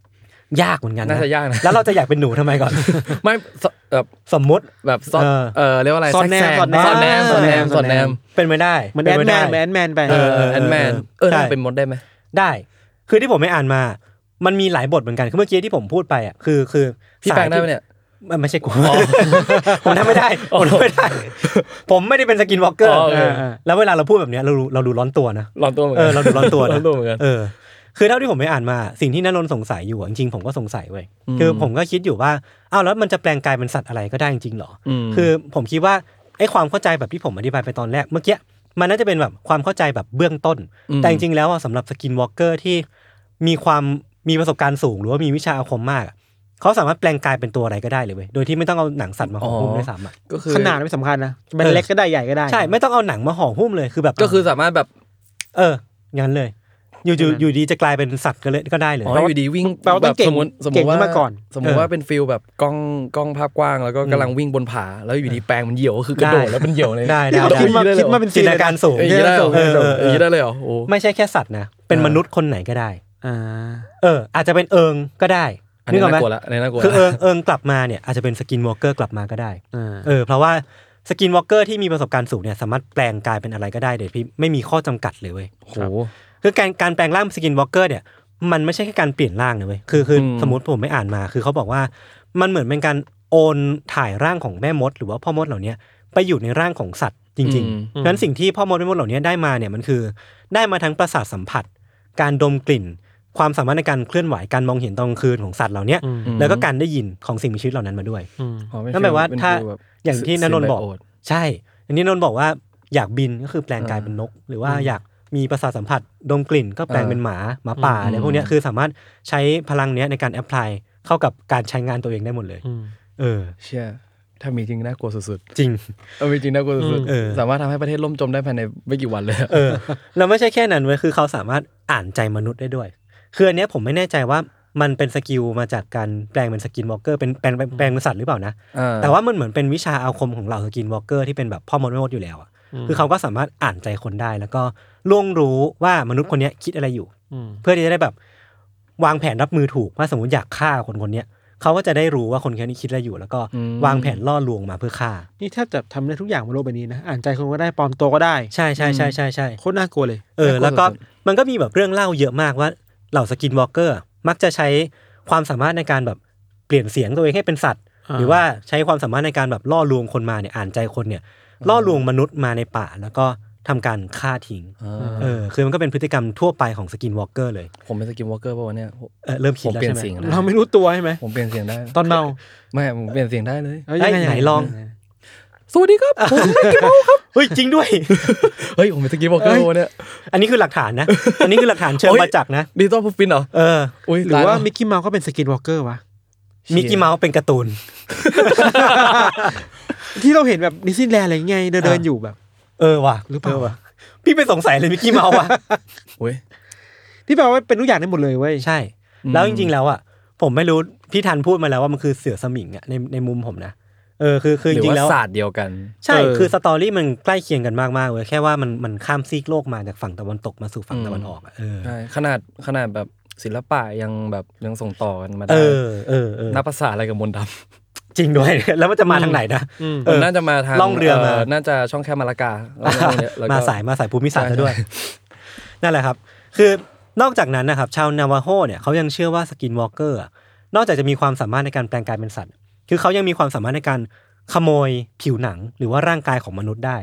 Speaker 1: ยากเหมือนกัน
Speaker 3: น่าจะยากนะ
Speaker 1: แล้วเราจะอยากเป็นหนูทำไมก่อน
Speaker 3: ไม่สแบบ
Speaker 1: สมมติ
Speaker 3: แบบซ่อน
Speaker 1: เออ
Speaker 3: เออเรียกว่าอะไร
Speaker 2: ซ่อนแนม
Speaker 3: ทรก
Speaker 2: ซ่อนแนม
Speaker 3: ซ่อนแนมซ่อนแนมซ่อนแนม
Speaker 1: เป็นไม่ได้
Speaker 2: เหมือนแอน
Speaker 1: เป็
Speaker 2: แม
Speaker 1: ไได้
Speaker 2: นแอนแมนไป
Speaker 1: เอ
Speaker 3: เออแอนแมนเออน่าจะเป็นมดได้ไหม
Speaker 1: ได้ คือที่ผมไม่อ่านมา มันมีหลายบทเหมือนกัน คือเมื่อกี้ที่ผมพูดไปอ่ะ คือคือ
Speaker 3: พี่แปลงได้ไหมเนี่ย
Speaker 1: มันไม่ใช่กู ผมทำไม่ได้ ผมทำไม่ได้ ผมไม่ได้เป็นสกินวอล์กเกอร์
Speaker 3: อ๋อโอเค
Speaker 1: แล้วเวลาเราพูดแบบเนี้ยเรารู้เราดูร้อนตัวนะ
Speaker 3: หลอนตัวเหมือน
Speaker 1: เอ
Speaker 3: กั
Speaker 1: อ เราดูร้อนตัว
Speaker 3: หล
Speaker 1: นะ
Speaker 3: อนตัวเหมือนกัน
Speaker 1: เออ คือเท่าที่ผมไปอ่านมา สิ่งที่นนนท์สงสัยอยู่อะจริงๆผมก็สงสัยเว้ย
Speaker 3: อืม
Speaker 1: คือผมก็คิดอยู่ว่า อ้าวแล้วมันจะแปลงกายเป็นสัตว์อะไรก็ได้จริงๆเหรอ
Speaker 3: ม
Speaker 1: คือผมคิดว่าไอ้ความเข้าใจแบบที่ผมอธิบายไปตอนแรกเมื่อกี้มันน่าจะเป็นแบบความเข้าใจแบบเบื้องต้น
Speaker 3: ม
Speaker 1: แต่จริงๆแล้วอะสำหรับสกินวอล์กเกอร์ที่มีความมีประสบการณ์สูง หรือว่ามีวิชาอาคมมากอะเขาสามารถแปลงกายเป็นตัวอะไรก็ได้เลยเว้ยโดยที่ไม่ต้องเอาหนังสัตว์มาห่อหุ้มด้วยซ้ำอะ
Speaker 3: ก็คือ
Speaker 2: ขนาดไม่สำคัญนะมันเล็กก็ได้ใหญ่ก็ได้
Speaker 1: ใช่ไม่ต้องเอาหนังมาห่อหุ้มเลยคือแบบ
Speaker 3: ก็คือสามารถแบบ
Speaker 1: เอออย่างนั้นเลย อยู่อยู่
Speaker 2: ใช่ไหม
Speaker 1: อยู่ดีจะกลายเป็นสัตว์ก็เลยก็ได้เลย
Speaker 3: อ๋ออยู่ดีวิ่ง
Speaker 2: แปลว่าต้อง
Speaker 3: แบบ
Speaker 2: เก่ง
Speaker 3: สมมติสมม
Speaker 2: เก่ง
Speaker 3: ติ
Speaker 2: ขึ้
Speaker 3: ว่าน
Speaker 2: มาก่อน
Speaker 3: สมมติว่าเป็นฟิลแบบกล้องกล้องภาพกว้างแล้วก็กำลังวิ่งบนผาแล้วอยู่ดีแปลงมันเหี่ยวก็คือกระโดด
Speaker 1: ได้
Speaker 3: แล้วมันเหี่ยวเลย
Speaker 1: ได้
Speaker 2: นี่
Speaker 1: ได้
Speaker 2: เรา
Speaker 1: ได้
Speaker 2: คิดมา
Speaker 3: ได้
Speaker 2: คิดมาเป็น
Speaker 1: จิ
Speaker 2: ซี
Speaker 1: น
Speaker 2: น
Speaker 1: ต
Speaker 2: เล
Speaker 1: นาย กา
Speaker 2: นะ
Speaker 1: รสูง
Speaker 3: อย่างนี้ได้เหรอ
Speaker 1: เออเออเออ
Speaker 3: อย่างนี้ได้เลยเหรอโอ้
Speaker 1: ไม่ใช่แค่สัตว์นะเป็น
Speaker 2: เออ
Speaker 1: มนุษย์คนไหนก็ได้
Speaker 2: อ่า
Speaker 1: เออ อาจจะเป็นเอิงก็ได้
Speaker 3: อันนี้
Speaker 1: กออกไหม
Speaker 3: น่ากลัวละอันนี้น่ากลัว
Speaker 1: คือ
Speaker 3: ละ
Speaker 1: เอิงเอิงกลับมาเนี่ยอาจจะเป็นสกินวอล์กเกอร์กลับมาก็ได้
Speaker 2: อ่า
Speaker 1: เออเพราะว่าสกินวอล์กเกอร์ที่มีประสบการณ์สูงเนี่ยสามารถแปลงกายเป็นอะไรก็ได้เด็ดพี่ไม่มีข้อจำกัดเลยเว้ย
Speaker 3: โอ้โห
Speaker 1: คือการการแปลงร่างสกินวอล์กเกอร์เนี่ยมันไม่ใช่แค่การเปลี่ยนร่างนะเว้ยคือคืออ
Speaker 3: ม
Speaker 1: สมมติผมไม่อ่านมาคือเขาบอกว่ามันเหมือนเป็นการโอนถ่ายร่างของแม่มด หรือว่าพ่อมดเหล่าเนี้ยไปอยู่ในร่างของสัตว์จริง
Speaker 3: อืม
Speaker 1: ๆ เพราะฉะนั้นสิ่งที่พ่อมดแม่มดเหล่านี้ได้มาเนี่ยมันคือ ได้มาทั้งประสาทสัมผัส การดมกลิ่น ความสามารถในการเคลื่อนไหวการมองเห็นตอนกลางคืนของสัตว์เหล่าเนี้ย
Speaker 2: อืม
Speaker 1: แล้วก็การได้ยินของสิ่งมีชีวิตเหล่านั้นมาด้วย
Speaker 2: อืม
Speaker 3: อ๋อเป็
Speaker 1: นั่นหมายว่า
Speaker 3: เป็
Speaker 1: ถ้า
Speaker 3: ฟิลแบบ
Speaker 1: อย่างที่ณนนท์บอก
Speaker 3: ซิมไโต
Speaker 1: ใช่ อันนี้นนท์บอกว่าอยากบินก็คือแปลงกาย
Speaker 3: อ่า
Speaker 1: เป็นนก หรือว่าอยากมีประสาทสัมผัสดมกลิ่น ก็แปลง
Speaker 3: อ่า
Speaker 1: เป็นหมาหมาป่า
Speaker 3: อืม
Speaker 1: อะไรพวกเนี้ยคือสามารถใช้พลังเนี้ยในการแอพพลายเข้ากับการใช้งานตัวเองได้หมดเลย
Speaker 2: อืม
Speaker 1: เออ
Speaker 3: เชี่ยถ้ามีจริงน่ากลัวสุด
Speaker 1: จริง
Speaker 3: ๆเอามีจริงน่ากลัวสุด
Speaker 1: เออ
Speaker 3: ๆสามารถทำให้ประเทศล่มจมได้ภายในไม่กี่วันเลยอะ
Speaker 1: เออแล้วไม่ใช่แค่นั้นเว้ยคือเขาสามารถอ่านใจมนุษย์ได้ด้วย คืออันเนี้ยผมไม่แน่ใจว่ามันเป็นสกิลมาจากการแปลงเป็นสกินวอลเกอร์เป็นแปลงแปลงเป็นสัตว์หรือเปล่านะ แต่ว่ามันเหมือนเป็นวิชาอาคมของเหล่าสกินวอล์กเกอร์ที่เป็นแบบพ่อมดแม่มดอยู่แล้วอะคือเขาก็สามารถอ่านใจคนได้ แล้วก็ล่วงรู้ว่ามนุษย์คนเนี้ยคิดอะไรอยู่
Speaker 2: อืม
Speaker 1: เพื่อที่จะได้แบบวางแผนรับมือถูกว่าสมมติอยากฆ่าคนคนเนี้ยเขาก็จะได้รู้ว่าคนคนนี้คิดอะไรอยู่ แล้วก็วางแผนล่อลวงมาเพื่อฆ่า
Speaker 2: นี่แทบจะทำได้ทุกอย่างบนโลกใบนี้นะ อ่านใจคนก็ได้ปลอมตัวก็ได้
Speaker 1: ใช่ใช่ใช่ใช่ใช่
Speaker 2: โคตรน่ากลัวเลย
Speaker 1: เออแล้วก็มันก็มีแบบเรื่องเล่าเยอะมากว่าเหล่าสกินวอล์กเกอร์มักจะใช้ความสามารถในการแบบเปลี่ยนเสียงตัวเองให้เป็นสัตว์ หรือว่าใช้ความสามารถในการแบบล่อลวงคนมาเนี่ยอ่านใจคนเนี่ยล่อลวงมนุษย์มาในป่า แล้วก็ทำการฆ่าทิ้ง
Speaker 3: อ่า
Speaker 1: เออคือมันก็เป็นพฤติกรรมทั่วไปของสกินวอล์กเกอร์เลย
Speaker 3: ผมเป็นสกินวอล์กเกอร์ป่าวะเนี่ยผม
Speaker 1: เออเริ่ม
Speaker 3: ผ
Speaker 1: คิด
Speaker 3: ม
Speaker 1: แล้ว
Speaker 3: เปลี่ย
Speaker 1: ใช่ไหม
Speaker 3: นเสียง
Speaker 2: เราไม่รู้ตัวใช่ไหม
Speaker 3: ผมเปลี่ยนเสียงได้
Speaker 2: ตอนเมา
Speaker 3: ไม่ผมเปลี่ยนเสียงได้เลย
Speaker 2: เอ้ยยังง
Speaker 1: เอ้ยไหนลอง
Speaker 2: ยังไ
Speaker 3: สวัสดีครับผมสกินวอล์กครับ
Speaker 1: เฮ้ยจริงด้วย
Speaker 3: เฮ้ยผมเป็นสกินวอล์กเกอร์ป่าวะเนี่ย
Speaker 1: อันนี้คือหลักฐาน นะ อันนี้คือหลักฐานเชิง
Speaker 3: โอ๊ย
Speaker 1: ประจักษ์นะ
Speaker 3: ดิจิตอลพุฟฟินเหรอ
Speaker 1: เออ
Speaker 3: อุ้ย
Speaker 2: หรือ
Speaker 3: ตย
Speaker 2: ว่า
Speaker 3: แล้
Speaker 2: มิกกี้เมาส์ก็เป็นสกินวอล์กเกอร์วะ
Speaker 1: มิกกี้เมาส์เป็นการ์ตูน
Speaker 2: ที่เราเห็นแบบดิสนีย์แลนด์อะไรอย่างเงี้ยเดินเดิน
Speaker 1: อ่ะ
Speaker 2: อยู่แบบ
Speaker 1: เออว่ะ
Speaker 2: หรือเปล่า
Speaker 1: ว่ะพี่ไปสงสัยเลยมิกกี้เมาส์ ว่ะ
Speaker 3: อุ้ย
Speaker 2: ที่แปลว่าเป็นทุกอย่างได้หมดเลยเว้ย
Speaker 1: ใช่
Speaker 3: อืม
Speaker 1: แล้วจริง ๆ แล้วอ่ะผมไม่รู้พี่ทันพูดมาแล้วว่ามันคือเสือสมิงอ่ะในในมุมผมนะเออคือคือ
Speaker 3: ห
Speaker 1: จ
Speaker 3: รือ
Speaker 1: ริงๆ
Speaker 3: ว่า
Speaker 1: แล้ว
Speaker 3: ศาสตร์เดียวกัน
Speaker 1: ใช่
Speaker 2: เออ
Speaker 1: คือสตอรี่มันใกล้เคียงกันมากๆเว้ยแค่ว่ามันมันข้ามซีกโลกมาจากฝั่งตะวันตกมาสู่ฝั่ง
Speaker 3: อืม
Speaker 1: ตะวันออกอะเออ
Speaker 3: ใช่ขนาดขนาดแบบศิลปะยังแบบยังส่งต่อกันมา
Speaker 1: เอ
Speaker 3: ได้
Speaker 1: อเออเออ
Speaker 3: นับภาษาอะไรกับมนต์ดำ
Speaker 1: จริงด้วย แล้วมันจะมาทางไหนนะ
Speaker 2: อืม
Speaker 1: เออ
Speaker 3: มันน่าจะมาทาง
Speaker 1: ล่องเรือมา
Speaker 3: น่าจะช่องแคบมาลากาแล้วก็
Speaker 1: มาสายมาสายภูมิศาสตร์
Speaker 3: ใช่
Speaker 1: ซะด้วย นั่นแหละครับ คือนอกจากนั้นนะครับ ชาวนาวาโฮเนี่ยเขายังเชื่อว่าสกินวอล์กเกอร์อะนอกจากจะมีความสามารถในการแปลงกายเป็นสัตว์ คือเขายังมีความสามารถในการขโมยผิวหนังหรือว่าร่างกายของมนุษย์ได้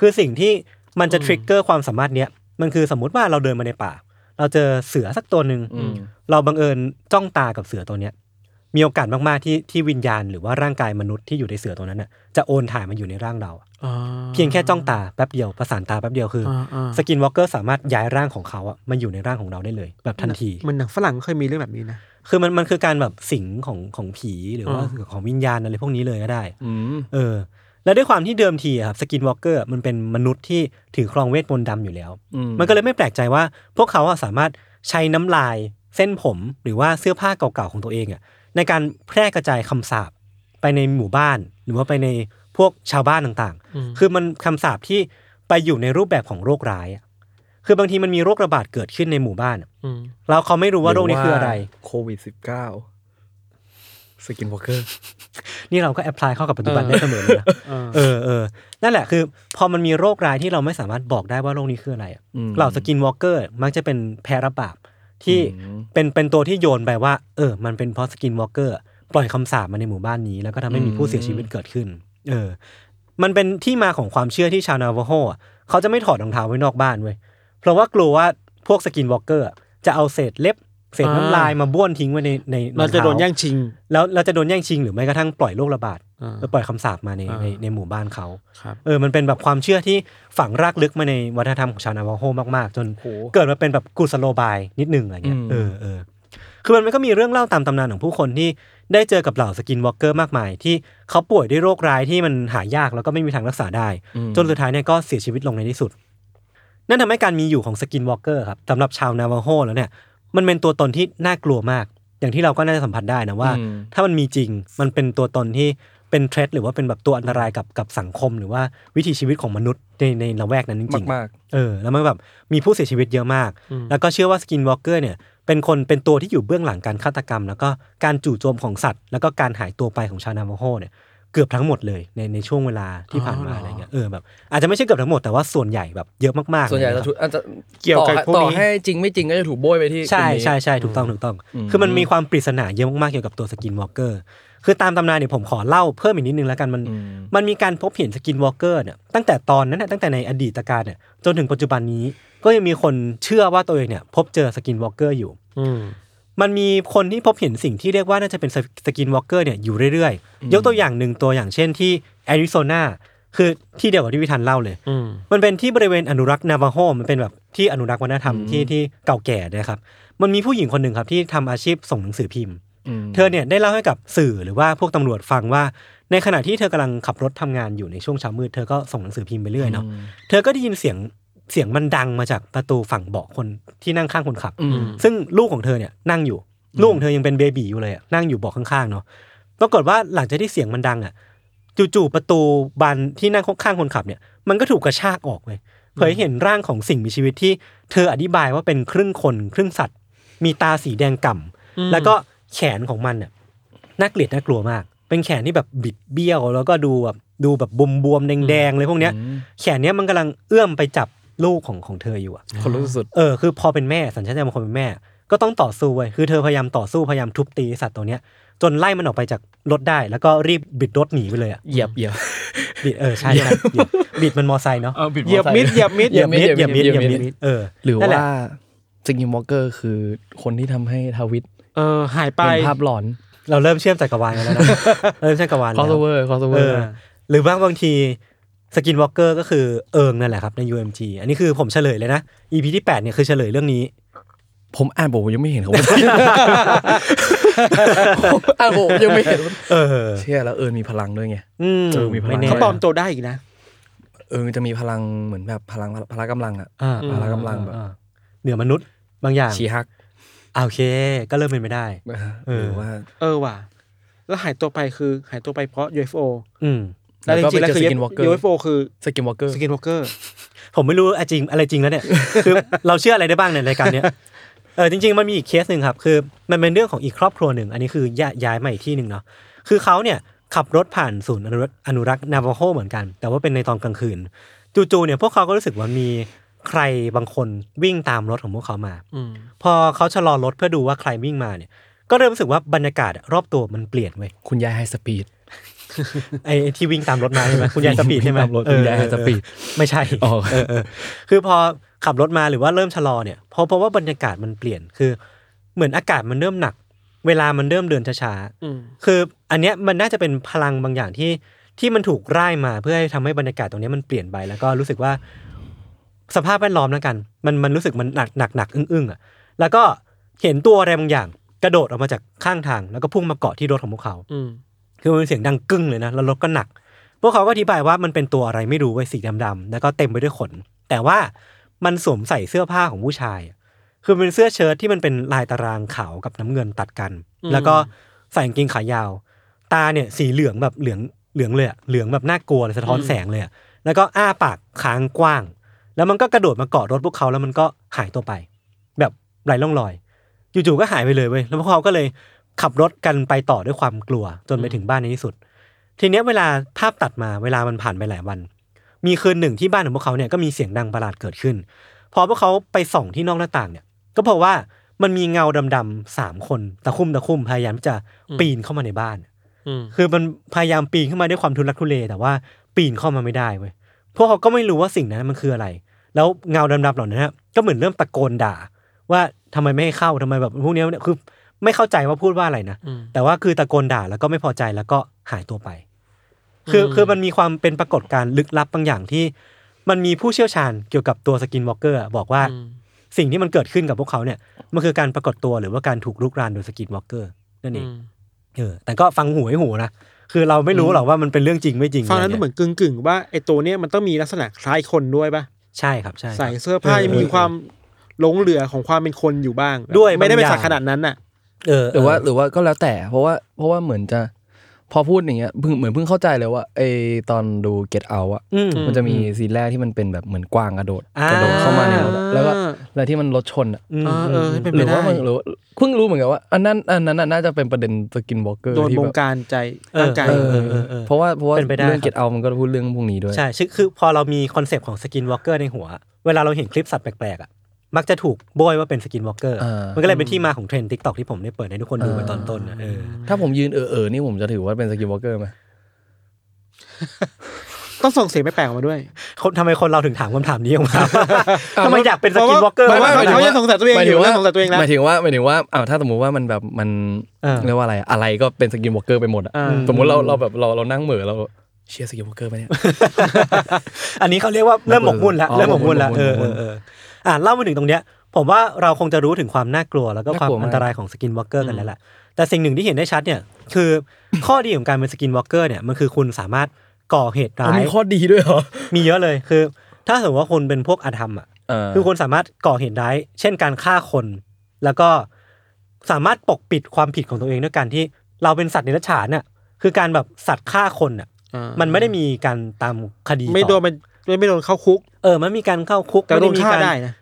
Speaker 1: คือสิ่งที่มันจะทริกเกอร์ความสามารถเนี้ยมันคือสมมุติว่าเราเดินมาในป่า เราเจอเสือสักตัวหนึ่ง
Speaker 3: อืม
Speaker 1: เราบังเอิญจ้องตากับเสือตัวเนี้ย มีโอกาสมาก ๆ ที่ที่วิญญาณหรือว่าร่างกายมนุษย์ที่อยู่ในเสือตัวนั้นน่ะจะโอนถ่ายมาอยู่ในร่างเรา
Speaker 2: อ่า
Speaker 1: เพียงแค่จ้องตาแป๊บเดียวประสานตาแป๊บเดียวคืออา
Speaker 2: อ่า
Speaker 1: สกินวอล์กเกอร์สามารถย้ายร่างของเขาอะมาอยู่ในร่างของเราได้เลย แบบทันที
Speaker 2: เหมันหนังฝรั่งเคยมีเรื่องแบบนี้นะ
Speaker 1: คือมันมันคือการแบบสิงของของผีหรือว่า
Speaker 2: อ่า
Speaker 1: ของวิญญาณอะไรพวกนี้เลยก็ได้
Speaker 3: อืม
Speaker 1: เออ และด้วยความที่เดิมทีอะครับสกินวอล์กเกอร์มันเป็นมนุษย์ที่ถือครองเวทมนต์ดำอยู่แล้ว
Speaker 3: อื
Speaker 1: มันก็เลยไม่แปลกใจว่าพวกเขาอะสามารถใช้น้ำลายเส้นผมหรือว่าเสื้อผ้าเก่าๆของตัวเองอะในการแพร่กระจายคำสาปไปในหมู่บ้าน หรือว่าไปในพวกชาวบ้านต่าง
Speaker 2: อืม
Speaker 1: ๆ คือมันคำสาปที่ไปอยู่ในรูปแบบของโรคร้ายอะคือบางทีมันมีโรคระบาดเกิดขึ้นในหมู่บ้านอะ
Speaker 2: อืม
Speaker 1: แล้วเขาไม่รู้ว่าโรคนี้คืออะไร
Speaker 3: โควิด -19 สกินวอล์กเกอร์
Speaker 1: นี่เราก็แอพพลายเข้ากับปัจจุบันได้เสมอเลยนะ
Speaker 2: เออ
Speaker 1: เออเออนั่นแหละคือ พอมันมีโรคร้ายที่เราไม่สามารถบอกได้ว่าโรคนี้คืออะไรอะ
Speaker 3: อืม
Speaker 1: เหล่าสกินวอล์กเกอร์มักจะเป็นแพรับบาปที่ เป็นเป็นตัวที่โยนไปว่า เออ มันเป็นเพราะสกินวอล์กเกอร์ปล่อยคำสาปมาในหมู่บ้านนี้แล้วก็ทำให้มีผู้เสียชีวิตเกิดขึ้น เออ มันเป็นที่มาของความเชื่อที่ชาวนาโวโฮอะเขาจะไม่ถอดรองเท้าไว้นอกบ้านเว้ยเพราะว่ากลัวว่าพวกสกินวอล์กเกอร์อะจะเอาเศษเล็บเศษน้ำลายมาบ้วนทิ้งไว้ในในองท้
Speaker 2: เราจะโดนแย่งชิง
Speaker 1: แล้วเราจะโดนแย่งชิงหรือไม่กระทั่งปล่อยโรคระบาด
Speaker 2: อ่า
Speaker 1: หรือปล่อยคำสาปมาใน
Speaker 2: อ่า
Speaker 1: ในในหมู่บ้านเขา
Speaker 2: ครับ
Speaker 1: เออ มันเป็นแบบความเชื่อที่ฝังรากลึกมาในวัฒนธรรมของชาวนาวาโฮมากๆ จนเกิดมาเป็นแบบกุศโลบายนิดหนึงอะไรเงี้ย
Speaker 3: อื
Speaker 1: เออ
Speaker 3: ม
Speaker 1: เออ คือมันก็มีเรื่องเล่าตามตำนานของผู้คนที่ได้เจอกับเหล่าสกินวอล์กเกอร์มากมาย ที่เขาป่วยด้วยโรคร้ายที่มันหายากแล้วก็ไม่มีทางรักษาได้ จนสุดท้ายเนี่ยก็เสียชีวิตลงในที่สุด นั่นทำให้การมีอยู่ของสกินวอล์กเกอร์ครับสำหรับชาวนาวาโฮแล้วเนี่ยมันเป็นตัวตนที่น่ากลัวมาก อย่างที่เราก็น่าจะสัมผัสได้นะว่า
Speaker 3: อืม
Speaker 1: ถ้ามันมีจริงมันเป็นตัวตนที่เป็นเทรดหรือว่าเป็นแบบตัวอันตรายกับกับสังคม หรือว่าวิถีชีวิตของมนุษย์ในในละแวกนั้นจริงๆ
Speaker 3: มาก
Speaker 1: เออแล้วมันแบบมีผู้เสียชีวิตเยอะมาก
Speaker 2: อืม
Speaker 1: แล้วก็เชื่อว่าสกินวอล์กเกอร์เนี่ยเป็นคนเป็นตัวที่อยู่เบื้องหลังการฆาตกรรม แล้วก็การจู่โจมของสัตว์ แล้วก็การหายตัวไปของชาวนามโฮเนี่ยเกือบทั้งหมดเลยในในช่วงเวลาที่ผ่านมาอะไรเงี้ยเออแบบอาจจะไม่ใช่เกือบทั้งหมดแต่ว่าส่วนใหญ่แบบเยอะมากๆ
Speaker 3: ส่วนใหญ่
Speaker 1: เลยคบ
Speaker 3: จะถูกอาจจะ
Speaker 2: เกี่ยวกับ
Speaker 3: ต่
Speaker 2: พวก
Speaker 3: อให้
Speaker 2: นี้
Speaker 3: ต่อให้จริงไม่จริงก็จะถูกโบยไปที่
Speaker 1: ใช่
Speaker 3: คนนี้
Speaker 1: ใช่ใช่ถูกต้องถูกต้อง
Speaker 3: อืม
Speaker 1: คือมันมีความปริศนาเยอะมากๆเกี่ยวกับตัวสกินวอล์กเกอร์คือตามตำนานเนี่ยผมขอเล่าเพิ่มอีกนิดนึงแล้วกันมัน
Speaker 3: อืม
Speaker 1: มันมีการพบเห็นสกินวอล์กเกอร์เนี่ยตั้งแต่ตอนนั้นนะตั้งแต่ในอดีตการเนี่ยจนถึงปัจจุบันนี้ก็ยังมีคนเชื่อว่าตัวเองเนี่ยพบเจอสกินวอล์กเกอร์อยู่
Speaker 2: อืม
Speaker 1: มันมีคนที่พบเห็นสิ่งที่เรียกว่าน่าจะเป็นสกินวอล์กเกอร์เนี่ยอยู่เรื่อยๆ ยกตัวอย่างหนึ่งตัวอย่างเช่นที่แอริโซนาคือที่เดียวกับที่วิธันเล่าเลย
Speaker 2: อืม
Speaker 1: มันเป็นที่บริเวณอนุรักษ์นาวาโฮมันเป็นแบบที่อนุรักษ์วัฒนธรรมที่ที่เก่าแก่นะครับ มันมีผู้หญิงคนหนึ่งครับที่ทำอาชีพส่งหนังสือพิมพ์
Speaker 3: ม
Speaker 1: เธอเนี่ยได้เล่าให้กับสื่อหรือว่าพวกตำรวจฟังว่า ในขณะที่เธอกำลังขับรถทำงานอยู่ในช่วงเช้ามืดเธอก็ส่งหนังสือพิมพ์ไปเรื่อยเนาะ เธอก็ได้ยินเสียงเสียงมันดังมาจากประตูฝั่งเบาะคนที่นั่งข้างคนขับ
Speaker 3: อืม
Speaker 1: ซึ่งลูกของเธอเนี่ยนั่งอยู่ ลูกของเธอยังเป็นเบบีอยู่เลยอะนั่งอยู่เบาะข้างๆเนาะปรากฏว่าหลังจากที่เสียงมันดังอ่ะจู่ๆประตูบานที่นั่งข้างๆคนขับเนี่ยมันก็ถูกกระชากออกเลยเผยเห็นร่างของสิ่งมีชีวิตที่ เธออธิบายว่าเป็นครึ่งคนครึ่งสัตว์ มีตาสีแดงก่
Speaker 2: อืม
Speaker 1: ำแล้วก็แขนของมันเนี่ยน่าเกลียดน่ากลัวมาก เป็นแขนที่แบบบิดเบี้ยว แล้วก็ดูแบบดูแบบบวมๆแดงๆเลยพวกเนี้ย
Speaker 3: อืม
Speaker 1: แขนเนี้ยมันกำลังเอื้อมไปจับลูกของของเธออยู่อะ
Speaker 3: คนรู้สึกสุด
Speaker 1: เออคือพอเป็นแม่สัญชาติยาณของคนเป็นแม่ ก็ต้องต่อสู้เว้ยคือเธอพยายามต่อสู้พยายามทุบตีสัตว์ตัวเนี้ย จนไล่มันออกไปจากรถได้ แล้วก็รีบบิดรถหนีไปเลยอ่ะ
Speaker 3: เหยียบเหยียบ
Speaker 1: บิดเออใช่ ใช่บิดบิดมันมอไซค์เนาะ
Speaker 3: อาบิด
Speaker 2: เหยียบมิดเหยียบมิด
Speaker 3: เหยียบมิด
Speaker 1: เหยียบมิดเหยียบมิดเออ
Speaker 3: หรือ
Speaker 1: นั่นแห
Speaker 3: ว่า
Speaker 1: ละ
Speaker 3: สกินวอล์กเกอร์คือคนที่ทำให้ทวิต
Speaker 2: เออ หายไป
Speaker 3: เป็นภาพหลอน
Speaker 1: เราเริ่มเชื่อมจักรวาลกันแล้วนะ เริ่มเชื่อมจักรวาลแล้ว
Speaker 3: crossover
Speaker 1: เอ
Speaker 3: crossover
Speaker 1: อหรือบางบางทีสกินวอล์กเกอร์ก็คือเอิงนั่นแหละครับใน UMG อันนี้คือผมเฉลยเลยนะ EP ที่8เนี่ยคือเฉลยเรื่องนี้
Speaker 3: ผมอ่านบอกผมยังไม่เห็นเขา ผมอ่านบอกผมยังไม่เห็น
Speaker 1: เออ
Speaker 3: เชื่อแล้วเอิญมีพลังด้วยไง
Speaker 1: อืม
Speaker 3: เออมีพลัง
Speaker 1: ไม่แน่
Speaker 2: เขาปลอมตัวได้อีกนะ
Speaker 3: เอิญจะมีพลังเหมือนแบบพลังพละกำลังอะ
Speaker 1: อ่า
Speaker 2: อืม
Speaker 3: พละกำลังแบบ
Speaker 1: อ่าเหนือมนุษย์บางอย่าง
Speaker 3: ชีฮัก
Speaker 1: อ่ะโอเค ก็เริ่มเป็นไม่ได้ เออ
Speaker 3: หรือว่า
Speaker 2: เออว่ะ แล้วหายตัวไปคือหายตัวไปเพราะ UFO
Speaker 1: อืม
Speaker 2: แล้วจริงๆแล้วว
Speaker 3: แล้ก็
Speaker 2: คื
Speaker 3: ไป
Speaker 2: อ
Speaker 3: เจอ skinwalker
Speaker 2: UFO คือ
Speaker 3: สกินวอล์กเกอร์
Speaker 2: สกินวอล์กเกอร์
Speaker 1: ผมไม่รู้อะจริงอะไรจริงแล้วเนี่ย คือเราเชื่ออะไรได้บ้างในรายการเนี้ยเออจริง ๆ มันมีอีกเคสหนึ่งครับ คือมันเป็นเรื่องของอีกครอบครัวหนึ่ง อันนี้คือย้ายย้ายมาอีกที่หนึ่งเนาะคือเขาเนี่ยขับรถผ่านศูนย์อนุรักษ์อนุรักษ์นาวาโฮเหมือนกัน แต่ว่าเป็นในตอนกลางคืนจู่ๆเนี่ยพวกเขาก็รู้สึกว่ามีใครบางคนวิ่งตามรถของพวกเขามา
Speaker 2: อืม
Speaker 1: พอเขาชะลอรถเพื่อดูว่าใครวิ่งมาเนี่ย ก็เริ่มรู้สึกว่าบรรยากาศอะรอบตัวมันเปลี่ยนเว้ย
Speaker 3: คุณยายไฮสปีด
Speaker 1: ไอ้ที่วิ่งตามรถมาใช่ไหม คุณยายสปีดใช่ไหม
Speaker 3: วิ่งตามรถ
Speaker 1: เออ
Speaker 3: คุณยาย
Speaker 1: เออ
Speaker 3: สปีด
Speaker 1: เออไม่ใช่
Speaker 3: อ๋อ
Speaker 1: เออเออคือพอขับรถมาหรือว่าเริ่มชะลอเนี่ยพอเพราะว่าบรรยากาศมันเปลี่ยนคือ เหมือนอากาศมันเริ่มหนัก เวลามันเริ่มเดินช้า
Speaker 2: อืม
Speaker 1: ๆคืออันเนี้ยมันน่าจะเป็นพลังบางอย่างที่ที่มันถูกร่ายมาเพื่อให้ทำให้บรรยากาศตรงเนี้ยมันเปลี่ยนไปแล้วก็รู้สึกว่า สภาพแวดล้อมแล้วกัน มันมันรู้สึกมันหนักหนักหนักอึ้งอึ้งๆอ่ะแล้วก็เห็นตัวอะไรบางอย่าง กระโดดออกมาจากข้างทาง แล้วก็พุ่งมาเกาะที่รถของพวกเขา
Speaker 2: อืม
Speaker 1: คือมันเป็นเสียงดังกึ้งเลยนะ แล้วรถก็หนัก พวกเขาก็อธิบายว่ามันเป็นตัวอะไรไม่รู้เว้ยสีดำๆแล้วก็เต็มไปด้วยขน แต่ว่ามันสวมใส่เสื้อผ้าของผู้ชายอะคือมันเป็นเสื้อเชิ้ตที่มันเป็นลายตารางขาวกับน้ำเงินตัดกัน
Speaker 2: อืม
Speaker 1: แล้วก็ใส่กางเกงขายาว ตาเนี่ยสีเหลืองแบบเหลืองเหลืองเลยอะเหลืองแบบน่ากลัวเลยสะท้อนแสงเลยอะแล้วก็อ้าปากค้างกว้าง แล้วมันก็กระโดดมาเกาะรถพวกเขาแล้วมันก็หายตัวไป แบบไร้ร่องรอย อยู่ๆก็หายไปเลยเว้ยแล้วพวกเขาก็เลยขับรถกันไปต่อด้วยความกลัว จนไปถึงบ้านในที่สุด ทีเนี้ยเวลาภาพตัดมาเวลามันผ่านไปหลายวัน มีคืนหนึ่งที่บ้านของพวกเขาเนี่ยก็มีเสียงดังประหลาดเกิดขึ้น พอพวกเขาไปส่องที่นอกหน้าต่างเนี่ย ก็เพราะว่ามันมีเงาดำๆสามคนตะคุ่มตะคุ่มพยายามที่จะปีนเข้ามาในบ้าน
Speaker 2: อืม
Speaker 1: คือมันพยายามปีนขึ้นมาด้วยความทุรักทุเลแต่ว่าปีนเข้ามาไม่ได้เว้ยพวกเขาก็ไม่รู้ว่าสิ่งนั้นมันคืออะไร แล้วเงาดำๆเหล่านั้นนะก็เหมือนเริ่มตะโกนด่า ว่าทำไมไม่ให้เข้าทำไมแบบพวกเนี้ยคือไม่เข้าใจว่าพูดว่าอะไรนะ
Speaker 2: อืม
Speaker 1: แต่ว่าคือตะโกนด่าแล้วก็ไม่พอใจแล้วก็หายตัวไป คือ
Speaker 2: อืม
Speaker 1: คือมันมีความเป็นปรากฏการณ์ลึกลับบางอย่างที่ มันมีผู้เชี่ยวชาญเกี่ยวกับตัวสกินวอล์กเกอร์บอกว่า
Speaker 2: อืม
Speaker 1: สิ่งที่มันเกิดขึ้นกับพวกเขาเนี่ยมันคือการปรากฏตัวหรือว่าการถูกลุกรานโดยสกินวอล์กเกอร์นั่นเอง
Speaker 2: อืม
Speaker 1: เออแต่ก็ฟังหูให้หูนะคือเราไม่รู้หรอกว่ามันเป็นเรื่องจริงไม่จริง
Speaker 2: ฟังแล้ว
Speaker 1: ะไร
Speaker 2: ดู
Speaker 1: งี้ย
Speaker 2: เหมือนกึ่งกึ่งๆว่าไอ้ตัวเนี้ยมันต้องมีลักษณะคล้ายคนด้วยปะ
Speaker 1: ใช่ครับใช่ครับ
Speaker 2: ใส่เสื้อผ้า
Speaker 1: เออ
Speaker 2: ยังมีความหลงเหลือของความเป็นคนอยู่บ้าง
Speaker 1: ด้วย
Speaker 2: ไม่ได้เป็น
Speaker 1: บางอย่าง
Speaker 2: สัตว์ขนาดนั้นน่ะ
Speaker 1: เออ
Speaker 3: หรือว่า
Speaker 1: เห
Speaker 3: รือว่าก็แล้วแต่ เพราะว่าเพราะว่าเหมือนจะพอพูดอย่างเงี้ยเพิ่งเหมือนเพิ่งเข้าใจเลยว่าไอตอนดู Get Out อะ
Speaker 1: อืม
Speaker 3: มันจะมีซีนแรกที่มันเป็นแบบเหมือนกวางกระโดด
Speaker 1: อ่า
Speaker 3: กระโดดเข้ามาในรถอะแล้วก็
Speaker 2: อ่า
Speaker 3: อะไรที่มันรถชนอะ
Speaker 1: อืม
Speaker 2: เออเออเป็น
Speaker 3: ห
Speaker 2: ไป
Speaker 3: รือ
Speaker 2: ได้
Speaker 3: ว่ามันหรือว่าเพิ่งรู้เหมือนกันว่าอันนั้นอันนั้นอะน่าจะเป็นประเด็นสกินวอล์กเกอร์
Speaker 2: โดน
Speaker 3: ที่
Speaker 2: บ
Speaker 3: แบ
Speaker 2: ง
Speaker 3: บ
Speaker 2: การใจ
Speaker 1: เอ
Speaker 2: ร่า
Speaker 1: อง
Speaker 2: กาย
Speaker 1: เออเออเออ
Speaker 3: เพราะว่าเพราะว่า
Speaker 1: เป็นไปได้
Speaker 3: เรื่อ
Speaker 1: ค
Speaker 3: ง
Speaker 1: รับ
Speaker 3: Get Out มันก็พูดเรื่องพวกนี้ด้วย
Speaker 1: ใช่ชื่อคือพอเรามีคอนเซปต์ของสกินวอล์กเกอร์ในหัว เวลาเราเห็นคลิปสัตว์แปลกๆอ่ะมักจะถูกโบยว่าเป็นสกินวอล์กเกอร์
Speaker 3: เออ
Speaker 1: มันก็เลยเป็นที่มาของเทรนด์ทิกตอกที่ผมได้เปิดให้ทุกคนดูไปตอนต้นนะเออ
Speaker 3: ถ้าผมยืนเออเออๆนี่ผมจะถือว่าเป็นสกินวอล์กเกอร์ไหม
Speaker 2: ต้องส่งเสียงแปลกๆออกมาด้วย
Speaker 1: คนทำไมคนเราถึงถามคำถามนี้ออกมา
Speaker 3: อ่ะ
Speaker 1: ทำไมอยากเป็นสกินวอล์กเกอร์
Speaker 2: พราะว่า เขายังสงสัยตัวเองอยู่นะสงสัยตัวเองนะ
Speaker 3: หมายถึงว่าหมายถึงว่าอ้าวถ้าสมมุติว่ามันแบบมัน
Speaker 1: เออ
Speaker 3: เรียกว่าอะไรอะอะไรก็เป็นสกินวอล์กเกอร์ไปหมดอะ
Speaker 2: อ่า
Speaker 3: สมมุติเราเราแบบเราเรานั่งเหม่อเราเชียร์สกินวอล์กเกอร์ไปะเนี่ย
Speaker 1: อันนี้เขาเรียกว่าเริ่มหมกมุ่นแล้ว
Speaker 3: อ๋อ
Speaker 1: เริ่มหมกมุ่นแล้ว
Speaker 3: หมก
Speaker 1: เอ
Speaker 3: มุ่
Speaker 1: อนเออเอออ่ะเล่ามาถึงตรงเนี้ย ผมว่าเราคงจะรู้ถึงความน่ากลัวแล้วก็ความ
Speaker 3: น่ากลัวมาก
Speaker 1: อันตรายของสกินวอล์กเกอร์กันแล้วแหละแต่สิ่งหนึ่งที่เห็นได้ชัดเนี่ย คือ ข้อดีของการเป็นสกินวอล์กเกอร์เนี่ยมันคือคุณสามารถก่อเหตุร้า
Speaker 3: เอา
Speaker 1: ย
Speaker 3: มีข้อดีด้วยเหรอ
Speaker 1: มีเยอะเลยคือ ถ้าสมมติว่าคนเป็นพวกอาธรรมอ่ะคือคนสามารถก่อเหตุร้าย เช่นการฆ่าคน แล้วก็สามารถปกปิดความผิดของตัวเองด้วยการที่เราเป็นสัตว์เดรัจฉานน่ะคือการแบบสัตว์ฆ่าคนอ่ะมันไม่ได้มีการตามคดี
Speaker 2: ไม่
Speaker 1: ต่อ
Speaker 2: โดนมันไม่โดนเข้าคุก
Speaker 1: เออมันมีการเข้าคุก
Speaker 2: แต่โดน
Speaker 1: ม่มี
Speaker 2: ฆ่าก
Speaker 1: ร
Speaker 2: ได้นะ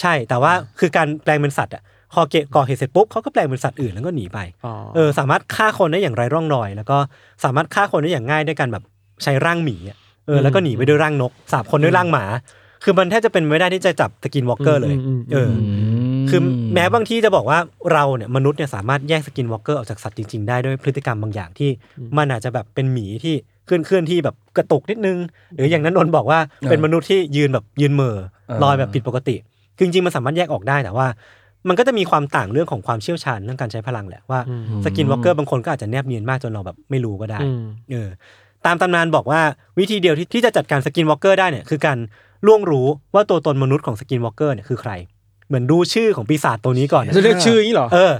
Speaker 1: ใช่ แต่ว่าคือการแปลงเป็นสัตว์อ่ะพอเกะก่อเหตุเสร็จปุ๊บเขาก็แปลงเป็นสัตว์อื่นแล้วก็หนีไป
Speaker 2: อ๋อ
Speaker 1: เออสามารถฆ่าคนได้อย่างไร้ร่องรอย แล้วก็สามารถฆ่าคนได้อย่างง่ายด้วยการแบบใช้ร่างหมีอะเออแล้วก็หนีไปด้วยร่างนกสาบคนด้วยร่างหมา คือมันแทบจะเป็นไม่ได้ที่จะจับสกินวอล์กเกอร์เลย เออ
Speaker 3: ม
Speaker 1: คือแม้บางที่จะบอกว่าเราเนี่ยมนุษย์เนี่ยสามารถแยกสกินวอล์กเกอร์ออกจากสัตว์จริง ๆ ได้ด้วยพฤติกรรมบางอย่างที่มันอาจจะแบบเป็นหมีที่เคลื่อนเคลื่อนที่แบบกระตุกนิดนึง หรืออย่างนั้นนนท์บอกว่าเป็นมนุษย์ที่ยืนแบบยืนเหม่อลอยแบบผิดปกติคือจริงๆมันสามารถแยกออกได้แต่ว่า มันก็จะมีความต่างเรื่องของความเชี่ยวชาญเรื่องการใช้พลังแหละว่าสกินวอล์กเกอร์บางคนก็อาจจะแนบเนียนมากจนเราแบบไม่รู้ก็ได้
Speaker 2: อืม
Speaker 1: เออตามตำนานบอกว่าวิธีเดียวที่ที่จะจัดการสกินวอล์กเกอร์ได้เนี่ยคือการล่วงรู้ว่าตัวตนมนุษย์ของสกินวอล์กเกอร์เนี่ยคือใคร เหมือนดูชื่อของปีศาจตัวนี้ก่อนนะ
Speaker 2: จะเรียกชื่ออย่างนี้เหรอ
Speaker 1: เออ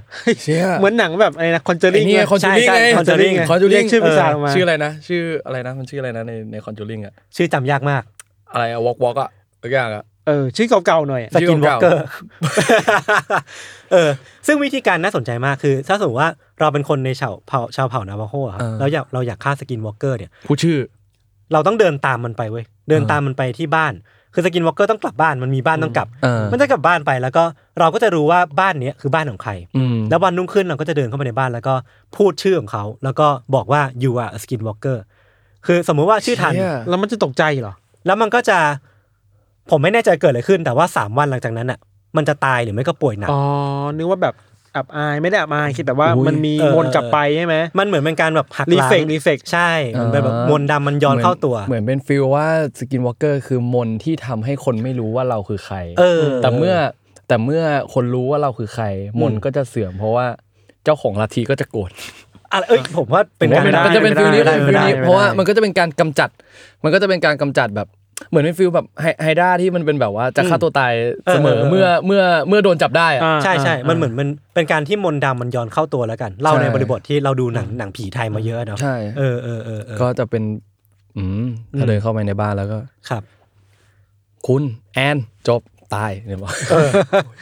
Speaker 3: เชี่ย
Speaker 2: เหมือนหนังแบบอะไรนะคอนเจอริ
Speaker 3: ไอ้
Speaker 2: ง
Speaker 3: นี่คอนจูริง
Speaker 1: ใช่
Speaker 3: ไง
Speaker 1: ใช่ Conjuring
Speaker 3: คอนจู
Speaker 2: เรี
Speaker 3: ริ
Speaker 2: ย
Speaker 3: ง
Speaker 2: กชื่อปีศาจออกมา
Speaker 3: ชื่ออะไรนะ ชื่ออะไรนะมันชื่ออะไรนะในในคอนจูริงอะ
Speaker 1: ชื่อจำยากมาก
Speaker 3: อะไรอะวอล์กวอล์กอะทุกอย่างอะ
Speaker 2: เออชื่อเก่าๆหน่อยอะ
Speaker 1: สกินวอล์กเกอ
Speaker 3: ชื่
Speaker 1: ร์
Speaker 3: อ
Speaker 1: เออ ซึ่งวิธีการน่าสนใจมากคือ ถ้าสมมติว่าเราเป็นคนในชาวเผ่าชาวเผ่านาวาโฮอะครับ
Speaker 3: เออ
Speaker 1: เราอยากเราอยากฆ่าสกินวอล์กเกอร์เนี่ย
Speaker 3: พูดชื่อ
Speaker 1: เราต้องเดินตามมันไปเว้ยเดินตามมันไปที่บ้าน คือสกินวอล์กเกอร์ต้องกลับบ้านมันมีบ้านต้องกลับ
Speaker 3: เออ
Speaker 1: มันจะกลับบ้านไปแล้วก็เราก็จะรู้ว่าบ้านเนี้ยคือบ้านของใคร
Speaker 3: อืม
Speaker 1: แล้ววันรุ่งขึ้นเราก็จะเดินเข้าไปในบ้านแล้วก็พูดชื่อของเขา แล้วก็บอกว่า you are a skinwalker คือสมมุติว่าชื่อทัน
Speaker 3: เชี่ย
Speaker 2: แล้วมันจะตกใจเหรอ
Speaker 1: แล้วมันก็จะ ผมไม่แน่ใจเกิดอะไรขึ้น แต่ว่าสามวันหลังจากนั้นอ่ะ มันจะตายหรือไม่ก็ป่วยหนัก
Speaker 2: อ๋อ นึกว่าแบบอับอายไม่ได้อับอายคิดแต่ว่ามันมี
Speaker 1: เออ
Speaker 2: มนต์กลับไปใช่ไหม
Speaker 1: มันเหมือนเป็นการแบบหัก
Speaker 2: รี
Speaker 1: ล้าง
Speaker 2: เฟกรีเฟก
Speaker 1: ใช่มันเป็นแบบมนต์ดำมันย้อนเข้าตัว
Speaker 3: เหมือนเป็นฟิลว่าสกินวอล์กเกอร์คือมนต์ที่ทำให้คนไม่รู้ว่าเราคือใคร
Speaker 1: เออ
Speaker 3: แต่เมื่อแต่เมื่อคนรู้ว่าเราคือใคร มนต์ก็จะเสื่อมเพราะว่าเจ้าของลัทธิก็จะโกรธ
Speaker 1: อะไรเอ้ยผมว่าเป็นการ
Speaker 2: า ไม่ได้
Speaker 3: มันจะเป็นฟิลนี้
Speaker 1: ไม่ได้
Speaker 3: เป็นฟิลนี้
Speaker 1: ไม่ได้
Speaker 3: เพราะว่ามันก็จะเป็นการกำจัด มันก็จะเป็นการกำจัดแบบ เหมือนเป็นฟิลแบบไฮไฮด้าที่มันเป็นแบบว่าจะฆ่าตัวตายเสมอเมื่อเมื่อเมื่อโดนจับได้อะ
Speaker 1: ใช่ใช่มันเหมือนมันเป็นการที่มนต์ดำมันย้อนเข้าตัวแล้วกันเล่า
Speaker 3: ใช่
Speaker 1: ในบริบทที่เราดูหนังหนังผีไทยมาเยอะเนาะ
Speaker 3: ใช่
Speaker 1: เออเออเออเออ
Speaker 3: ก็จะเป็น อืมถ้าเดินเข้าไปในบ้านแล้วก็
Speaker 1: ครับ
Speaker 3: คุณแอนจบตายเนี่ยบอก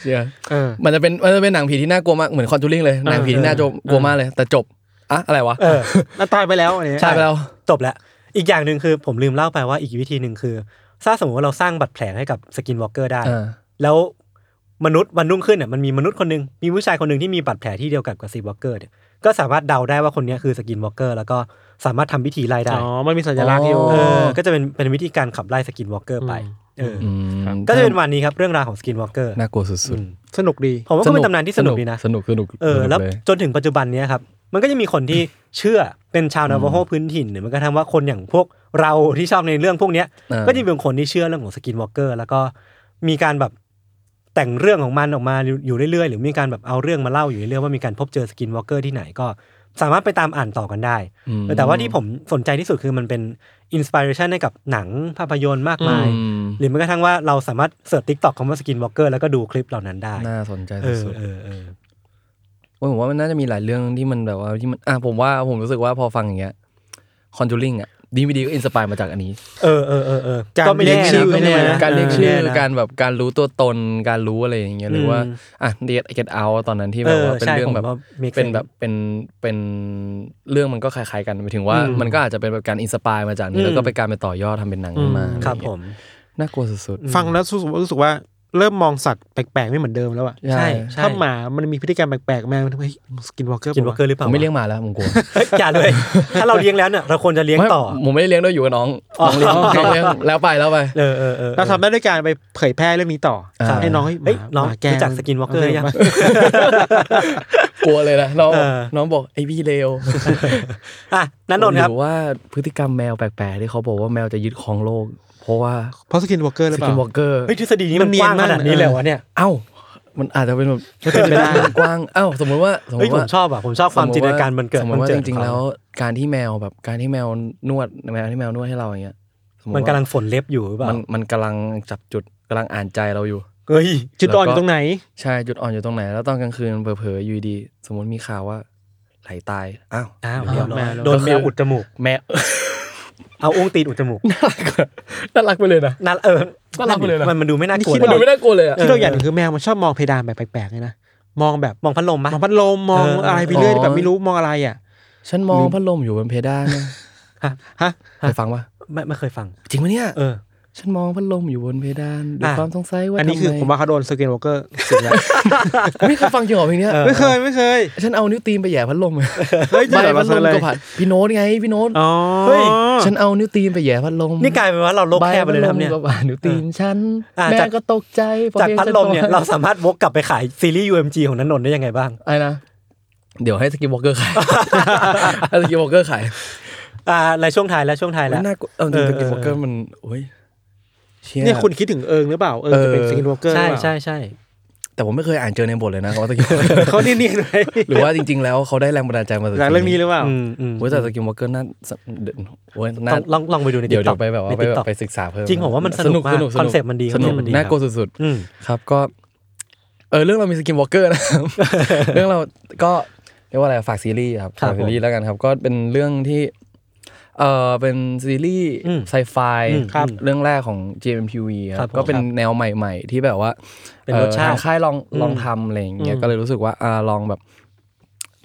Speaker 3: เชื่อ
Speaker 2: เออ
Speaker 3: มันจะเป็นมันจะเป็นหนังผีที่น่ากลัวมากเหมือนคอนจูริงเลยหนังผีที่น่ากลัวกลัวมากเลย แต่จบอะอะไรวะ
Speaker 1: เออ
Speaker 2: แล้วตายไปแล้วอะไรเงี้ย
Speaker 3: ใช่ไปแล้ว
Speaker 1: จบแล้ว อีกอย่างหนึ่งคือผมลืมเล่าไปว่าอีกวิธีหนึ่งคือถ้าสมมติว่าเราสร้างบัตรแผลให้กับสกินวอล์กเกอร์ได้
Speaker 3: เออ
Speaker 1: แล้วมนุษย์วันรุ่งขึ้นเนี่ยมันมีมนุษย์คนหนึ่งมีผู้ชายคนหนึ่งที่มีบาดแผลที่เดียวกับกับซีวอล์กเกอร์เนี่ยก็สามารถเดาได้ว่าคนเนี้ยคือสกินวอล์กเกอร์แล้วก็สามารถทำพิธีไล่ได้
Speaker 2: อ๋อมันมีสัญลักษณ์อยู่
Speaker 3: อ๋อ
Speaker 1: เออก็จะเป็นเป็นวิธีการขับไล่สกินวอล์กเกอร์ไป
Speaker 2: อืม
Speaker 1: เอออ
Speaker 3: อืม
Speaker 1: ก็จะเป็นวันนี้ครับเรื่องราวของสกินวอล์กเกอร์
Speaker 3: น่ากลัวสุด
Speaker 2: สนุกดี
Speaker 1: ผม
Speaker 3: ๆ
Speaker 1: ว่าก็เป็นตำนานที่สนุกดีนะ
Speaker 3: สนุกสนุก
Speaker 1: เออ
Speaker 3: สนุก
Speaker 1: แล้ว
Speaker 3: ย
Speaker 1: จนถึงปัจจุบันเนี้ยครับ มันก็จะมีคนที่ เชื่อเป็นชาวนาวาโฮพื้นถิ่นหรือมันก็ทั้งว่าคนอย่างพวกเราที่ชอบในเรื่องพวกเนี้ย
Speaker 3: เออ
Speaker 1: ก็จะมีบางคนที่เชื่อเรื่องของสกินวอล์กเกอร์แล้วก็มีการแบบแต่งเรื่องของมันออกมาอยู่อยู่เรื่อยๆ หรือมีการแบบเอาเรื่องมาเล่าอยู่เรื่อยๆว่ามีการพบเจอสกินวอล์กเกอร์ที่ไหนก็สามารถไปตามอ่านต่อกันได้
Speaker 3: อืม
Speaker 1: แต่ว่าที่ผมสนใจที่สุดคือมันเป็นอินสปิเรชันให้กับหนังภาพยนตร์มากมาย
Speaker 3: อืม
Speaker 1: หรือมันก็ทั้งว่าเราสามารถเสิร์ชทิกตอกคำว่าสกินวอล์กเกอร์แล้วก็ดูคลิปเหล่านั้นได้
Speaker 3: น่าสนใจ
Speaker 1: เออ
Speaker 3: สุดๆ
Speaker 1: เออเออ
Speaker 3: ว่าผมว่ามันน่าจะมีหลายเรื่องที่มันแบบว่าที่มันอ่ะผมว่าผมรู้สึกว่าพอฟังอย่างเงี้ยคอนจูริงอ่ะดีไม่ดีก็อินสปายมาจากอันนี้
Speaker 1: เออเออเออเออ
Speaker 2: การ
Speaker 1: ไม่แน่
Speaker 2: เรียก
Speaker 1: นะ
Speaker 2: ชื่อ
Speaker 1: ไม่แน่นะ
Speaker 3: การเรียกชื่อ
Speaker 1: ไม่แน่นะ
Speaker 3: การแบบการรู้ตัวตนการรู้อะไรอย่างเงี้ยหรือว่าอ่ะเดียดเก็ตเอาตอนนั้นที่แบบว่า
Speaker 1: เออ
Speaker 3: เป็น
Speaker 1: ใช่
Speaker 3: เรื่องแบบ
Speaker 1: ผมว่า make sense
Speaker 3: เป็นแบบเป็นเป็นเรื่องมันก็คล้ายๆกันหมายถึงว่า
Speaker 1: อืม
Speaker 3: มันก็อาจจะเป็นแบบการอินสปายมาจากนี้แล้วก็ไปการไปต่อยอดทำเป็นหนังขึ้นมา
Speaker 2: อืม
Speaker 1: ครับ
Speaker 3: อะไอย่าง
Speaker 1: ผ
Speaker 3: เงี้ย
Speaker 1: ม
Speaker 3: น่ากลัวสุด
Speaker 2: ฟังแล้วรู้สึกว่ารู้สึกว่าเริ่มมองสัตว์แปลกๆไม่เหมือนเดิมแล้วอะ
Speaker 3: ๆใช่
Speaker 1: ใช่
Speaker 2: ถ้าหมามันมีพฤติกรรมแปลกๆแมวมันเฮ้ยสกินวอล์กเกอร์
Speaker 1: กินวอลเกอร์หรือเป
Speaker 3: ผ
Speaker 1: ล่าม
Speaker 3: ไม่เลี้ยงหมาแล้วผมกลัว
Speaker 1: เฮ้ยอย่าเลย ถ้าเราเลี้ยงแล้วเนี่ยเราควรจะเลี้ยงต่อ
Speaker 3: ไม่ผมไม่ได้เลี้ยงด้วยอยู่กับน้องน้องเลี้ยงน้องเลี้ยงแล้วไปแล้วไป
Speaker 1: เออเออเออ
Speaker 2: เราทำได้ด้วยการไปเผยแพร่เรื่องนี้ต่อ
Speaker 3: ครับ
Speaker 2: ให้น้องเฮ้ยห
Speaker 1: เฮ้ย
Speaker 2: มา
Speaker 1: น้อง
Speaker 2: หมาแก
Speaker 1: รู้จัก skinwalker หรือยัง
Speaker 3: กลัวเลยนะน้อง
Speaker 1: เออ
Speaker 3: น้องบอกไอพี่เลว
Speaker 1: อ่ะนันนนท์ครับ
Speaker 3: หรือว่าพฤติกรรมแมวแปลกๆที่เขาบอกว่าแมวจะยึดครองโลก เพราะว่า
Speaker 2: เพราะสกินวอล์กเกอร์ห
Speaker 3: ส
Speaker 2: รือเป
Speaker 3: กินวอ
Speaker 2: ล่า
Speaker 3: ล์กเกอร์
Speaker 1: เฮ้ยทฤษฎีนี้มัน
Speaker 2: มัน
Speaker 1: ก
Speaker 2: เนีย
Speaker 1: ว้าน งข
Speaker 2: มาก
Speaker 1: นาดนี้เลยวะเนี่ย
Speaker 3: เอ้ามันอาจจะเป็นแบบ
Speaker 2: เป็นไปได้
Speaker 3: กว้างเอ้าสมมติว่าสมม
Speaker 1: เฮ้ย
Speaker 3: ติ
Speaker 1: ผ
Speaker 3: ว่าม
Speaker 1: ชอบอ่ะ ผมชอบความจินตนาการมันเกิด
Speaker 3: สมมติว่า
Speaker 1: เจิ
Speaker 3: จ
Speaker 1: ด
Speaker 3: ริงๆแล้ว การที่แมวแบบการที่แมวนวดแมวที่แมวนวดให้เราอย่างเงี้ยสติ
Speaker 1: มั
Speaker 3: ว่าก
Speaker 1: นำลังฝนเล็บอยู่หรือเปล่า
Speaker 3: มันมันกำลังจับจุดกำลังอ่านใจเราอยู่
Speaker 1: เฮ้ย
Speaker 2: จุดอ่อนอยู่ตรงไหน
Speaker 3: ใช่จุดอ่อนอยู่ตรงไหน แล้วตอนกลางคืนเผลอๆอยู่ดีสมมติมีข่าวว่าไหลตายอ้าว
Speaker 1: อ้าว
Speaker 3: เดี๋ยว
Speaker 2: อ้าว
Speaker 3: เดี๋ยว
Speaker 1: โดนแมวอุดจมูก
Speaker 3: แมว
Speaker 1: เอาอุ้งตีนอุดจมูก
Speaker 3: น่ารักอะน่ารักไปเลยนะ
Speaker 1: นั่นเออ
Speaker 3: ก็รับไปเลยนะ
Speaker 1: มันมันดูไม่น่ากลัว
Speaker 2: นี่คิ
Speaker 3: มันดูไม่น่ากลัวเลยอะ
Speaker 2: ที่เราอยากเห็นคือแมวมันชอบมองเพดานแบบแปลกๆเลยนะมองแบบ
Speaker 1: มองพัดลมปะ
Speaker 2: มองพัดลมมอง
Speaker 1: เอออ
Speaker 2: อะไรไปเรื่อย
Speaker 3: อ๋อ
Speaker 2: แบบไม่รู้มองอะไรอ่ะ
Speaker 3: ฉันมองพัดลมอยู่บนเพดานนะ
Speaker 2: ฮะ
Speaker 3: เคยฟังปะ
Speaker 1: ไม่ไม่เคยฟัง
Speaker 3: จริงปะเนี่ย
Speaker 1: เออ
Speaker 3: ฉันมองพัดลมอยู่บนเพดานด้วย
Speaker 1: อ่ะ
Speaker 3: ความสงสัยว่า
Speaker 2: อันนี้
Speaker 3: ทำไ
Speaker 2: คือผมว่าเขาโดนสกินวอล์กเกอร์สิงแล้ว
Speaker 3: ไม่เคยฟังจริงเหรอเพลงเนี้ย
Speaker 2: ไม่เคยไม่เคย
Speaker 3: ฉันเอานิ้วตีนไปแหย่พัดลมเลย
Speaker 2: เฮ้ยจะ
Speaker 3: ไม่
Speaker 2: ไหนมา
Speaker 3: พัดลม
Speaker 2: เลย
Speaker 3: ก็ผ่านพี่โน้ตไงพี่โน้ต
Speaker 2: อ๋อ
Speaker 1: เฮ้ย
Speaker 3: ฉันเอานิ้วตีนไปแหย่พัดลม
Speaker 1: นี่กลายเป็นว่าเราโลกแคบไปเลยนะครับเนี่ย
Speaker 3: ใพัดมก็ผ่านนิ้วตีนฉัน
Speaker 1: อ่ะ
Speaker 3: แม่
Speaker 1: จาก
Speaker 3: ก็ตกใจพอ
Speaker 1: จาก
Speaker 3: พง
Speaker 1: พัดลมเนี่ย
Speaker 3: ฉั
Speaker 1: เราสามารถวกกลับไปขายซีรีส์ UMG ของนันนนท์ได้ยังไงบ้าง
Speaker 3: อะไรนะเดี๋ยวให้สกิปวอลเกอ ร์ขาย ให้สกิปวอลเกอร์ขาย
Speaker 1: อ่าในช่วงท้ายแล้วช่วงท้ายแล้ว
Speaker 3: น่ากลัวเอาจริง
Speaker 1: เออ
Speaker 3: สกิปวอลเกอ
Speaker 1: เอ
Speaker 3: ร์
Speaker 1: อ
Speaker 3: มันโอ้ยเชี่ย
Speaker 2: เนี่ยคุณคิดถึงเอิงหรือเปล่าเอิงจะเป็น
Speaker 3: เออ
Speaker 2: สกินวอล์กเกอร์
Speaker 1: ใช่ใช่ใช่
Speaker 3: แต่ผมไม่เคยอ่านเจอในบทเลยนะว่าสกิม
Speaker 2: เขาเนียนๆเลย
Speaker 3: หรือว่าจริง ๆ แล้วเขาได้แรงบันดาลใจมาจาก
Speaker 2: จากเรื่องนี้หรือเปล่า
Speaker 1: อืมอืม
Speaker 3: โอ้ยแต่สกิมวอล์กเกอร์น่าสนเดี๋ยวโอ้ยน่า
Speaker 1: ต้องลองลองไปดูใน
Speaker 3: เดี๋ยว
Speaker 1: ติ๊
Speaker 3: เดี๋ยว
Speaker 1: ก
Speaker 3: ไปแบบว่า
Speaker 1: ใน
Speaker 3: ไป
Speaker 1: ติ๊ก
Speaker 3: แบ
Speaker 1: ต็อบ ก
Speaker 3: ไปศึกษาเพิ่ม
Speaker 1: จริงผมว่ามันสนุกมาก
Speaker 3: สนุก
Speaker 1: concept มันดี
Speaker 3: สนุ
Speaker 1: concept
Speaker 3: ก
Speaker 1: มันดี
Speaker 3: น่า
Speaker 1: ครับ
Speaker 3: กลัวสุด
Speaker 1: อืม
Speaker 3: ๆครับก็เออเรื่องเรามีสกิมวอล์กเกอร์นะครับ เรื่องเราก็เรียกว่าอะไรฝากซีรีส์ครับ
Speaker 1: ครับ
Speaker 3: ฝากซีรีส์แล้วกันครับก็เป็นเรื่องที่เออเป็นซีรีส์
Speaker 1: อืม
Speaker 3: ไซไฟ
Speaker 1: อืมครับ
Speaker 3: เรื่องแรกของ JMPV ค
Speaker 1: ครั
Speaker 3: รั
Speaker 1: บบ ผม
Speaker 3: ก็เป็นแนวใหม่ ๆ ที่แบบว่า
Speaker 1: เป็น
Speaker 3: อ่อ
Speaker 1: รสชาติ
Speaker 3: ทงค่ายลองลองทำอะไรอย่างเงี้ยก็เลยรู้สึกว่าอ่าลองแบบ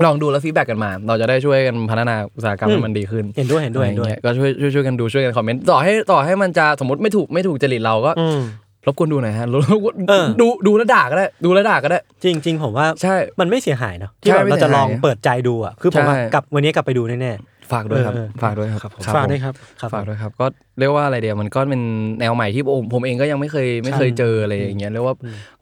Speaker 3: ลองดูแล้วฟีดแบ็กกันมา เราจะได้ช่วยกันพัฒนาอุตสาหกรรมให้มันดีขึ้น
Speaker 1: เห็นด้วยเห็นด้วย
Speaker 3: อะไร
Speaker 1: เห็นด้วย
Speaker 3: เงี้ยก็ช่วยช่วยช่วยกันดูช่วยกันคอมเมนต์ต่อให้ต่อให้มันจะสมมติไม่ถูกไม่ถูกจริตเราก็
Speaker 2: อืม
Speaker 3: รบกวนดูหน่อยฮะ รบกวน
Speaker 1: เออ
Speaker 3: ดูดูแล้วด่าก็ได้ ดูแล้วด่าก็ได้
Speaker 1: จริงจริง ๆ ผมว่า
Speaker 3: ใช่
Speaker 1: มันไม่เสียหายเนาะ
Speaker 3: ใช่
Speaker 1: ที่แบบ
Speaker 3: ไม่
Speaker 1: เรา
Speaker 3: เสียหาย
Speaker 1: จะลองเปิดใจดูอ่ะ คือผมว่า
Speaker 3: ใช่
Speaker 1: กลับวันนี้กลับไปดูแน่
Speaker 3: ฝากด้วยครับ
Speaker 1: เออเออ
Speaker 3: ฝากด้วยครับ
Speaker 2: ฝากด้วยครับ
Speaker 1: ครับ
Speaker 3: ฝากด้วยครับก็เรียกว่าอะไรเดียวมันก็เป็นแนวใหม่ที่ผมผมเองก็ยังไม่เคยไม่เคยเจออะไรอย่างเงี้ยเรียกว่า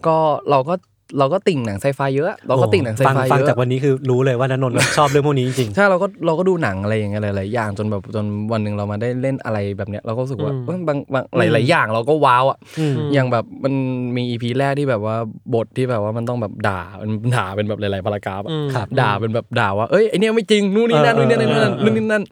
Speaker 3: ก็เราก็เราก็ติ่งหนังไซไฟเยอะ
Speaker 1: ๆ
Speaker 3: เราก็ติ่งหนังไซ
Speaker 1: ฟัง
Speaker 3: ไฟ
Speaker 1: ฟัง
Speaker 3: เย
Speaker 1: จาก
Speaker 3: อะ
Speaker 1: วันนี้คือรู้เลยว่านันนนท์ ชอบเรื่องพวกนี้จริง
Speaker 3: ใช่เราก็เราก็ดูหนังอะไรอย่างเงี้ยหลายๆอย่างจนแบบจนวันหนึ่งเรามาได้เล่นอะไรแบบเนี้ยเราก็รู้สึกว่าเอ้ยบางบางหลายๆอย่างเราก็ว้าวอ่ะ
Speaker 1: อืม
Speaker 3: อย่างแบบมันมีอีพีแรกที่แบบว่าบทที่แบบว่ามันต้องแบบด่ามันด่าเป็นแบบหลายๆพารากราฟอะ
Speaker 1: ๆ ครับ
Speaker 3: ด่าเป็นแบบด่าว่า เอ้ยไอเนี่ยไม่จริง นู่นนี่นั่น
Speaker 1: เออ
Speaker 3: นู่
Speaker 1: น เอ
Speaker 3: นี่
Speaker 1: อ
Speaker 3: นั่น
Speaker 1: เออ
Speaker 3: นู่นนั่นนู่นนี่นั่น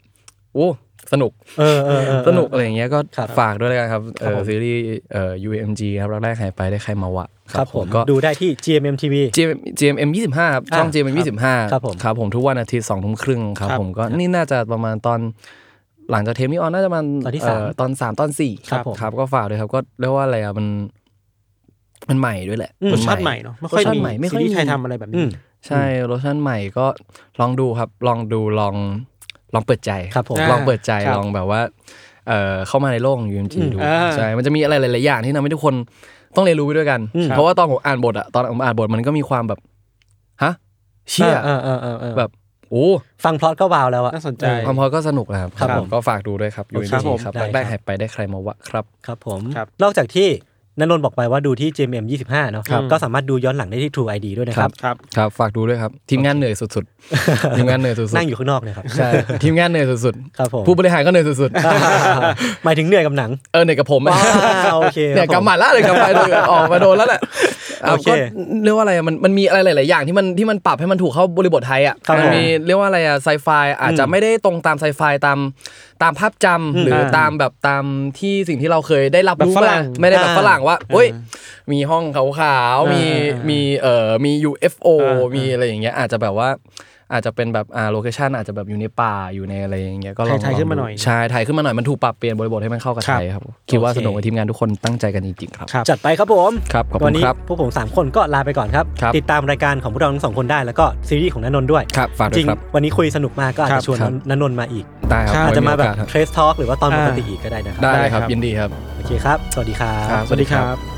Speaker 3: โอ้ สนุก
Speaker 1: เออเออเออ
Speaker 3: สนุกอะไรอย่างเงี้ยก็
Speaker 1: ครับ
Speaker 3: ฝากด้วยแล้วกันครับเอ
Speaker 1: ครับผ
Speaker 3: อ
Speaker 1: ม
Speaker 3: ซีรีส์เอ่อ UMG ครับรักแรกหายไปได้ใครมาวะ
Speaker 1: ครับผม
Speaker 3: ก็
Speaker 1: ดูได้ที่ GMMTV
Speaker 3: GM GMM 25ครับช่อง
Speaker 1: อ่ะ
Speaker 3: GMM 25
Speaker 1: ครับผม
Speaker 3: ครับผมทุกวันอาทิตย์สองทุ่มครึ่งครับ
Speaker 2: ครับ
Speaker 3: ผมก็นี่น่าจะประมาณตอน หลังจากเทปนี้ออนน่าจะมัน
Speaker 1: ตอนที่สาม
Speaker 3: เตอนสามตอนสี่
Speaker 1: ครับผม
Speaker 3: ครับก็ฝากด้วยครับก็เรียกว่าอะไรอ่ะมันมันใหม่ด้วยแหละ
Speaker 1: อืม
Speaker 2: รสชาติใหม่เนาะไม่ค่อย
Speaker 3: รสชาติ
Speaker 2: มี
Speaker 3: ใหม่ไม่ค่
Speaker 2: ซี
Speaker 3: อยมี
Speaker 2: รีส์ไทยทำอะไรแบบ
Speaker 1: อื
Speaker 2: นี้
Speaker 1: ม
Speaker 3: ใช่โลชั่นใหม่ก็ลองดูครับ ลองดูลองลองเปิดใจ
Speaker 1: ครับผม
Speaker 2: า
Speaker 3: ลองเปิดใจ
Speaker 2: ครับ
Speaker 3: ลองแบบว่าเอ่อเข้ามาในโลกของ UMG
Speaker 1: อืม
Speaker 3: ดู
Speaker 2: อ่า
Speaker 3: ใช่มันจะมีอะไรหลายๆอย่างที่ทำให้ทุกคนต้องเรียนรู้ไปด้วยกัน
Speaker 1: อืม
Speaker 3: เพราะว่าตอนผมอ่านบทอะตอนผมอ่านบทมันก็มีความแบบฮะเชี่ย
Speaker 2: เออเออเออเออ
Speaker 3: แบบ โอ้
Speaker 1: ฟังพล็อตก็วาวแล้วอะ
Speaker 2: น่าสนใจ
Speaker 3: ความพอก็สนุกนะครับ
Speaker 1: ครับผม
Speaker 3: ก็ฝากดูด้วยครับ UMG
Speaker 2: ครับผม
Speaker 3: ครับ
Speaker 1: ได้
Speaker 3: รักได้
Speaker 1: ครับ
Speaker 3: หายไปได้ใครมาวะครับ
Speaker 1: ครับผม
Speaker 2: ครับ
Speaker 1: นอกจากที่นันนนท์บอกไปว่าดูที่ JMM 25 เนาะก็สามารถดูย้อนหลังได้ที่ True ID ด้วยนะครับ
Speaker 2: ครับ
Speaker 3: ครับฝากดูด้วยครับ ทีมงานเหนื่อยสุดๆ ทีมงานเหนื่อยสุด
Speaker 1: นั่งอยู่ข้างนอกเนี่ยครับ
Speaker 3: ๆใช่ทีมงานเหนื่อยสุด
Speaker 1: ครับผม
Speaker 3: ๆ ผู้บริหารก็เหนื่อยสุดๆ
Speaker 1: หมายถึงเหนื่อยกับหนัง
Speaker 3: เออเนี่ยกับผมอะ
Speaker 1: ว้าวโอเคครับ
Speaker 3: เนี่ยกำหมัดละเลยกำหมัดเลยออกมาโดนแล้วแหละอ่ะ
Speaker 1: โอเค
Speaker 3: ก็เรียกว่าอะไรอะมันมันมีอะไรหลาย ๆ อย่างที่มันที่มันปรับให้มันถูกเข้าบริบทไทยอ่ะ
Speaker 1: ครับ
Speaker 3: มัมีเรียกว่าอะไรอ่ะไซไฟอาจจะไม่ได้ตรงตามไซไฟตามตามภาพจำหรืออา ตามแบบตามที่สิ่งที่เราเคยได้รับ
Speaker 2: แบบ
Speaker 3: รู้
Speaker 2: ฝรั่
Speaker 3: มาง ไม่ได้แบบ
Speaker 1: อ่า
Speaker 3: ฝรั่งว่าโอ้ยมีห้องขาวๆมี
Speaker 2: อ่ามี
Speaker 3: มีเอ่อมี UFO
Speaker 2: อ่ามี
Speaker 3: มีอะไรอย่างเงี้ยอาจจะแบบว่า อาจจะเป็นแบบอ่าโลเคชันอาจจะแบบอยู่ในป่าอยู่ในอะไรอย่างเงี้ยก็ลอง
Speaker 2: ไทยๆ
Speaker 3: ลง
Speaker 2: ขึ้นมา
Speaker 3: ดู
Speaker 2: หน่อย
Speaker 3: ใช่ไทยขึ้นมาหน่อยมันถูกปรับเปลี่ยนบริบทให้มันเข้ากับไทยครับคิดว่า
Speaker 1: โอเค
Speaker 3: สนุกกับทีมงานทุกคนตั้งใจกันจริงๆครับ
Speaker 2: ครับ
Speaker 1: จัดไปครับผม
Speaker 3: ครับขอบ
Speaker 1: วั
Speaker 3: คุณ
Speaker 1: นี้
Speaker 3: ครับ
Speaker 1: พวกผมสามคนก็ลาไปก่อนครับ
Speaker 3: ครับ
Speaker 1: ติดตามรายการของพวกเราทั้งสองคนได้แล้วก็ซีรีส์ของนันนนท์ด้วย
Speaker 3: ครับฝากด้
Speaker 1: จ
Speaker 3: ว
Speaker 1: ริ
Speaker 3: ย
Speaker 1: ง
Speaker 3: ครับ
Speaker 1: วันนี้คุยสนุกมากก็อาจ
Speaker 2: ครั
Speaker 1: จะ
Speaker 2: บ
Speaker 1: ชวน
Speaker 3: ครับ
Speaker 1: นันนนท์มาอีก
Speaker 3: ได้ครับ
Speaker 1: อาจจะมาแบบ
Speaker 3: ไโกสครับ
Speaker 1: เทรสทอ l k หรือว่าตอนปกติอีกก็ได้นะครับ
Speaker 3: ได้ค
Speaker 2: ได้ครั
Speaker 3: รับ
Speaker 2: บ
Speaker 3: ยินดีครับ
Speaker 1: โอเคครับ สวัสดีครับ
Speaker 3: ครับ
Speaker 2: สวัสดีครับ